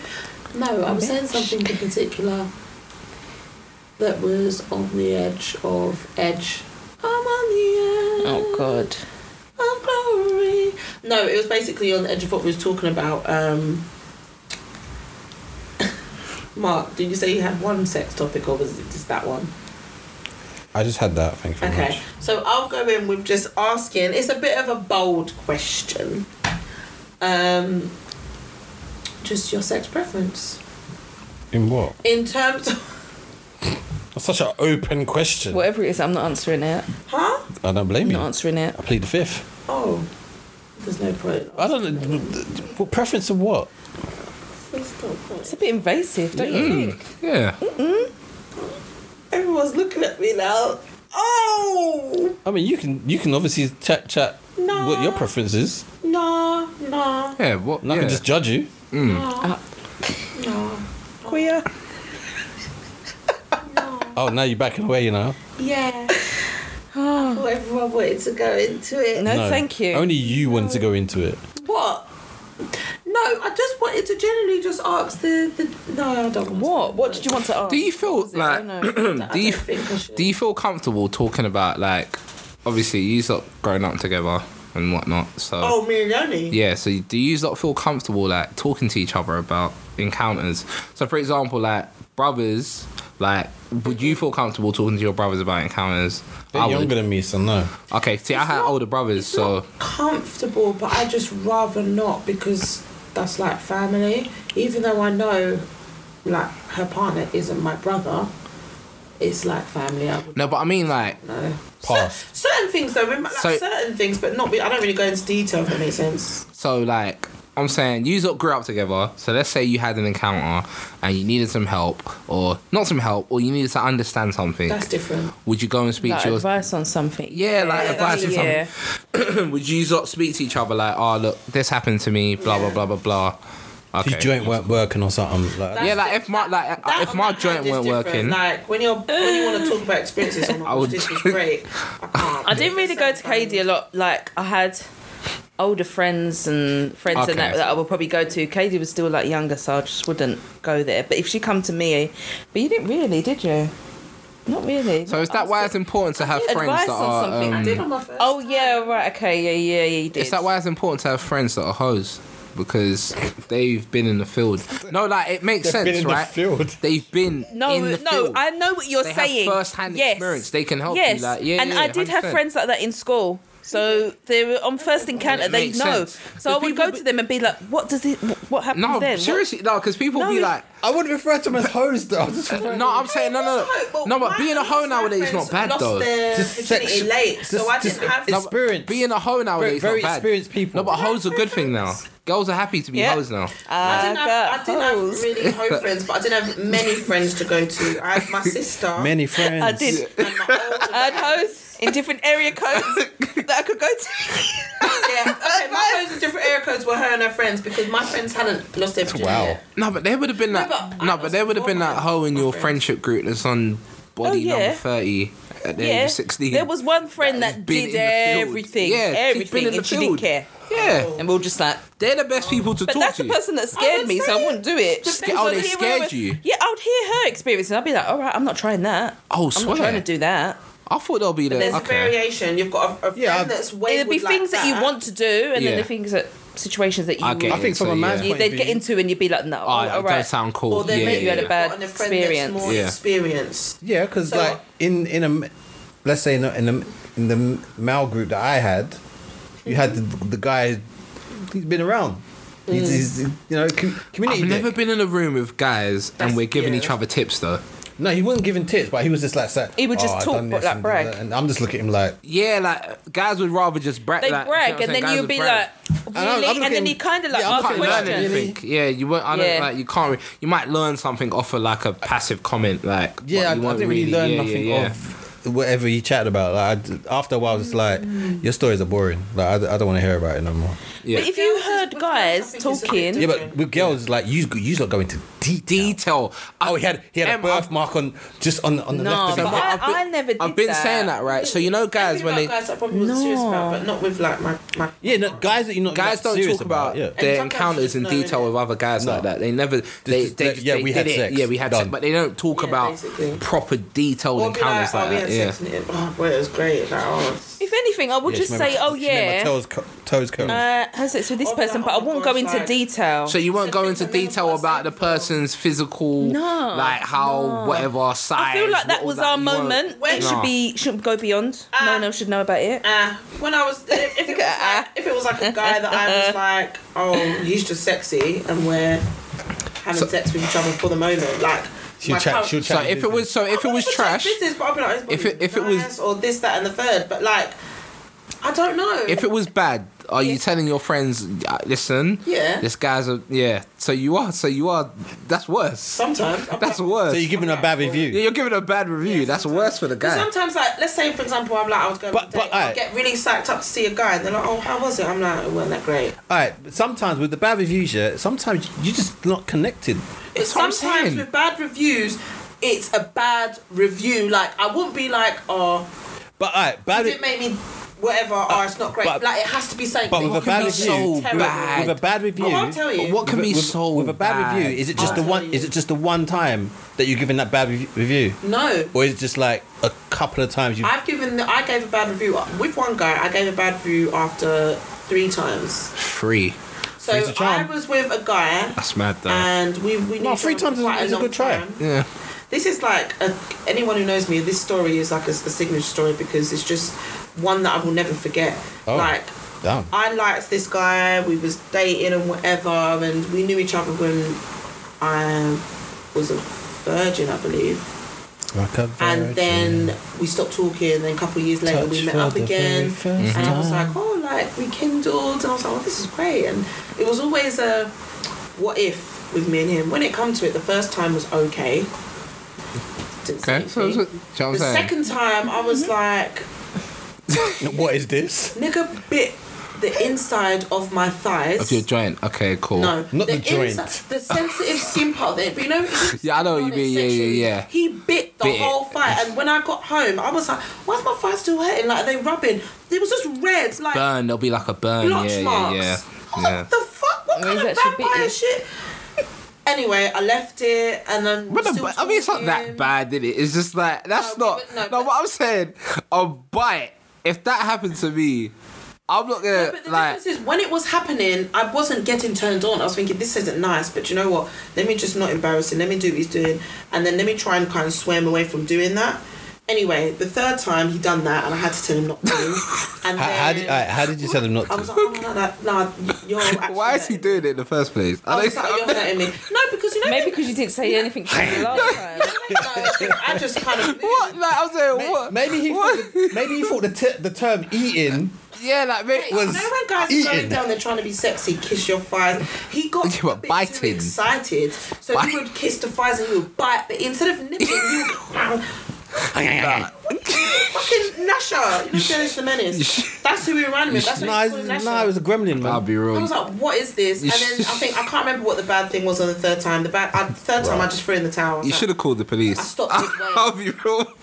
E: no, I'm saying
A: Bitch.
E: something in particular that was on the edge of edge.
A: I'm on the edge.
C: Oh God.
A: of glory. No, it was basically on the edge of what we was talking about. Um, Mark, did you say you had one sex topic, or was it just that one?
B: I just had that. Thank you very
A: Okay, so I'll go in with just asking. It's a bit of a bold question. Um, just your sex preference
B: much. In what?
A: in terms of
B: That's such an open question.
C: Whatever it is, I'm not answering it.
A: huh?
B: I don't blame
C: I'm
B: you.
C: not answering it.
B: I plead the fifth.
A: Oh, there's no point.
B: I don't know. What preference of what?
A: There's no
C: It's
A: point.
C: a bit invasive, don't you think?
D: Yeah,
A: Everyone's looking at me now. Oh,
B: I mean, you can you can obviously chat chat
A: No.
B: what your preference is,
A: nah, nah,
D: yeah. What?
B: and I
D: Yeah.
B: can just judge you.
A: nah, nah.
C: Queer.
B: Oh, now you're backing away, you know.
A: Yeah. Oh, everyone wanted to go into it.
C: No, thank you.
B: Only you wanted to go into it.
A: What? No, I just wanted to generally just ask the, the no, I don't. Want
C: What? What did you want to ask?
D: Do you feel
C: What was it? I
D: like?
C: don't know.
A: To, I
D: do you?
A: don't think I should.
D: Do you feel comfortable talking about like, obviously you lot grown up together and whatnot? So
A: oh, me and Yanni.
D: yeah, so do you lot feel comfortable like talking to each other about encounters? So for example, like brothers, like would you feel comfortable talking to your brothers about encounters?
B: They're younger than me, so no.
D: Okay, see, I
A: It's
D: had
A: not-
D: older brothers,
A: It's
D: so
A: not comfortable, but I just rather not because that's like family. Even though I know, like her partner isn't my brother, it's like family. I would
D: no, but I mean like,
A: know.
B: Pass.
A: Certain things though, remember, like
D: So-
A: certain things, but not. I don't really go into detail if that makes sense.
D: so like. I'm saying you lot grew up together, so let's say you had an encounter and you needed some help, or not some help, or you needed to understand something.
A: That's different.
D: Would you go and speak
C: Like
D: to your
C: advice on something.
D: Yeah, like advice on
C: yeah.
D: would you lot speak to each other like, oh look, this happened to me, blah
A: Yeah.
D: blah blah blah blah. Okay.
B: Your joint weren't working or something. Like,
A: That's
D: Yeah, like, if my- like,
A: that
D: Uh, if
A: on
D: my
A: the
D: joint
A: hand is
D: weren't
A: different.
D: working-
A: like when you're when you want to talk about experiences, oh my
D: I
A: gosh,
D: would-
A: this was great. I, can't.
C: I didn't really go to
A: Sometimes.
C: KD a lot. Like I had older friends and friends
D: Okay.
C: and that, that I would probably go to. KD was still like younger, so I just wouldn't go there. But if she come to me, but you didn't really, did you? Not really.
D: So is
C: I
D: that
C: was
D: why it's
C: still-
D: important to have
C: did
D: friends
C: advice
D: that
C: on
D: are?
C: something.
A: I
D: Um,
A: did on my first.
C: Oh
A: time.
C: yeah, right. Okay, yeah, yeah, yeah. You did.
D: is that why it's important to have friends that are hoes? Because they've been in the field. No, like it makes
B: They've
D: sense,
B: been in the
D: right?
B: field.
D: They've been
C: No,
D: in the
C: no,
D: field.
C: I know what you're
D: They have
C: saying.
D: first-hand
C: yes.
D: experience. They can help you,
C: yes.
D: like, yeah,
C: and
D: yeah,
C: I did have
D: 100%.
C: friends like that in school. So they were on first encounter.
D: It
C: They
D: makes
C: know.
D: sense.
C: So I
D: But
C: would
D: people
C: go
D: be-
C: to them and be like, "What does it? What happens
D: no,
C: then? What-
D: seriously, no, because people
C: No,
D: be
C: it-
D: like,
B: I wouldn't refer to them as hoes, though. I just refer
D: no, I'm saying no, no, no, no. But being a hoe nowadays is not bad though.
B: Just
A: Just
B: section-
A: late, so
B: just-
A: I
B: just-
A: didn't have.
B: it's-
D: No, but
B: Experience.
D: Being a hoe nowadays is
B: Very- very
D: not bad.
B: experienced people.
D: No, but hoes are a good thing now. Girls are happy to be
C: Yeah. Uh,
D: hoes now.
A: I
C: I
A: didn't, have, I
C: got
A: didn't have
C: hoes.
A: really hoe friends, but I didn't have many friends to go to. I had my sister.
B: Many friends.
C: I did.
A: And my older
C: I
A: brother.
C: had hoes in different area codes that I could go to.
A: Yeah, okay, my hoes in different area codes were her and her friends because my friends hadn't lost their virginity.
B: Wow.
A: yet.
D: No, but there would have been that. No,
A: but
D: but,
A: I was
D: there would have been
A: before
D: that hoe in
A: my
D: your
A: friends.
D: friendship group that's on body
C: Oh, yeah.
D: number thirty at the age
C: yeah,
D: of sixteen.
C: there was one friend
D: That
C: that,
D: has been
C: did
D: in the field.
C: everything,
D: Yeah, she's been
C: everything,
D: in the
C: and she didn't
D: field.
C: care.
D: Yeah,
C: And we are just like,
D: they're the best people to
C: But
D: talk
C: that's
D: to.
C: the person that
A: I
C: scared
A: would
C: me, so
A: say
C: I wouldn't do it.
A: the
D: Sca- oh, they scared you?
C: Yeah, I would hear her experience, and I'd be like, "All right, I'm not trying that.
D: Oh,
C: I'm
D: swear.
C: not trying to do that.
D: I thought they'll be
A: There's
D: there.
A: a
D: Okay.
A: variation. You've got a, a friend
B: Yeah, I've-
A: that's way.
C: There'd be things that. you want to do, and
D: Yeah.
C: then the things that situations that you
D: I get
B: I
C: would,
B: think
D: it,
B: from
D: so
B: a man's
D: yeah.
C: you,
B: point
C: they'd
B: of
C: get
B: view-
C: into, and you'd be like, "No,
D: Oh,
C: all
D: that
C: right,
D: does sound cool.
A: Or they
D: yeah,
A: maybe
C: you
D: yeah,
C: had a
D: yeah.
C: bad
A: on a friend that's more
C: experience.
A: experienced.
B: Yeah, because
A: So-
B: like in in a let's say in the in the, in the male group that I had, you had the, the guy. He's been around. He's, he's you know com- community.
D: I've
B: dick.
D: never been in a room with guys
A: That's-
D: and we're giving
A: yeah.
D: each other tips though.
B: No, he wasn't giving tips, but he was just like, saying,
C: He would just
B: "Oh, I
C: talk,
B: done
C: but,
B: this
C: like,
B: and
C: brag."
B: that," And I'm just looking at him like,
D: Yeah, like guys would rather just brag.
C: They
D: like, you know
C: brag,
D: what I'm
C: and
D: saying?
C: then
D: Guys
C: you'd
D: would
C: be
D: brag.
C: like, really?
B: I'm
C: And, then
B: looking-
C: you kind of like
B: Yeah, I'm
C: ask
D: can't learn
C: questions.
D: anything. Yeah, you won't. I don't
C: Yeah.
D: like. You can't. Re- you might learn something off of like a passive comment. Like
B: yeah,
D: but
B: I,
D: you
B: I
D: won't
B: didn't really, learn
D: yeah,
B: nothing
D: yeah, yeah.
B: of whatever you chatted about. Like, I d after a while, it's like
C: Mm.
B: your stories are boring. Like, I, I don't want to hear about it no more.
D: Yeah.
C: But if you
A: Yeah,
C: heard
A: but
C: guys
A: I think it's a
C: talking,
B: Yeah, but with girls, like you, you lot go into detail.
D: detail.
B: Oh, he had he had
D: Em,
B: a
D: I've-
B: birthmark on just on on the
C: No,
B: left of
C: but
B: his
C: I-
B: head.
D: been-
C: I never did
D: I've been
C: that.
D: saying that right. So you know, guys,
A: Everything
D: when
A: about
D: they
A: guys I probably wasn't serious about, but not with like my my.
B: Yeah, no, guys that you're not
D: guys
B: like,
D: don't
B: serious
D: talk about
B: yeah.
D: their
A: sometimes
D: encounters
A: you
D: in
A: just know,
D: detail
A: innit?
D: with other guys like
B: No.
D: that. They never. They,
B: just
D: they
B: like,
D: just,
B: yeah,
D: they
B: we had
D: did it.
B: sex.
D: Yeah, we had
B: Done.
D: sex, but they don't talk
A: Yeah,
D: about
A: basically.
D: proper detailed
A: Or be
D: encounters
A: like, oh,
D: like,
A: we had
D: that. Yeah.
A: sex in it. Oh, boy, it was great. Like, oh,
C: if anything, I would just
B: she made
C: say,
B: my-
C: "Oh
B: she made my
C: yeah,
B: toes co- toes curling.
C: uh, had sex with this
A: Or be like,
C: person,"
A: "Oh
C: but I
A: my
C: won't
A: God,
C: go into
A: like-
C: detail.
D: So you won't
A: So
D: go
A: things
D: into
A: I've never
D: detail
A: passed
D: about the
A: over before.
D: person's physical,
C: No,
D: like how whatever
C: I
D: size.
C: feel like that
D: all
C: was our
D: you won't-
C: moment.
A: When-
C: it
D: Nah.
C: should be shouldn't go beyond. no one else should know about it.
A: Ah, when I was if it was, like, if it was like a guy that I was like, oh, he's just sexy, and we're having sex with each other for the moment, like
B: she'll
A: my
B: chat.
A: current-
B: She'll chat.
D: So if it was, so if it was
A: Not to
D: trash,
A: check business, but I'll be like,
D: If
A: if
D: it-
A: it
D: if it was-
A: or this, that, and the third, but like, I don't know.
D: if it was bad, are you telling your friends, "Uh, listen,
A: Yeah.
D: this guy's a yeah. So you are, so you are. That's worse.
A: sometimes I'm
D: That's
A: like-
D: worse.
B: so you're giving her a bad review.
D: Yeah, you're giving a bad review. That's worse for the
A: But
D: guy.
A: sometimes, like, let's say for example, I'm like, I was going,
B: But-
A: on a date,
B: but,
A: I
B: alright.
A: get really psyched up to see a guy, and they're like, oh, how was it? I'm like, it wasn't that great.
B: All right, but sometimes with the bad reviews, yeah, sometimes you're just not connected.
A: But
D: what I'm
A: sometimes
D: saying.
A: with bad reviews, it's a bad review. Like, I wouldn't be like, oh.
B: But all right,
A: It
B: bad.
A: didn't make me whatever or it's not great
B: but-
A: like it has to be something
B: But with
A: that
B: a bad
A: can
B: review,
A: be
D: so
A: terrible.
D: bad.
B: with a bad review,
A: Oh, I'll tell you
D: What can
B: with-
D: be
B: with-
D: so
B: with a bad, review? Is it just the
A: I'll
B: one?
A: tell you.
B: Is it just the one time that you're giving that bad rev- review,
A: no
B: or is it just like a couple of times you?
A: I've given the, I gave a bad review with one guy I gave a bad review after three times
D: Free.
A: so
B: Three's a
A: I
B: charm.
A: was with a guy
D: That's mad though.
A: and we, we
B: No,
A: knew
B: three
A: each other
B: times
A: for
B: is-
A: quite
B: is a
A: long
B: good try.
A: time.
D: yeah.
A: this is like a, anyone who knows me this story is like a, a signature story because it's just one that I will never forget
B: Oh.
A: like
B: Damn.
A: I liked this guy. We was dating and whatever, and we knew each other when I was a virgin, I believe.
B: Like a
A: And then we stopped talking. And then a couple of years later, we
B: Touch
A: met
B: for
A: up
B: the very
A: again,
B: first
A: and I was
B: time.
A: like, oh, like we kindled, and I was like, oh, this is great. And it was always a what if with me and him. When it come to it, the first time was okay. Didn't say
D: Okay. So, so,
A: anything.
D: do you know what I'm
A: the
D: saying?
A: second time, I was
B: Mm-hmm.
A: like,
B: then what is this?
A: nigga bit the inside of my thighs.
D: Of your joint. Okay. Cool.
A: No,
B: Not the joint.
A: insi- the sensitive skin part there. But you know, it's-
D: Yeah, I know what you mean. Yeah, yeah, yeah.
A: He bit the
D: Bit it.
A: whole thigh, and when I got home, I was like, "Why's my thigh still hurting? Like are they rubbing? It was just red, like
D: Burn. There'll be like a burn.
A: blotch
D: Yeah, yeah,
A: marks.
D: yeah.
A: I was
D: Yeah.
A: like, "The fuck? What
C: Oh,
A: kind
C: he's
A: of
C: actually bit
A: vampire
C: you.
A: shit?" Anyway, I left it, and then.
D: But the,
A: still
D: ba- I mean, it's not that
A: talking.
D: bad, is it? It's just like that's
A: No,
D: not.
A: but-
D: No,
A: no, but-
D: what I'm saying, a bite. If that happened to me, I'm not
A: No,
D: gonna
A: but the
D: like.
A: difference is when it was happening, I wasn't getting turned on. I was thinking, this isn't nice, but you know what? Let me just not embarrass him. Let me do what he's doing, and then let me try and kind of swim away from doing that. Anyway, the third time he done that, and I had to tell him not to. And then
B: How, how, did, all right, how did you tell him not
A: I was like,
B: to?
A: oh, no, that, no, you're. Actually
D: Why is
A: hurting
D: he
A: me."
D: doing it in the first place? I
A: I
D: don't-
A: was like, you're hurting me. No, because you know.
C: Maybe because you didn't say anything to me last time.
A: no, I just kind of.
D: What? Like, I'm saying what?
B: Maybe he
D: What?
B: thought the, maybe he thought the, t- the term eating.
D: Yeah, like mate,
A: Wait,
D: was
A: you know when guys are
B: eating.
A: going down there trying to be sexy, kiss your thighs. He got
D: Yeah,
A: a
D: but
A: bit too
D: biting.
A: excited, so
D: Bite.
A: he would kiss the thighs and he would bite. But instead of nipping, he would fucking Nasha. You know Dennis the
D: you
A: Menace.
D: should-
A: That's who he ran with. That's
B: No,
A: what he
B: I was,
A: called
B: no,
A: Nasha.
B: I was a gremlin,
D: I'll
B: man.
D: be
A: I
D: real.
A: was like, what is this?
D: You
A: And then I
D: should-
A: think I can't remember what the bad thing was on the third time. The bad I, the third time I
B: Right.
A: just threw in the towel. I was
D: You
A: like,
D: should have called the police.
A: I stopped midway.
D: I'll be real.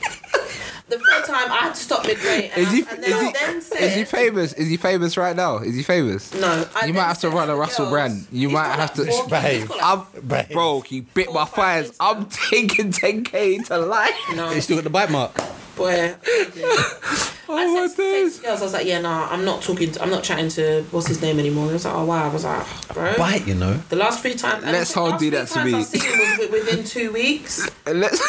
A: The third time I had to stop midway. And,
D: Is he?
A: I, and then, I then
D: Is he?
A: said,
D: Is he famous? Is he famous right now? Is he famous?
A: No, I
D: You
A: then
D: might have to
A: said
D: run a
A: the
D: Russell
A: girls-
D: Brand. You
A: He's
D: might
A: got
D: have
A: like four
D: to-
A: kids, he's
B: Behave.
A: got like
D: I'm
B: Babes.
D: broke. He bit my
A: Four, five
D: thighs.
A: days
D: I'm taking 10k to life.
A: No,
B: He's still got the bite mark.
A: boy. I
D: Oh,
A: said,
D: what
A: said
D: this?
A: to girls, I was like, yeah, nah, I'm not talking. To, I'm not chatting to what's his name anymore. And I was like, oh wow. I was like, bro.
B: Bite, you know.
A: The last three times. and
D: Let's
A: the
D: all
A: last
D: do
A: three
D: that to
A: times
D: me.
A: I've seen him was wi- within two weeks.
D: Let's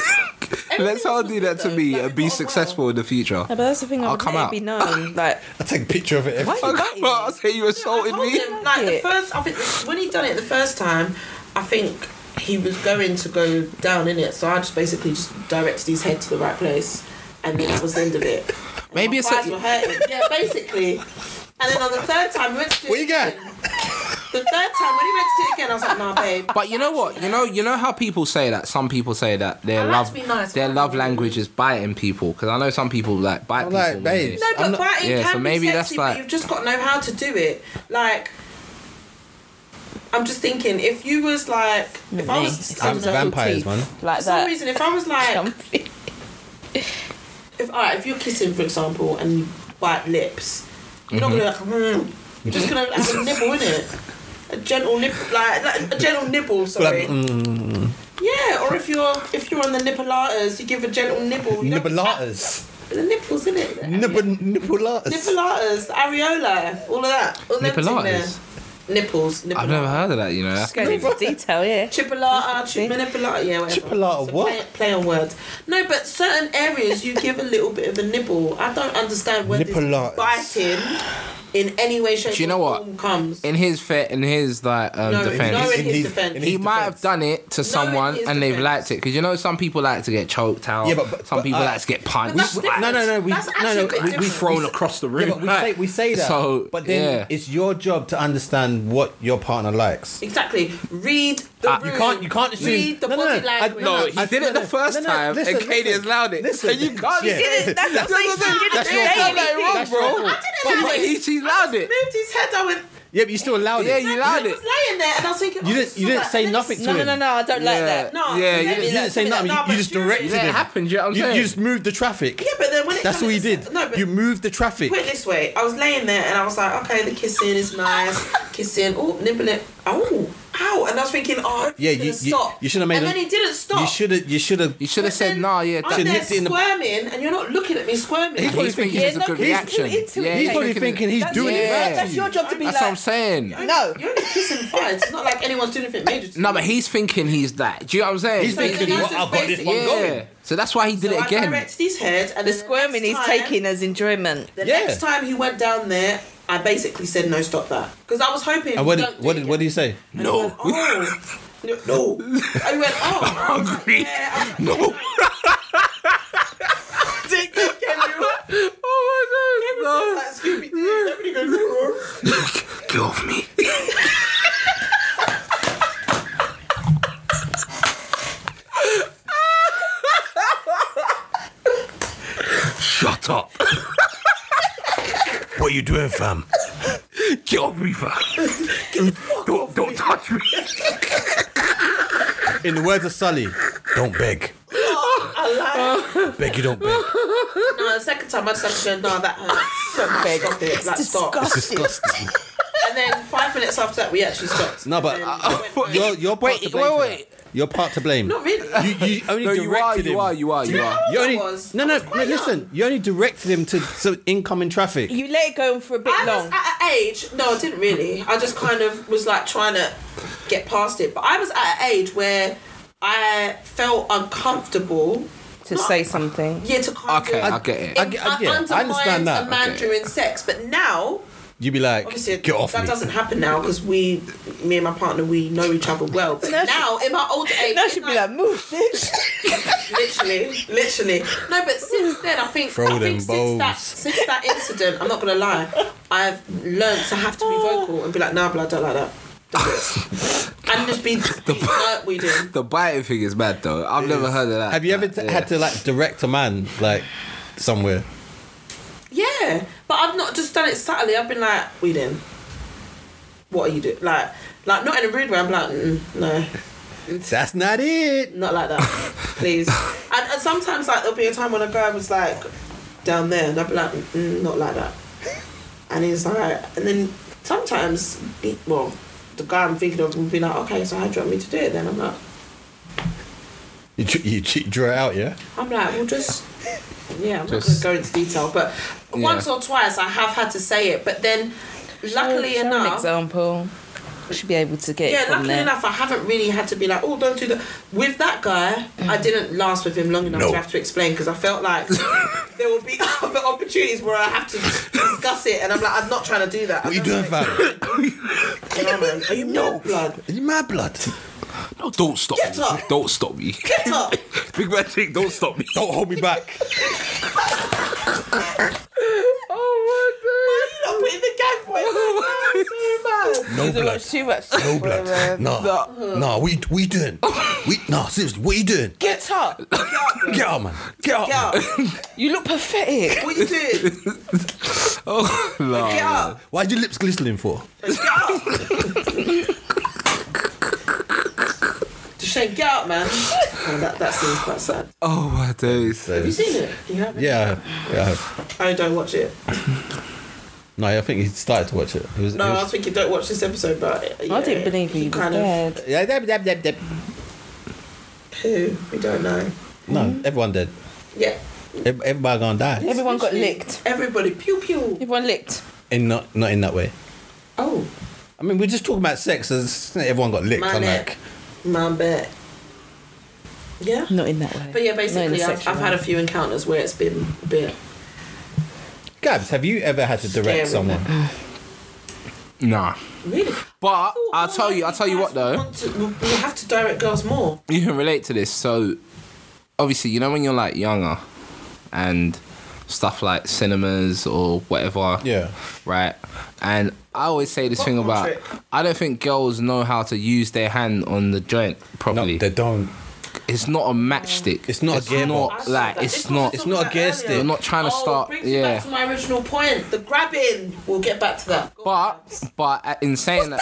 A: else
D: let's all
A: was
D: do
A: good
D: that to
A: though.
D: me
A: Like,
D: and
A: we got on
D: be
A: well.
D: successful in the future.
C: but that's the thing. I
D: I'll
C: would
D: come
C: let
D: out.
C: it be known. Like,
B: I take a picture of it. Every
C: Why?
B: time.
D: Okay, but I'll say you assaulted
A: I told
D: me.
A: him, like the
C: Like it.
A: first, I think when he done it the first time, I think he was going to go down in it. So I just basically just directed his head to the right place, and then that was the end of it. And
D: Maybe
A: my
D: it's
A: thighs
D: like-
A: were hurting. yeah, basically. And then on the third time, we went to do it
B: What you got?
A: again. The third time when he went to do it again, I was like, nah, babe.
D: But you know what? You know you know how people say that. Some people say that
A: I
D: their
A: like
D: love
A: to be nice,
D: their
A: but-
D: love language is biting people. Because I know some people like bite
B: I'm
D: people.
B: like,
D: when
B: babe.
D: they-
A: No, but
B: I'm not-
A: biting
D: Yeah,
A: can
D: so
A: be
D: maybe
A: sexy,
D: that's
A: but
D: like-
A: you've just got to know how to do it. Like, I'm just thinking, if you was like, if I
C: me,
A: was,
C: it's
A: I
B: I'm
A: don't
C: under
A: know,
C: full
B: vampires,
C: teeth,
B: man.
C: Like
A: for some
C: that.
A: reason, if I was like, if all right, if you're kissing, for example, and you bite lips, you're not
D: Mm-hmm.
A: gonna be like, mm, you're just gonna have a nibble in it. A gentle nibble, like, like a gentle nibble. Sorry.
D: mm.
B: mm,
A: Yeah, or if you're if you're on the nippolatas, you give a gentle nibble. You don't-
B: Nibbulatas.
A: The nipples in it.
B: Nibble- Nibbulatas.
A: Nippolatas, areola, all of that. All them thing
D: Nippolatas?
A: there. Nipples. Nippolata.
D: I've never heard of that. You know.
C: Just going into detail, yeah.
A: Chipolata,
C: See?
A: chip- manipulata, yeah, whatever.
B: Chipolata
A: So
B: what?
A: Play, play on words. No, but certain areas you give a little bit of a nibble. I don't understand where
B: Nippolatas.
A: this biting in any way, shape,
D: Do you know
A: or
D: what?
A: form comes.
D: in his fa- in his like um,
A: No,
D: defense.
A: no, in
B: In
A: his
B: his-
A: defense.
B: in
D: he
B: his
D: might
B: defense.
D: have done it to
A: in
D: someone
A: his
D: and they've
A: defense.
D: liked it because you know some people like to get choked out.
B: Yeah, but- but-
D: some
B: but
D: people
B: I-
D: like to get
A: But
D: punched.
A: that's
D: slapped,
A: different.
B: No, no, no, we-
A: That's
B: no,
A: actually
B: no,
A: a bit
B: we- we
A: different.
D: thrown across the
B: Yeah,
D: room.
B: but we
D: Like,
B: say we say that.
D: So,
B: but then
D: yeah.
B: it's your job to understand what your partner likes.
A: Exactly. Read the
D: Uh,
A: room.
B: Ah, You can't. You can't assume.
A: Read the
B: no, no,
A: body
B: no, I-
A: language.
D: No, he did it the first time, and Katie has allowed it. So you can't-
B: Yeah.
D: He did
C: That's what I'm saying. You
D: That's
C: didn't
D: your
C: say
D: fault.
C: anything.
D: Like, wrong,
B: That's
D: bro.
B: your fault.
A: I didn't
D: But
A: allow it.
D: he, she allowed it.
A: moved his head. I went.
B: Yeah, but you still allowed
D: Yeah,
B: it.
D: you
A: He
D: allowed
A: was
D: it.
A: laying there, and I was thinking.
B: You
A: oh,
B: didn't- you
A: this
B: didn't
A: is
B: say
A: like-
B: nothing to
C: No, no,
B: him.
C: no, no. I don't like
D: Yeah.
C: that.
A: No,
D: Yeah,
A: you
D: you
A: didn't,
D: didn't-
B: You didn't say nothing. You,
A: No,
B: you
A: but
B: just
A: during-
B: directed
D: Yeah, it
B: him.
D: happened, you know what I'm
B: you,
D: saying?
B: you just moved the traffic.
A: Yeah, but then when it
B: That's
A: comes
B: all you
A: to-
B: did.
A: No, but
B: you moved the traffic.
A: put it this way. I was laying there and I was like, okay, the kissing is nice, kissing. Oh, nibble it. Oh, ow! And I was thinking, oh,
B: Yeah,
A: he's gonna
B: you- you-
A: stop.
B: you should have made
A: And
B: him-
A: then he didn't stop.
B: You should have. You should have.
D: You should have
A: But
D: said,
A: then
D: "Nah, yeah."
A: I'm
D: That,
A: there
B: nipped it in the-
A: squirming, and you're not looking at me squirming.
B: He's probably
D: he's thinking
B: thinking
D: it's a
C: no,
D: good
C: he's
D: reaction.
C: too into it.
D: Yeah,
C: He's
B: probably
D: thinking
B: thinking he's
D: it's-
B: doing it
D: yeah.
B: right.
C: That's your job to be
D: That's what I'm
C: like.
D: saying.
C: No.
A: You're only kissing fine. It's not like anyone's doing anything major. to
D: No,
A: you.
D: but he's thinking he's that. Do you know what I'm saying?
B: He's
A: So then
B: thinking,
A: that's
B: "What?
A: just
B: I've got this
A: basic.
B: one
D: yeah.
B: going."
D: So that's why he did
A: So
D: it
A: I
D: again.
A: directed his head, and
C: The
A: then
C: squirming
A: next
C: he's
A: time-
C: taking as enjoyment.
A: The
B: Yeah.
A: next time he went down there, I basically said no, stop that, because I was hoping.
B: And what
A: he
B: did,
A: don't do
B: what
A: it
B: did
A: again.
B: what did he say?
A: And he went, oh. No. no. I went, oh. I'm
D: hungry.
A: no. Dick, you can do it.
D: Oh
A: Like Scooby Doo. Nobody goes, "Roar."
D: my god! Get off me! Shut up!
B: What you doing, fam?
D: Get off me, fam! Don't don't touch me!
B: In the words of Sully, don't beg.
A: I lied.
D: Oh,
B: Beg you don't beg.
A: No, the second time I just had to go, no, that hurts. Stop
C: beg.
A: it. Like, stop.
C: Disgust.
B: Disgusting.
A: And then five minutes after that, we actually stopped.
B: No, but
A: And
B: uh,
A: then we went,
B: you're, you're part
D: Wait,
B: to blame. for
D: wait,
B: that. You're part to blame.
A: Not really.
B: You, you only
D: No,
B: directed
D: you are,
B: him.
D: you are, you are, you are.
A: old
B: You
A: I
B: only,
A: was?
B: No,
A: I
B: no,
A: was
B: no
A: quite
B: listen.
A: young.
B: You only directed him to some incoming traffic.
C: You let it go for a bit
A: I was
C: long.
A: at an age. No, I didn't really. I just kind of was like trying to get past it. But I was at an age where I felt uncomfortable
C: to say something.
A: Yeah, to kind
D: Okay,
A: of
D: I get it.
B: I get- I get it. I
A: undermines
B: understand that.
A: a man
D: Okay.
A: during sex, but now
B: You'd be like,
A: obviously
B: get off
A: that
B: me.
A: doesn't happen now because we, me and my partner, we know each other well. But
C: Now she-
A: now in my older age,
C: Now she'd be like, move, bitch.
A: literally, literally. No, but since then, I think,
B: Throw
A: I
B: them
A: think since that
B: balls.
A: since that incident, I'm not gonna lie, I've learned to have to be vocal and be like, nah, blah, I don't like that. Don't do it." And just be, be like, we do.
D: The biting thing is mad though. I've never heard of that.
B: Have you ever
D: That,
B: t-
D: yeah.
B: had to like direct a man like somewhere?
A: Yeah, but I've not just done it subtly. I've been like, we did What are you doing? Like, like not in a rude way. I'm like, "Mm, no,
B: That's not it.
A: not like that, please. And, and sometimes like there'll be a time when a guy was like down there, and I'd be like, mm, not like that. And he's like, and then sometimes, he, well, the guy I'm thinking of will be like, okay, so how do you want me to do it then? I'm like,
B: You, tr- you, tr- draw it out, yeah.
A: I'm like, well, just Yeah, I'm
D: Just-
A: not going to go into detail, but once
D: Yeah.
A: or twice I have had to say it, but then luckily
C: Show- show an
A: enough,
C: example. You should be able to get
A: yeah,
C: it from
A: luckily
C: there.
A: enough, I haven't really had to be like, oh, don't do that. With that guy, I
C: Mm.
A: didn't last with him long enough
B: No.
A: to have to explain because I felt like there will be other opportunities where I have to discuss it, and I'm like, I'm not trying to do that.
B: What are you doing, fam?
A: fam? Are you no blood?
B: Are you mad blood?
D: No, don't stop
A: Get
D: me.
A: up.
D: Don't stop me.
A: Get up!
D: Big man Jake, don't stop me.
B: Don't hold me
A: Why
B: back.
A: are you not putting the gang for it? so bad.
B: No
C: You
B: blood.
C: watch too much.
B: No blood. Nah. Nah, what you, what you doing? We, nah, seriously, what you doing?
A: Get up!
B: Get up, man. Get up.
A: Get
B: man.
A: up!
C: You look pathetic.
A: What are you doing?
D: Oh, no.
A: Get up!
B: Why your lips glistening for?
A: Get up! Shane, get up, man. Oh, that, that seems quite sad.
D: Oh, my days.
A: Have you seen it? You haven't?
B: Yeah, yeah.
A: Oh, don't watch it.
B: No, I think he started to watch it. It was.
A: No,
B: it
A: I was
B: was
A: thinking don't watch this episode, but uh, yeah,
C: I didn't believe you.
A: he
C: You
A: Kind
C: dead.
B: yeah, dab, dab, dab, dab.
A: of who we don't know. Hmm?
B: No, everyone dead.
A: Yeah,
B: Ev- Everybody gonna die.
C: Everyone got licked.
A: Everybody, pew pew.
C: Everyone licked.
B: In not, not in that way.
A: Oh,
B: I mean, we're just talking about sex. As everyone got licked.
A: My
B: I'm
A: neck.
B: like,
A: my bet. Yeah,
C: Not in that way.
A: but yeah,
C: Not in a
A: basically, I've,
C: sexual
A: I've had a
C: way.
A: few encounters where it's been a bit.
B: Gabs, have you ever had to
A: Scary.
B: direct someone?
D: Nah.
A: Really?
D: But I'll
A: Oh,
D: tell you, I'll tell you
A: guys
D: what though.
A: want to- we- we have to direct girls more.
D: you can relate to this. So, obviously, you know when you're like younger, and stuff like cinemas or whatever.
B: Yeah.
D: Right. And I always say this thing
A: Popcorn
D: about
A: trick.
D: I don't think girls know how to use their hand on the joint
B: No,
D: properly.
B: they don't.
D: it's not a matchstick.
B: It's not a gearbox.
D: not Oh, like it's
A: what I
D: not.
A: was
B: it's
A: talking
B: not a
A: about
B: gear
A: earlier.
B: stick.
D: You're not trying to
A: Oh,
D: start.
A: Brings it
D: Yeah.
A: back to my original point. The grabbing. We'll get back to that. Go on, Gabs.
D: But but uh, in saying that,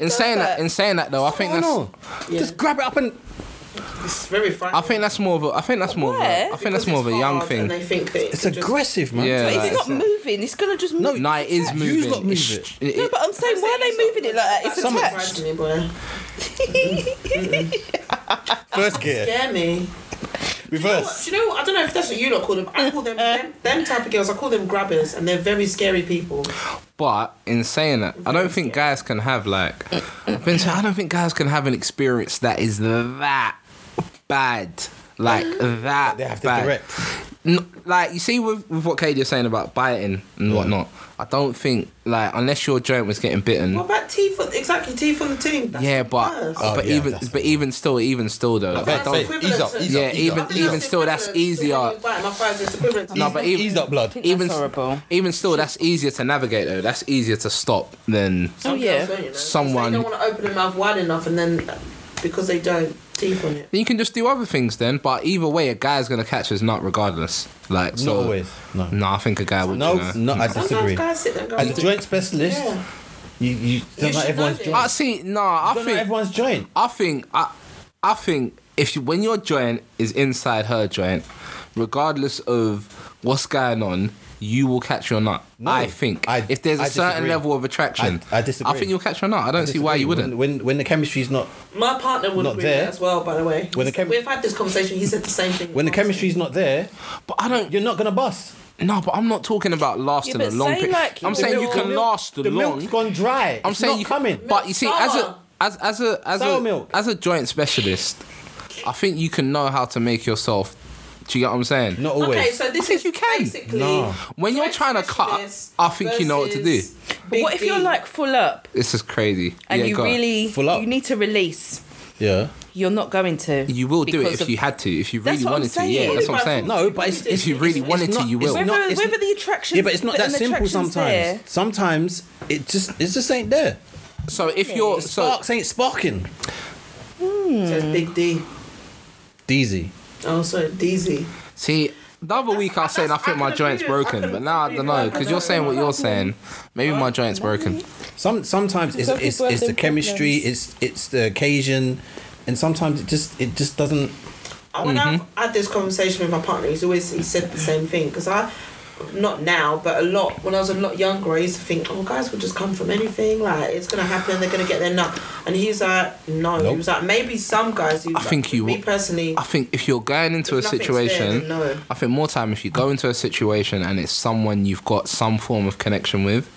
D: in saying that?
C: that?
D: in saying that though, I think
B: Oh,
D: that's.
B: no. Just grab it up and.
A: It's very funny.
D: I think that's more of a. I think that's more. Of a, I
C: Why?
D: think that's more of a young thing.
A: And they think that
B: It's
A: it just-
B: aggressive, man.
D: Yeah,
C: But
D: like-
C: it's not moving. It's gonna just move.
B: No,
D: No, it is moving.
B: Use lot move
D: It's-
B: it.
D: it-
C: No,
D: it-
C: but I'm saying, why are they moving it like that? It's
A: Someone
C: attached.
A: grabbed me, boy.
B: First gear.
A: Scare me.
B: Reverse.
A: Do you know what? I don't know if that's what you lot call them. I call them, them them type of girls. I call them grabbers, and they're very scary people.
D: But in saying that, I don't think guys can have like. I've been saying I don't think guys can have an experience that is that bad, like that.
B: They have to
D: bad.
B: direct.
D: N- like you see with, with what Katie was saying about biting and
B: Mm.
D: whatnot. I don't think like unless your joint was getting bitten.
A: What about teeth? On, exactly, teeth on the team. That's
D: yeah,
A: the
D: but
A: worst.
B: Oh,
D: but
B: yeah,
D: even
B: that's the
D: but even still even still though.
B: Like,
D: I
B: babe,
A: That's
D: don't-
B: babe,
A: equivalent
B: ease up,
A: to-
B: ease
D: Yeah,
B: up, ease
A: I
D: even
B: up.
A: think
D: even
A: that's
D: still that's
A: equivalent to
D: easier.
A: when you bite. My thighs is equivalent to
D: No,
A: that.
D: but even
B: Ease up, blood.
C: That's
D: even
C: horrible.
D: even still that's easier to navigate though. That's easier to stop than
A: Some
C: Oh, yeah.
A: girls don't, you know, 'cause
D: Someone-
A: They don't want to open their mouth wide enough, and then because they don't teeth on it.
D: Then you can just do other things then. But either way, a guy's gonna catch his nut regardless. Like so,
B: Not always. No.
D: No, I think a guy would.
B: No,
D: you
B: no,
D: know.
B: I disagree.
A: Sometimes guys sit there and go,
B: As a joint specialist,
A: Yeah.
B: you, you don't
A: should
B: know
A: know
B: everyone's
A: this.
B: joint.
D: I see. No, I
B: You don't know
D: think.
B: everyone's joint.
D: I think. I, I think if you, when your joint is inside her joint, regardless of what's going on, you will catch your nut.
B: No,
D: I think
B: I-
D: if there's a
B: I
D: certain
B: disagree.
D: level of attraction,
B: I- I disagree.
D: think you'll catch your nut. I don't see why you
B: When-
D: wouldn't.
B: When when the chemistry's not
A: My partner would
B: Not
A: agree
B: there.
A: with that as well, by the way.
B: When the chem-
A: We've had this conversation, he said the same thing.
B: when the
A: I was
B: chemistry's not there,
D: but I don't.
B: you're not gonna bust.
D: No, but I'm not talking about lasting
C: Yeah,
D: a
C: but
D: long
C: say,
D: period.
C: like,
D: I'm
C: the
D: saying you
A: milk-
D: can
A: the
D: last
B: The
D: long.
B: milk's gone dry.
D: I'm
B: it's
D: saying
B: not
D: you
B: coming.
D: But you see, as a
A: sour.
D: as as a as
B: Sour
D: a
B: milk.
D: as a joint specialist, I think you can know how to make yourself. Do you get what I'm saying?
B: not
A: saying-
B: always.
A: Okay, so this
D: think
A: is
D: you can.
A: basically
B: No.
D: When you're
A: joint
D: trying to cut,
A: specialists
D: I think you know what to do.
A: versus
C: But what
A: Big
C: if you're
A: B.
C: like full up
D: This is crazy.
C: and
D: Yeah,
C: you
D: go on.
C: really
B: Full up.
C: you need to release?
B: yeah.
C: You're not going to.
D: you will do it
C: because
D: if
C: of-
D: you had to, if you
C: That's
D: really
C: what I'm
D: wanted to. Yeah,
C: saying.
D: that's what I'm saying.
B: No, but it's-
D: if you really
B: It's
D: wanted to,
B: not-
D: you will.
B: it's
C: Whether,
B: not- it's-
C: whether the attraction.
B: Yeah, but it's not that simple sometimes.
C: There,
B: Sometimes it just it just ain't there.
D: so if you're so
B: Sparks ain't sparking.
A: It
B: Mm.
A: says Big D.
B: Deezy.
A: Oh, sorry, DZ.
D: see. The other week I was saying I think my joint's broken, but now I don't know because you're saying what you're saying. Maybe my joint's broken.
B: Some sometimes it's
C: Some
B: it's,
C: people have
B: it's the
C: them
B: chemistry,
C: problems.
B: it's it's the occasion, and sometimes it just it just doesn't.
D: Mm-hmm.
A: And when I've had this conversation with my partner, he's always he said the same thing because I not now, but a lot. When I was a lot younger, I used to think, oh, guys will just come from anything. Like it's gonna happen. They're gonna get their nut. And he's like, no.
B: Nope.
A: He was like, maybe some guys. He was
D: I
A: like,
D: think you
A: Me
D: will-
A: personally.
D: I think if you're going into
A: If
D: a
A: nothing's there,
D: situation,
A: then no.
D: I think more time if you go into a situation and it's someone you've got some form of connection with,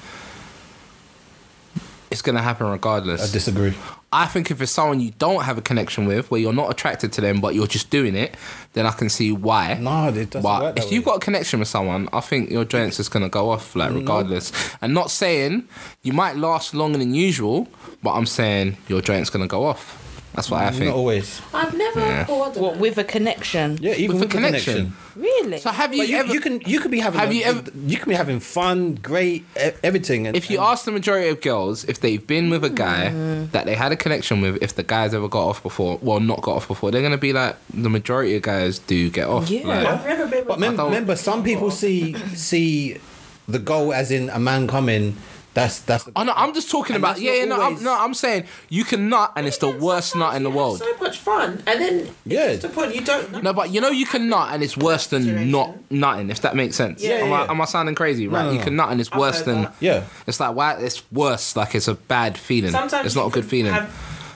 D: it's gonna happen regardless.
B: I disagree.
D: I think if it's someone you don't have a connection with, where you're not attracted to them but you're just doing it, then I can see why.
B: No, it doesn't
D: But
B: work that
D: if you've
B: way.
D: got a connection with someone, I think your joint's just gonna go off, like regardless. And not saying you might last longer than usual, but I'm saying your joint's gonna go off. That's what I
B: Not
D: think.
B: always.
E: I've never.
D: Yeah.
E: Oh, I don't
C: What
E: know.
C: with a connection?
B: Yeah, even with,
D: With a
B: the connection.
D: connection.
C: Really?
D: So have you,
B: You, you,
D: ever?
B: you can you can be having
D: Have
B: a-
D: you ever-
B: you can be having fun, great, e- everything. And,
D: if you
B: and- Hmm.
D: ask the majority of girls if they've been with a guy that they had a connection with, if the guy's ever got off before, well, not got off before, they're gonna be like the majority of guys do get off.
C: Yeah.
D: like-
A: I've never been. with-
B: But mem-
D: I don't-
B: remember, some people see see the goal as in a man coming. That's that's.
D: Oh no, I'm just talking
B: And
D: about
B: that's
D: yeah,
B: not
D: yeah no, I'm,
B: always-
D: no, I'm saying you can nut and it's the
A: Yeah,
D: worst
A: sometimes
D: nut in the
A: you have
D: world.
A: So much fun, and then yeah,
B: Yeah.
A: to the point you don't. Know.
D: No, but you know you can nut and it's worse than
A: Consideration.
D: not nutting. If that makes sense.
A: Yeah,
D: am,
B: yeah,
D: I,
B: yeah.
D: am I sounding crazy? Right.
B: no,
D: You
B: no.
D: can nut and it's
A: I've
D: worse
A: heard
D: than.
A: that.
B: yeah.
D: It's like why it's worse. Like it's a bad feeling.
A: Sometimes
D: it's not a
A: you
D: good
A: can
D: feeling.
A: have,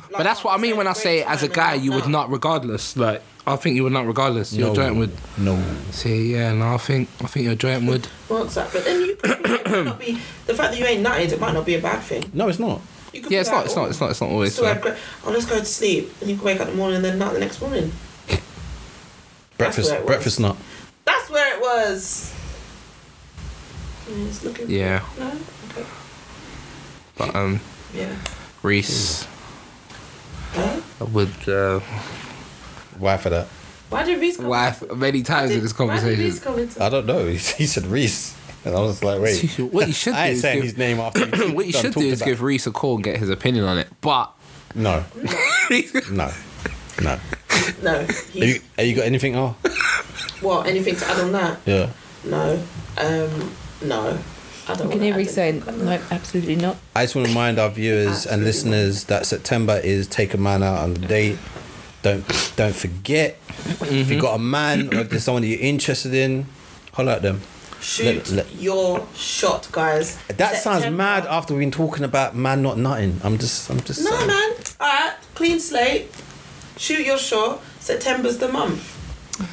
A: like,
D: but that's what I mean when I say
A: great
D: as a
A: time
D: guy
A: and
D: you would
A: not.
D: nut regardless. Like I think you would nut regardless. Your
B: No.
D: joint would.
B: No.
D: See, yeah, no, I think I think your joint would.
A: What's that? But then you could it might not be the fact that you ain't nutted. It might not be a bad thing.
B: No, it's not.
A: You could
D: Yeah,
A: be
D: it's
A: like,
D: not. It's
A: "Oh,
D: not. It's not. It's not always.
A: still
D: uh,
A: had great. I'll just go to sleep, and you can wake up in the morning and then nut the next morning.
B: Breakfast,
A: where it was.
B: breakfast nut.
A: That's where it was. Yeah, it's looking-
D: Yeah,
A: No? Okay.
D: but um,
A: Yeah.
D: Reese
A: Huh?
B: Hmm.
D: would. Uh,
B: Why for that?
A: Why did Reese come?
D: wife many times
A: Why
D: in this
A: did- why did
D: conversation.
A: Reese come into-
B: I don't know. He said Reese, and I was like, wait.
D: What you should do
B: I ain't
D: is
B: saying
D: give,
B: his name after. he's
D: what you
B: done
D: should do
B: talked
D: is
B: about.
D: give Reese a call and get his opinion on it. But
B: No, no, no.
A: No.
B: Have
A: He,
B: you, have you got anything? Oh,
A: what? Anything to add on that?
B: yeah.
A: No. Um. No. I don't.
C: You can
A: wanna
C: hear
A: add
C: me saying,
A: anything.
C: no, absolutely not.
B: I just want to remind our viewers
A: Absolutely.
B: and listeners that September is take a man out on the date. Don't don't forget. If you got a man or if there's someone that you're interested in, holler at them.
A: Shoot
B: Let- let-
A: your shot, guys.
B: That sounds
A: September.
B: mad. After we've been talking about man not nutting, I'm just I'm just.
A: No,
B: saying.
A: man. All right, clean slate. Shoot your shot. September's the month.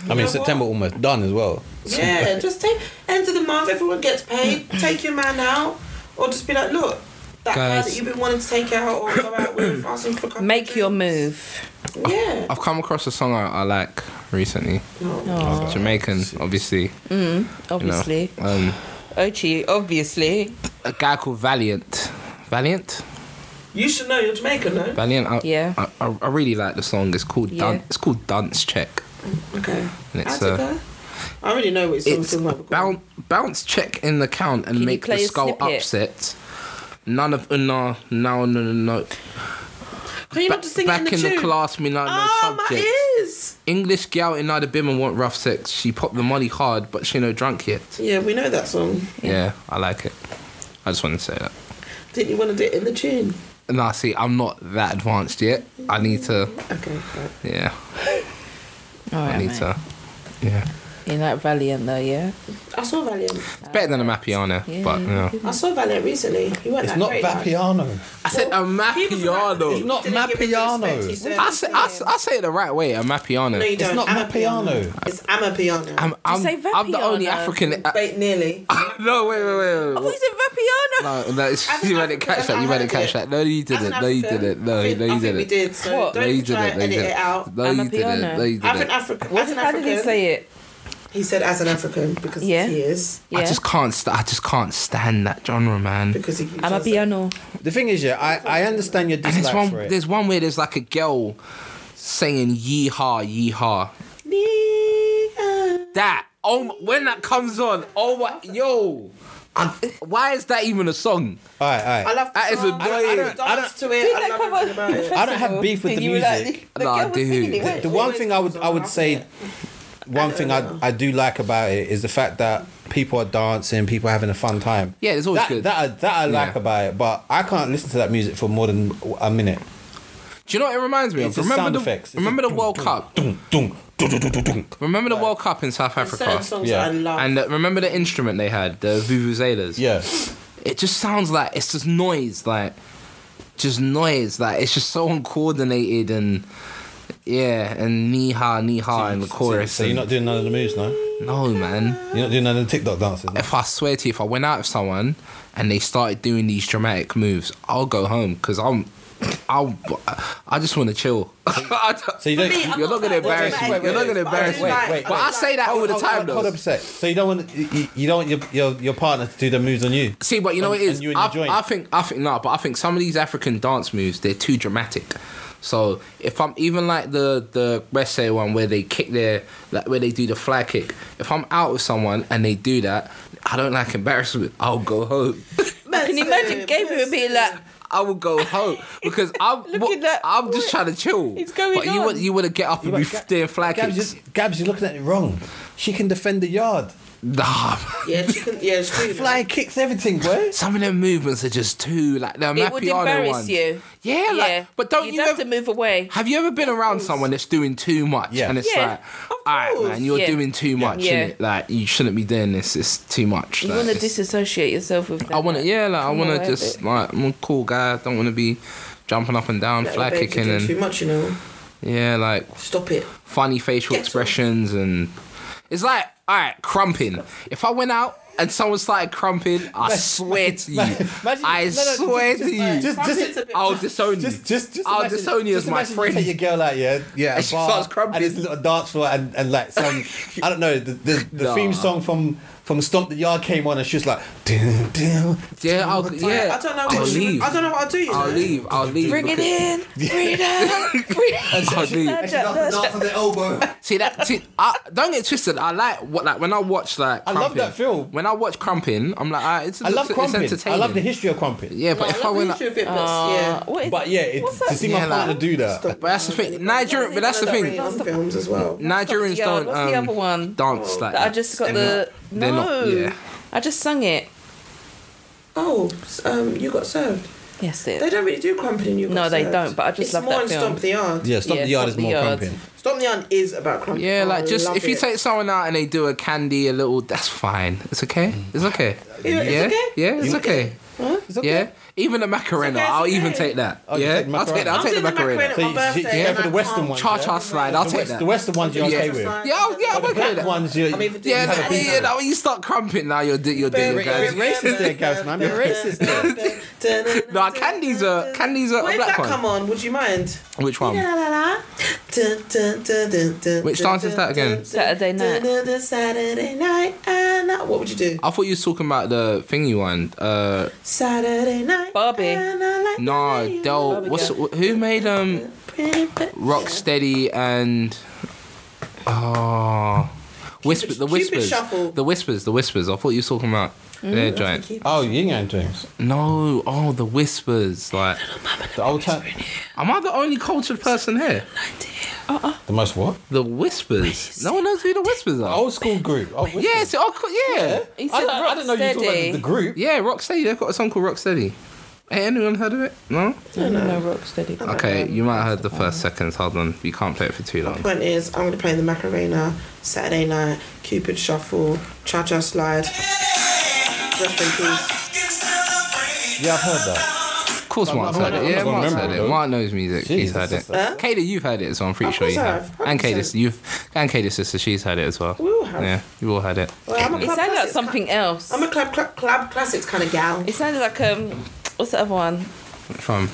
B: I mean,
A: know
B: September almost done as well.
A: Yeah, just take end of the month. Everyone gets paid. Take your man out, or just be like, look, that
D: Guys.
A: guy that you've been wanting to take out or go out with, ask him for a couple
C: Make
A: of
C: your
A: drinks.
C: move.
A: Yeah.
D: I've come across a song I, I like recently.
A: No.
C: Oh,
D: Jamaican, obviously.
C: Mm. obviously.
D: You know. um,
C: Ochi, obviously.
D: a guy called Valiant. Valiant?
A: You should know you're Jamaican, no?
D: Valiant. I,
C: Yeah.
D: I, I, I really like the song. It's called Dun-
C: Yeah.
D: It's called Dunce Check.
A: Okay.
D: And it's,
A: How's it
D: uh,
A: go? I already know which song's
D: It's
A: talking about.
D: bounce, bounce check in the count and
C: Can you
D: make the
C: play a
D: skull
C: snippet?
D: upset. None of uh, no no no no no.
A: Can you
D: Ba-
A: not just sing
D: back
A: it in the tune?
D: class, me no no
C: Ah,
A: oh,
D: subject.
A: my ears.
D: English gal in the bim and want rough sex. She popped the money hard, but she no drunk yet.
A: Yeah, we know that song.
D: Yeah, I like it. I just wanted to say that.
A: Didn't you want to do it in the tune?
D: Nah, see, I'm not that advanced yet. I need to.
A: Okay. right.
D: Yeah,
C: All
D: I
C: right,
D: need
C: mate.
D: to. Yeah,
C: You're not valiant though, yeah?
A: I saw Valiant.
D: it's better than a Mapiano,
C: Yeah.
D: but you know.
A: I saw Valiant recently. He weren't
B: It's
A: that
B: not
A: great, like.
B: Vapiano.
D: I said a
A: He was like-
D: Mapiano.
B: It's not
A: Didn't give him the
B: Mapiano.
A: respect he said.
D: I say, I, s- I say it the right way, a Mapiano.
A: No, you
B: It's
A: don't.
B: not
A: Amapiano.
B: Mapiano.
A: It's Amapiano.
D: I'm, I'm,
C: say
D: I'm the only
C: Vapiano?
D: African. I,
A: Bait nearly.
D: no, wait, wait, wait.
C: Oh,
D: wait, wait.
C: he's in Vapiano!
D: No, no,
A: As an
D: you had it catch
A: African,
D: that. You
A: I
D: had it
A: heard
D: catch
A: it.
D: that. No, you
A: As an
D: didn't. No, you
A: African,
D: didn't. No,
A: I think,
D: no,
A: I
D: you
A: think we
D: didn't.
A: did. So
C: What?
A: don't
D: No, you
A: try
D: didn't.
A: and
D: No, you
A: edit it
D: didn't.
A: out.
D: No, you
C: Amapiano.
D: didn't. No, you
A: As an
D: didn't.
A: African,
C: How
A: as an
C: did, how did
A: African,
C: he say it?
A: he said as an African because
C: Yeah.
A: he is
C: Yeah.
D: I just can't. St- I just can't stand that genre, man. And
A: because he. uses-
C: Amapiano.
B: The thing is, yeah, I, I understand your
D: there's
B: dislike
D: one.
B: for it.
D: There's one where there's like a girl singing "Yeehaw, Yeehaw."
A: Nigga.
D: That. Oh, m- when that comes on. Oh my, yo. I- why is that even a song?
B: All right, all right.
A: I love
D: That is
A: song.
D: annoying.
A: dance to it. I love everything about it.
B: I don't have beef with the music.
D: Nah,
B: The, the one thing I would I would say, one thing I, I do like about it is the fact that people are dancing, people are having a fun time.
D: Yeah, it's always
B: that,
D: good.
B: That I, that I like
D: Yeah.
B: about it, but I can't listen to that music for more than a minute.
D: Do you know what it reminds me
B: It's
D: of?
B: the
D: Remember
B: sound
D: the
B: effects. It's
D: remember
B: the
D: the World Cup
B: Dun, dun,
D: Remember the World Cup in South
A: There's certain
D: Africa?
A: songs
B: Yeah.
A: that I love.
D: And uh, remember the instrument they had, the vuvuzelas.
B: Yeah.
D: It just sounds like it's just noise, like just noise, like it's just so uncoordinated and yeah, and knee ha knee ha in the chorus.
B: So you're
D: and-
B: not doing none of the moves, no?
D: no man.
B: You're not doing none of the TikTok dances. No?
D: If I swear to you, if I went out with someone and they started doing these dramatic moves, I'll go home because I'm. I'll, I just want to chill. I don't-
B: So you don't.
A: For me, I'm
D: you're not gonna
A: that bad
D: embarrass
A: at
D: me.
A: dramatic
D: You're not gonna
A: moves, but I
D: embarrass
A: do
D: me.
A: like-
B: Wait,
D: But I say that all the time
B: Hold
D: though.
B: up a sec. So you don't want you, you don't want your, your your partner to do the moves on you.
D: See, but you know
B: And-
D: it is.
B: and you and your
D: I,
B: joint.
D: I think I think no, but I think some of these African dance moves they're too dramatic. So if I'm even like the the West Say one where they kick their like where they do the flag kick. If I'm out with someone and they do that, I don't like embarrassment. I'll go home.
C: I can imagine Gabriel would be like,
D: I will go home because I'm
C: Looking at-
D: I'm just trying to chill.
C: It's going
D: but you
C: on.
D: want you want to get up and be
B: Gab-
D: doing flag
B: Gabs,
D: kicks.
B: you're- Gabs, you're looking at it wrong. She can defend the yard.
D: Nah,
A: Yeah, she can. Yeah, she can.
B: Fly kicks everything, boy.
D: some of them movements are just too like they're
C: it would embarrass
D: ones.
C: you.
D: Yeah, like but don't
C: You'd
D: you
C: have
D: ever-
C: to move away.
D: Have you ever been around someone that's doing too much?
B: Yeah.
D: And it's
C: Yeah,
D: like,
A: of
D: all right,
A: course.
D: man, you're
C: Yeah.
D: doing too much.
C: Yeah.
D: innit? Like, you shouldn't be doing this. It's too much.
C: You
D: Like,
C: want to
D: it's-
C: disassociate yourself with that.
D: I want to, yeah, like, I
C: Come
D: want
C: away
D: to
C: with
D: just,
C: it.
D: like, I'm a cool guy. I don't want to be jumping up and down,
A: Like,
D: flat
A: babe, you're
D: kicking,
A: doing
D: and,
A: too much, you know.
D: yeah, like,
A: Stop it.
D: funny facial
A: Get
D: expressions. And it's like, all right, crumping. If I went out, and someone started crumping. I swear to you.
B: imagine-
D: I
B: no, no,
D: swear
B: just-
D: to
B: just-
D: you.
B: just-
A: Crumping's a bit
D: I'll
A: much.
D: disown you.
B: Just, just, just.
D: I'll
B: imagine-
D: disown you
B: just
D: as my
B: imagine
D: friend.
B: You take your girl out, yeah, Hmm. yeah,
D: And
B: a
D: she
B: bar,
D: starts crumping.
B: and it's a little dance floor, and, and like some, I don't know, the the, the
D: Nah.
B: theme song from from Stomp the Yard came on, and she was like, dun, dun.
D: Yeah, I'll, yeah.
A: I don't know.
D: I'll
A: what she would-
D: leave.
A: I don't know what I'll do. You
D: I'll
A: know?
D: leave. I'll leave.
C: Bring it
D: because-
C: in. Bring it out. Bring it
B: and
D: I'll
B: she,
D: leave.
B: and she does the dance on the elbow.
D: See that? See, I, don't get twisted. I like what like when I watch like.
B: I love
D: Crumpin,
B: that film.
D: When I watch Crumpin, I'm like, ah, it's,
B: I love
D: it's,
B: crumping. I
D: entertaining.
B: love the history of crumping.
D: Yeah,
A: No,
D: but if I
A: love
D: went,
A: the history
D: like,
A: of it, but,
C: Uh,
A: yeah.
C: what is-
B: But yeah, it,
C: what's
B: to
C: that?
B: see
D: Yeah,
B: my
D: like-
B: partner do that,
D: but that's the thing. Nigerian, but that's the thing.
A: Other films as well.
D: Nigerians
C: Yeah,
D: don't
C: what's
D: um,
C: the other one?
D: dance like
C: that I
D: that.
C: just got
D: They're
C: the
D: not- they're
C: no.
D: not- yeah.
C: I just sung it.
A: Oh, s- um, you got served.
C: Yes,
A: They
C: it.
A: don't really do crumping in you. Got
C: No, they
A: Served.
C: don't, but I just
A: it's
C: love
A: more
C: that
A: in
C: film.
A: Stomp the Yard.
B: Yeah, Stomp
C: Yeah,
B: the Yard
C: Stomp
B: is
C: the
B: more
C: Yard.
B: crumping.
A: Stomp the Yard is about crumping.
D: Yeah,
A: Oh,
D: like
A: I
D: just
A: love
D: if you
A: it.
D: take someone out and they do a candy, a little, that's fine. It's okay. It's okay.
A: Yeah, it's
D: yeah,
A: okay.
D: yeah, it's
A: It's
D: okay.
B: It's okay.
D: Yeah, even the macarena.
A: It's okay, it's
D: I'll even
A: okay.
D: take that.
B: Oh, you
D: yeah,
B: take the
D: I'll take that.
B: macarena.
D: I'll
A: I'm
D: take the
A: doing the
D: macarena.
A: macarena.
B: So
A: on
B: you,
A: my
B: you,
A: birthday
B: you go
A: and
B: for the
A: I
B: Western
A: can't-
B: ones.
D: Cha
B: yeah?
D: cha slide.
B: The
D: I'll take
B: West-
D: that.
B: The Western ones you're okay
D: Yeah.
B: with.
A: Slide.
D: Yeah, I'll- yeah, I'm
B: The
D: okay with
B: black
D: that.
B: ones, you,
A: I'm even doing
D: Yeah,
A: that.
D: that, yeah, that, when you start crumping now, you're di- you're doing
B: You're
D: your guys.
B: ra- racist there, Gavs, man. You're racist
A: there.
D: No, candies are candies are
A: What
D: a
A: if that
D: black
A: come
D: one.
A: on? Would you mind?
D: Which one? Which
A: Which
D: dance is that again?
C: Saturday night.
A: Saturday night and I- what would you do?
D: I thought you was talking about the thingy one. Uh,
A: Saturday night.
C: Barbie.
A: and I like the
D: nah,
A: way you
D: Del.
A: look.
D: What's who made um
A: Pretty pretty.
D: Rocksteady and oh, whisper the
A: Cupid
D: whispers,
A: Shuffle.
D: the whispers, the whispers. I thought you was talking about their giant.
B: Oh, Ying Yang James.
D: No, oh, the whispers. Like,
B: The old time.
D: am I the only cultured person here?
B: The most what?
D: The whispers. No one knows who the whispers are.
B: Old school group. Oh, whistle.
D: Yeah, it's, oh, co- yeah.
B: I,
C: He said
B: don't- I don't know you talking about the,
C: Rocksteady.
B: the group.
D: Yeah, Rocksteady. They've got a song called Rocksteady. Hey, anyone heard of it? No?
C: No, no, Rocksteady.
D: Okay, you might have heard the first seconds. Hold on. You can't play it for too long.
A: Point is, I'm gonna play the Macarena, Saturday night, Cupid Shuffle, Cha Cha Slide. Rest in peace.
B: Yeah, I've heard that.
D: Of course, Mark's
B: I'm
D: heard
B: not-
D: it.
B: I'm
D: Yeah,
B: not
D: Mark's heard
B: remembering
D: it.
B: though.
D: Mark knows music. He's
B: Jeez,
D: heard it.
B: that's-
A: Huh?
D: Katie, you've heard it, so I'm pretty
A: Of
D: sure you
A: course I
D: have.
A: have,
D: And Katie's,
A: 100%.
D: you've and Katie's sister, she's heard it as well.
A: We all have.
D: Yeah, you all heard it.
A: Well, I'm a
C: It
A: club
C: sounded like
A: classics-
C: something else.
A: I'm a club, club, club classics kind of gal.
C: It sounded like um, what's the other one?
D: From.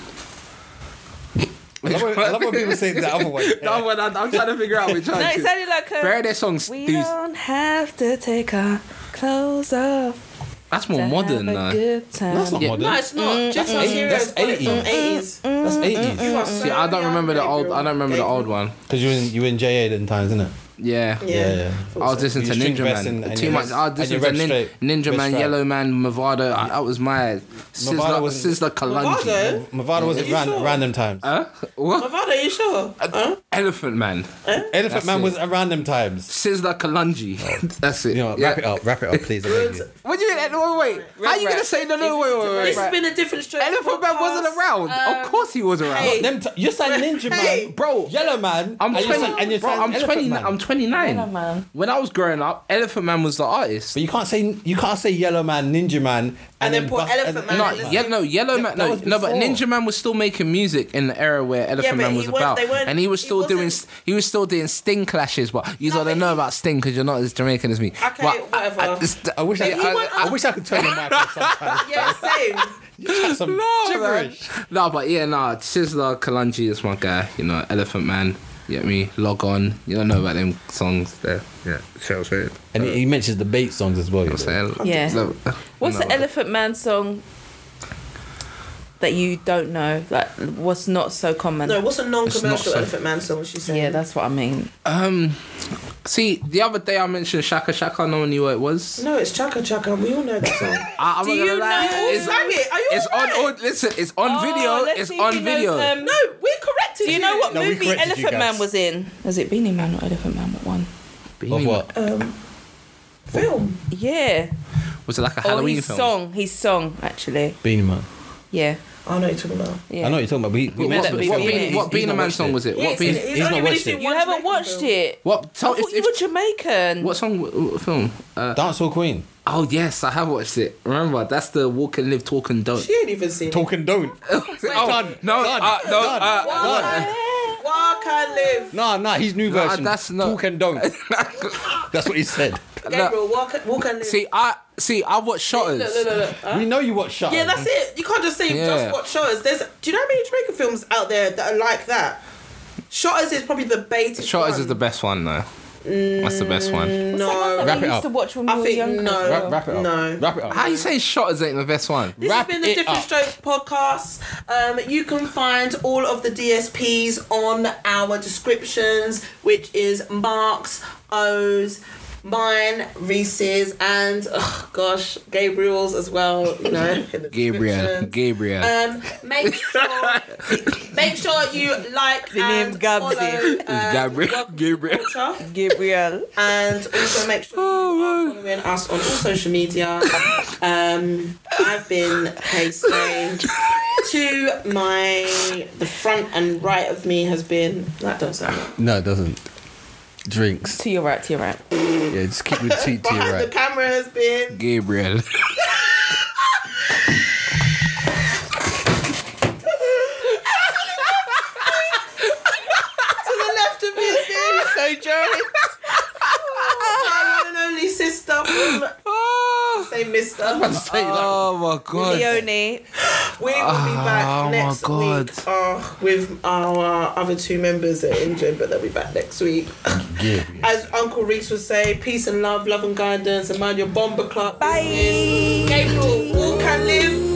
B: I love, when, I love when people say it the other way.
D: No, well, I- I'm trying to figure out
A: Oh,
D: which one.
C: No, it sounded like um,
D: Bury their songs.
C: We
D: dudes.
C: don't have to take our clothes off.
D: That's more
C: to
D: modern, uh,
C: have a
D: though.
C: good time.
B: That's not modern.
A: No, it's not. Just
B: that's
A: mm, serious.
B: that's
A: That's 80s. 80s.
B: That's eighties.
A: You are
D: See,
A: so
D: I don't
A: young,
D: remember the old.
A: Gabriel.
D: I don't remember the old one.
B: Because you were in you were in JA then times, isn't it?
D: Yeah.
B: Yeah, yeah.
A: thought
D: I was
A: so.
D: listening
B: You
D: to
B: just drink
D: Ninja
B: Vest and-
D: Man.
B: and
D: Too
B: you
D: much. Oh,
B: rest-
D: I
B: and
D: was
B: you
D: listening to
B: rest
D: Nin-
B: straight.
D: Ninja
B: Rest
D: Man,
B: right.
D: Yellow Man, Movado. I, that was my Sizzler,
B: Movado wasn't-
D: Sizzler Kalungi.
A: Movado?
B: Mavada was at
A: You
B: ran-
A: sure?
B: random times.
D: Huh? What?
A: Mavado, are you sure? Huh?
D: Elephant Man.
B: Elephant
D: that's
B: Man
D: it.
B: was at random times.
D: Sizzler Kalungi. That's it.
B: Oh. You know, what,
D: Yeah.
B: wrap it up, wrap it up, please. I beg you.
D: What do you mean? Wait, wait. wait. How are you going to say no, no, wait, wait, wait,
A: This
D: wait.
A: has been a different straight.
D: Elephant Man wasn't around. of course he was around.
A: hey.
B: Them t- you sang Ninja
A: Hey,
B: Man,
D: bro.
B: Yellow Man.
D: I'm
B: and you
D: 20.
B: sang- and you
D: bro,
B: sang
D: I'm
B: Elephant
D: 29.
B: Man.
D: I'm 29.
C: Yellow Man.
D: When I was growing up, Elephant Man was the artist.
B: But you can't say you can't say Yellow Man, Ninja Man, and,
A: then put
B: bust-
A: Elephant Man
D: No,
A: and
D: yeah,
A: Lizzo.
D: no, Yellow
B: Yeah, that
D: Man. No,
B: was
D: no, but
B: before.
D: Ninja Man was still making music in the era where Elephant
A: but
D: Man
A: he
D: was
A: weren't-
D: about,
A: they weren't-
D: and he was
A: he
D: still doing,
A: wasn't-
D: st- he was still doing Sting clashes. But you
A: No,
D: don't
A: but
D: know
A: he-
D: about Sting because you're not as Jamaican as me.
A: Okay,
D: But I- I,
A: whatever.
D: just-
B: I wish I,
A: But he
B: I,
A: went
B: I
A: up-
B: wish I could turn your mic off sometimes.
A: Yeah, same.
B: That's some
D: No, man.
B: gibberish.
D: no, but yeah, nah. Sizzler, Kalanji is my guy. You know, Elephant Man. You get me? Log on. You don't know about them songs there. Yeah, shout out.
B: And he mentions the bait songs as well. You know.
C: Yeah.
D: No,
C: What's
D: no.
C: the Elephant Man song that you don't know? Like, what's not so common?
A: No, what's a
D: It's not
A: non-commercial
D: so-
A: Elephant Man song? She said.
C: yeah, that's what I mean.
D: Um, see, the other day I mentioned Shaka Shaka. No one knew what it was.
A: No, it's Chaka Chaka. We all know that song.
D: I, Ah, I'm
C: Do
D: not gonna
C: you
D: lie,
C: know
D: It's,
A: Who sang it? Are you
D: it's
A: all
D: on.
A: right?
D: au- Listen, it's on
C: Oh,
D: video.
C: let's
D: It's
C: see if
D: on
C: he knows,
D: video.
C: um,
A: No, we corrected
C: Do you know what
B: No, we
C: movie
B: corrected you
C: Elephant Man
B: guys.
C: was in? Was it Beanie Man or Elephant Man? What one?
B: Of what?
A: Um, film.
C: Yeah.
D: Was it like a
C: or
D: Halloween
C: Oh, his
D: film?
C: song. His song, actually.
B: Beanie Man.
C: Yeah.
A: I know what you're talking about.
C: yeah.
B: I know what you're talking about. But he, we
C: Let
D: What, what,
B: watched
C: that
B: the
C: be
D: what,
B: film.
C: for you.
D: Beanie-
B: He's
D: what
B: not
D: Beanie Man
B: watched
D: song
B: it.
D: was it? What
A: He's- he's
D: Beanie?
B: He's
A: only
B: not
A: really
B: watched
A: seen
B: it.
C: You
A: one
C: haven't
A: Jamaican
C: watched
A: film.
C: it.
D: What? Tell,
C: I
D: if,
C: thought you
D: if,
C: were Jamaican.
D: what song? What, what film? Uh,
B: Dancehall Queen.
D: oh yes, I have watched it. Remember, that's the Walk and Live, Talk and Don't.
A: She ain't even seen it.
B: Talking don't.
D: Oh,
B: Done.
D: No,
B: Done.
D: uh, no,
B: Done.
D: uh,
B: Done.
A: Walk and live.
B: No, no, his new
D: No,
B: version.
D: that's not-
B: Talk and don't. that's what he said.
A: Gabriel, walk, walk and live.
D: See, I see. I watched Shotters.
A: Look, look, look, look. Huh?
B: We know you watch Shut.
A: Yeah, that's it. You can't just say
D: um, Yeah.
A: just watch Shotters. There's, do you know how many Jamaican films out there that are like that? Shotters is probably the baited.
D: Shotters
A: one.
D: is the best one though. That's the best
C: What's
D: one.
C: that one
A: No,
C: that
B: Wrap
C: we
B: it
C: used
B: up.
C: to watch when we
A: I
C: were
A: think
C: younger.
A: no.
C: as well?
B: Wrap, wrap it up.
A: No.
B: Wrap it up.
D: How you saying Shotters ain't the best one?
A: This
B: Wrap
A: has been the
B: it
A: Different
B: up.
A: Strokes podcast. Um, you can find all of the DSPs on our descriptions, which is Mark's, O's, mine, Reese's, and oh gosh, Gabriel's as well. You know, in the
D: Gabriel,
A: description.
D: Gabriel.
A: Um, make sure make sure you like
C: The name
A: and
C: Gabsy.
A: follow, um,
D: Gabriel,
A: Welcome to
D: Gabriel.
A: Culture.
C: Gabriel.
A: and also make sure you are following us on all social media. Um, I've been Casey. to my the front and right of me has been that does sound right.
B: No, it doesn't. Drinks.
C: To your right, to your right.
B: Yeah, just keep with teeth to your
A: behind the
B: right.
A: camera has been
D: Gabriel.
A: to the left of me has been Oh,
C: So Joe.
A: my one and only sister from
D: oh
A: say mister.
D: my god.
C: Leonie.
A: We will be back
D: Oh, my
A: next
D: God.
A: week uh, with our other two members at England, but they'll be back next week. As Uncle Reese would say, peace and love, love and guidance, and mind your bomber club.
C: Bye.
A: business. Gabriel, walk and live.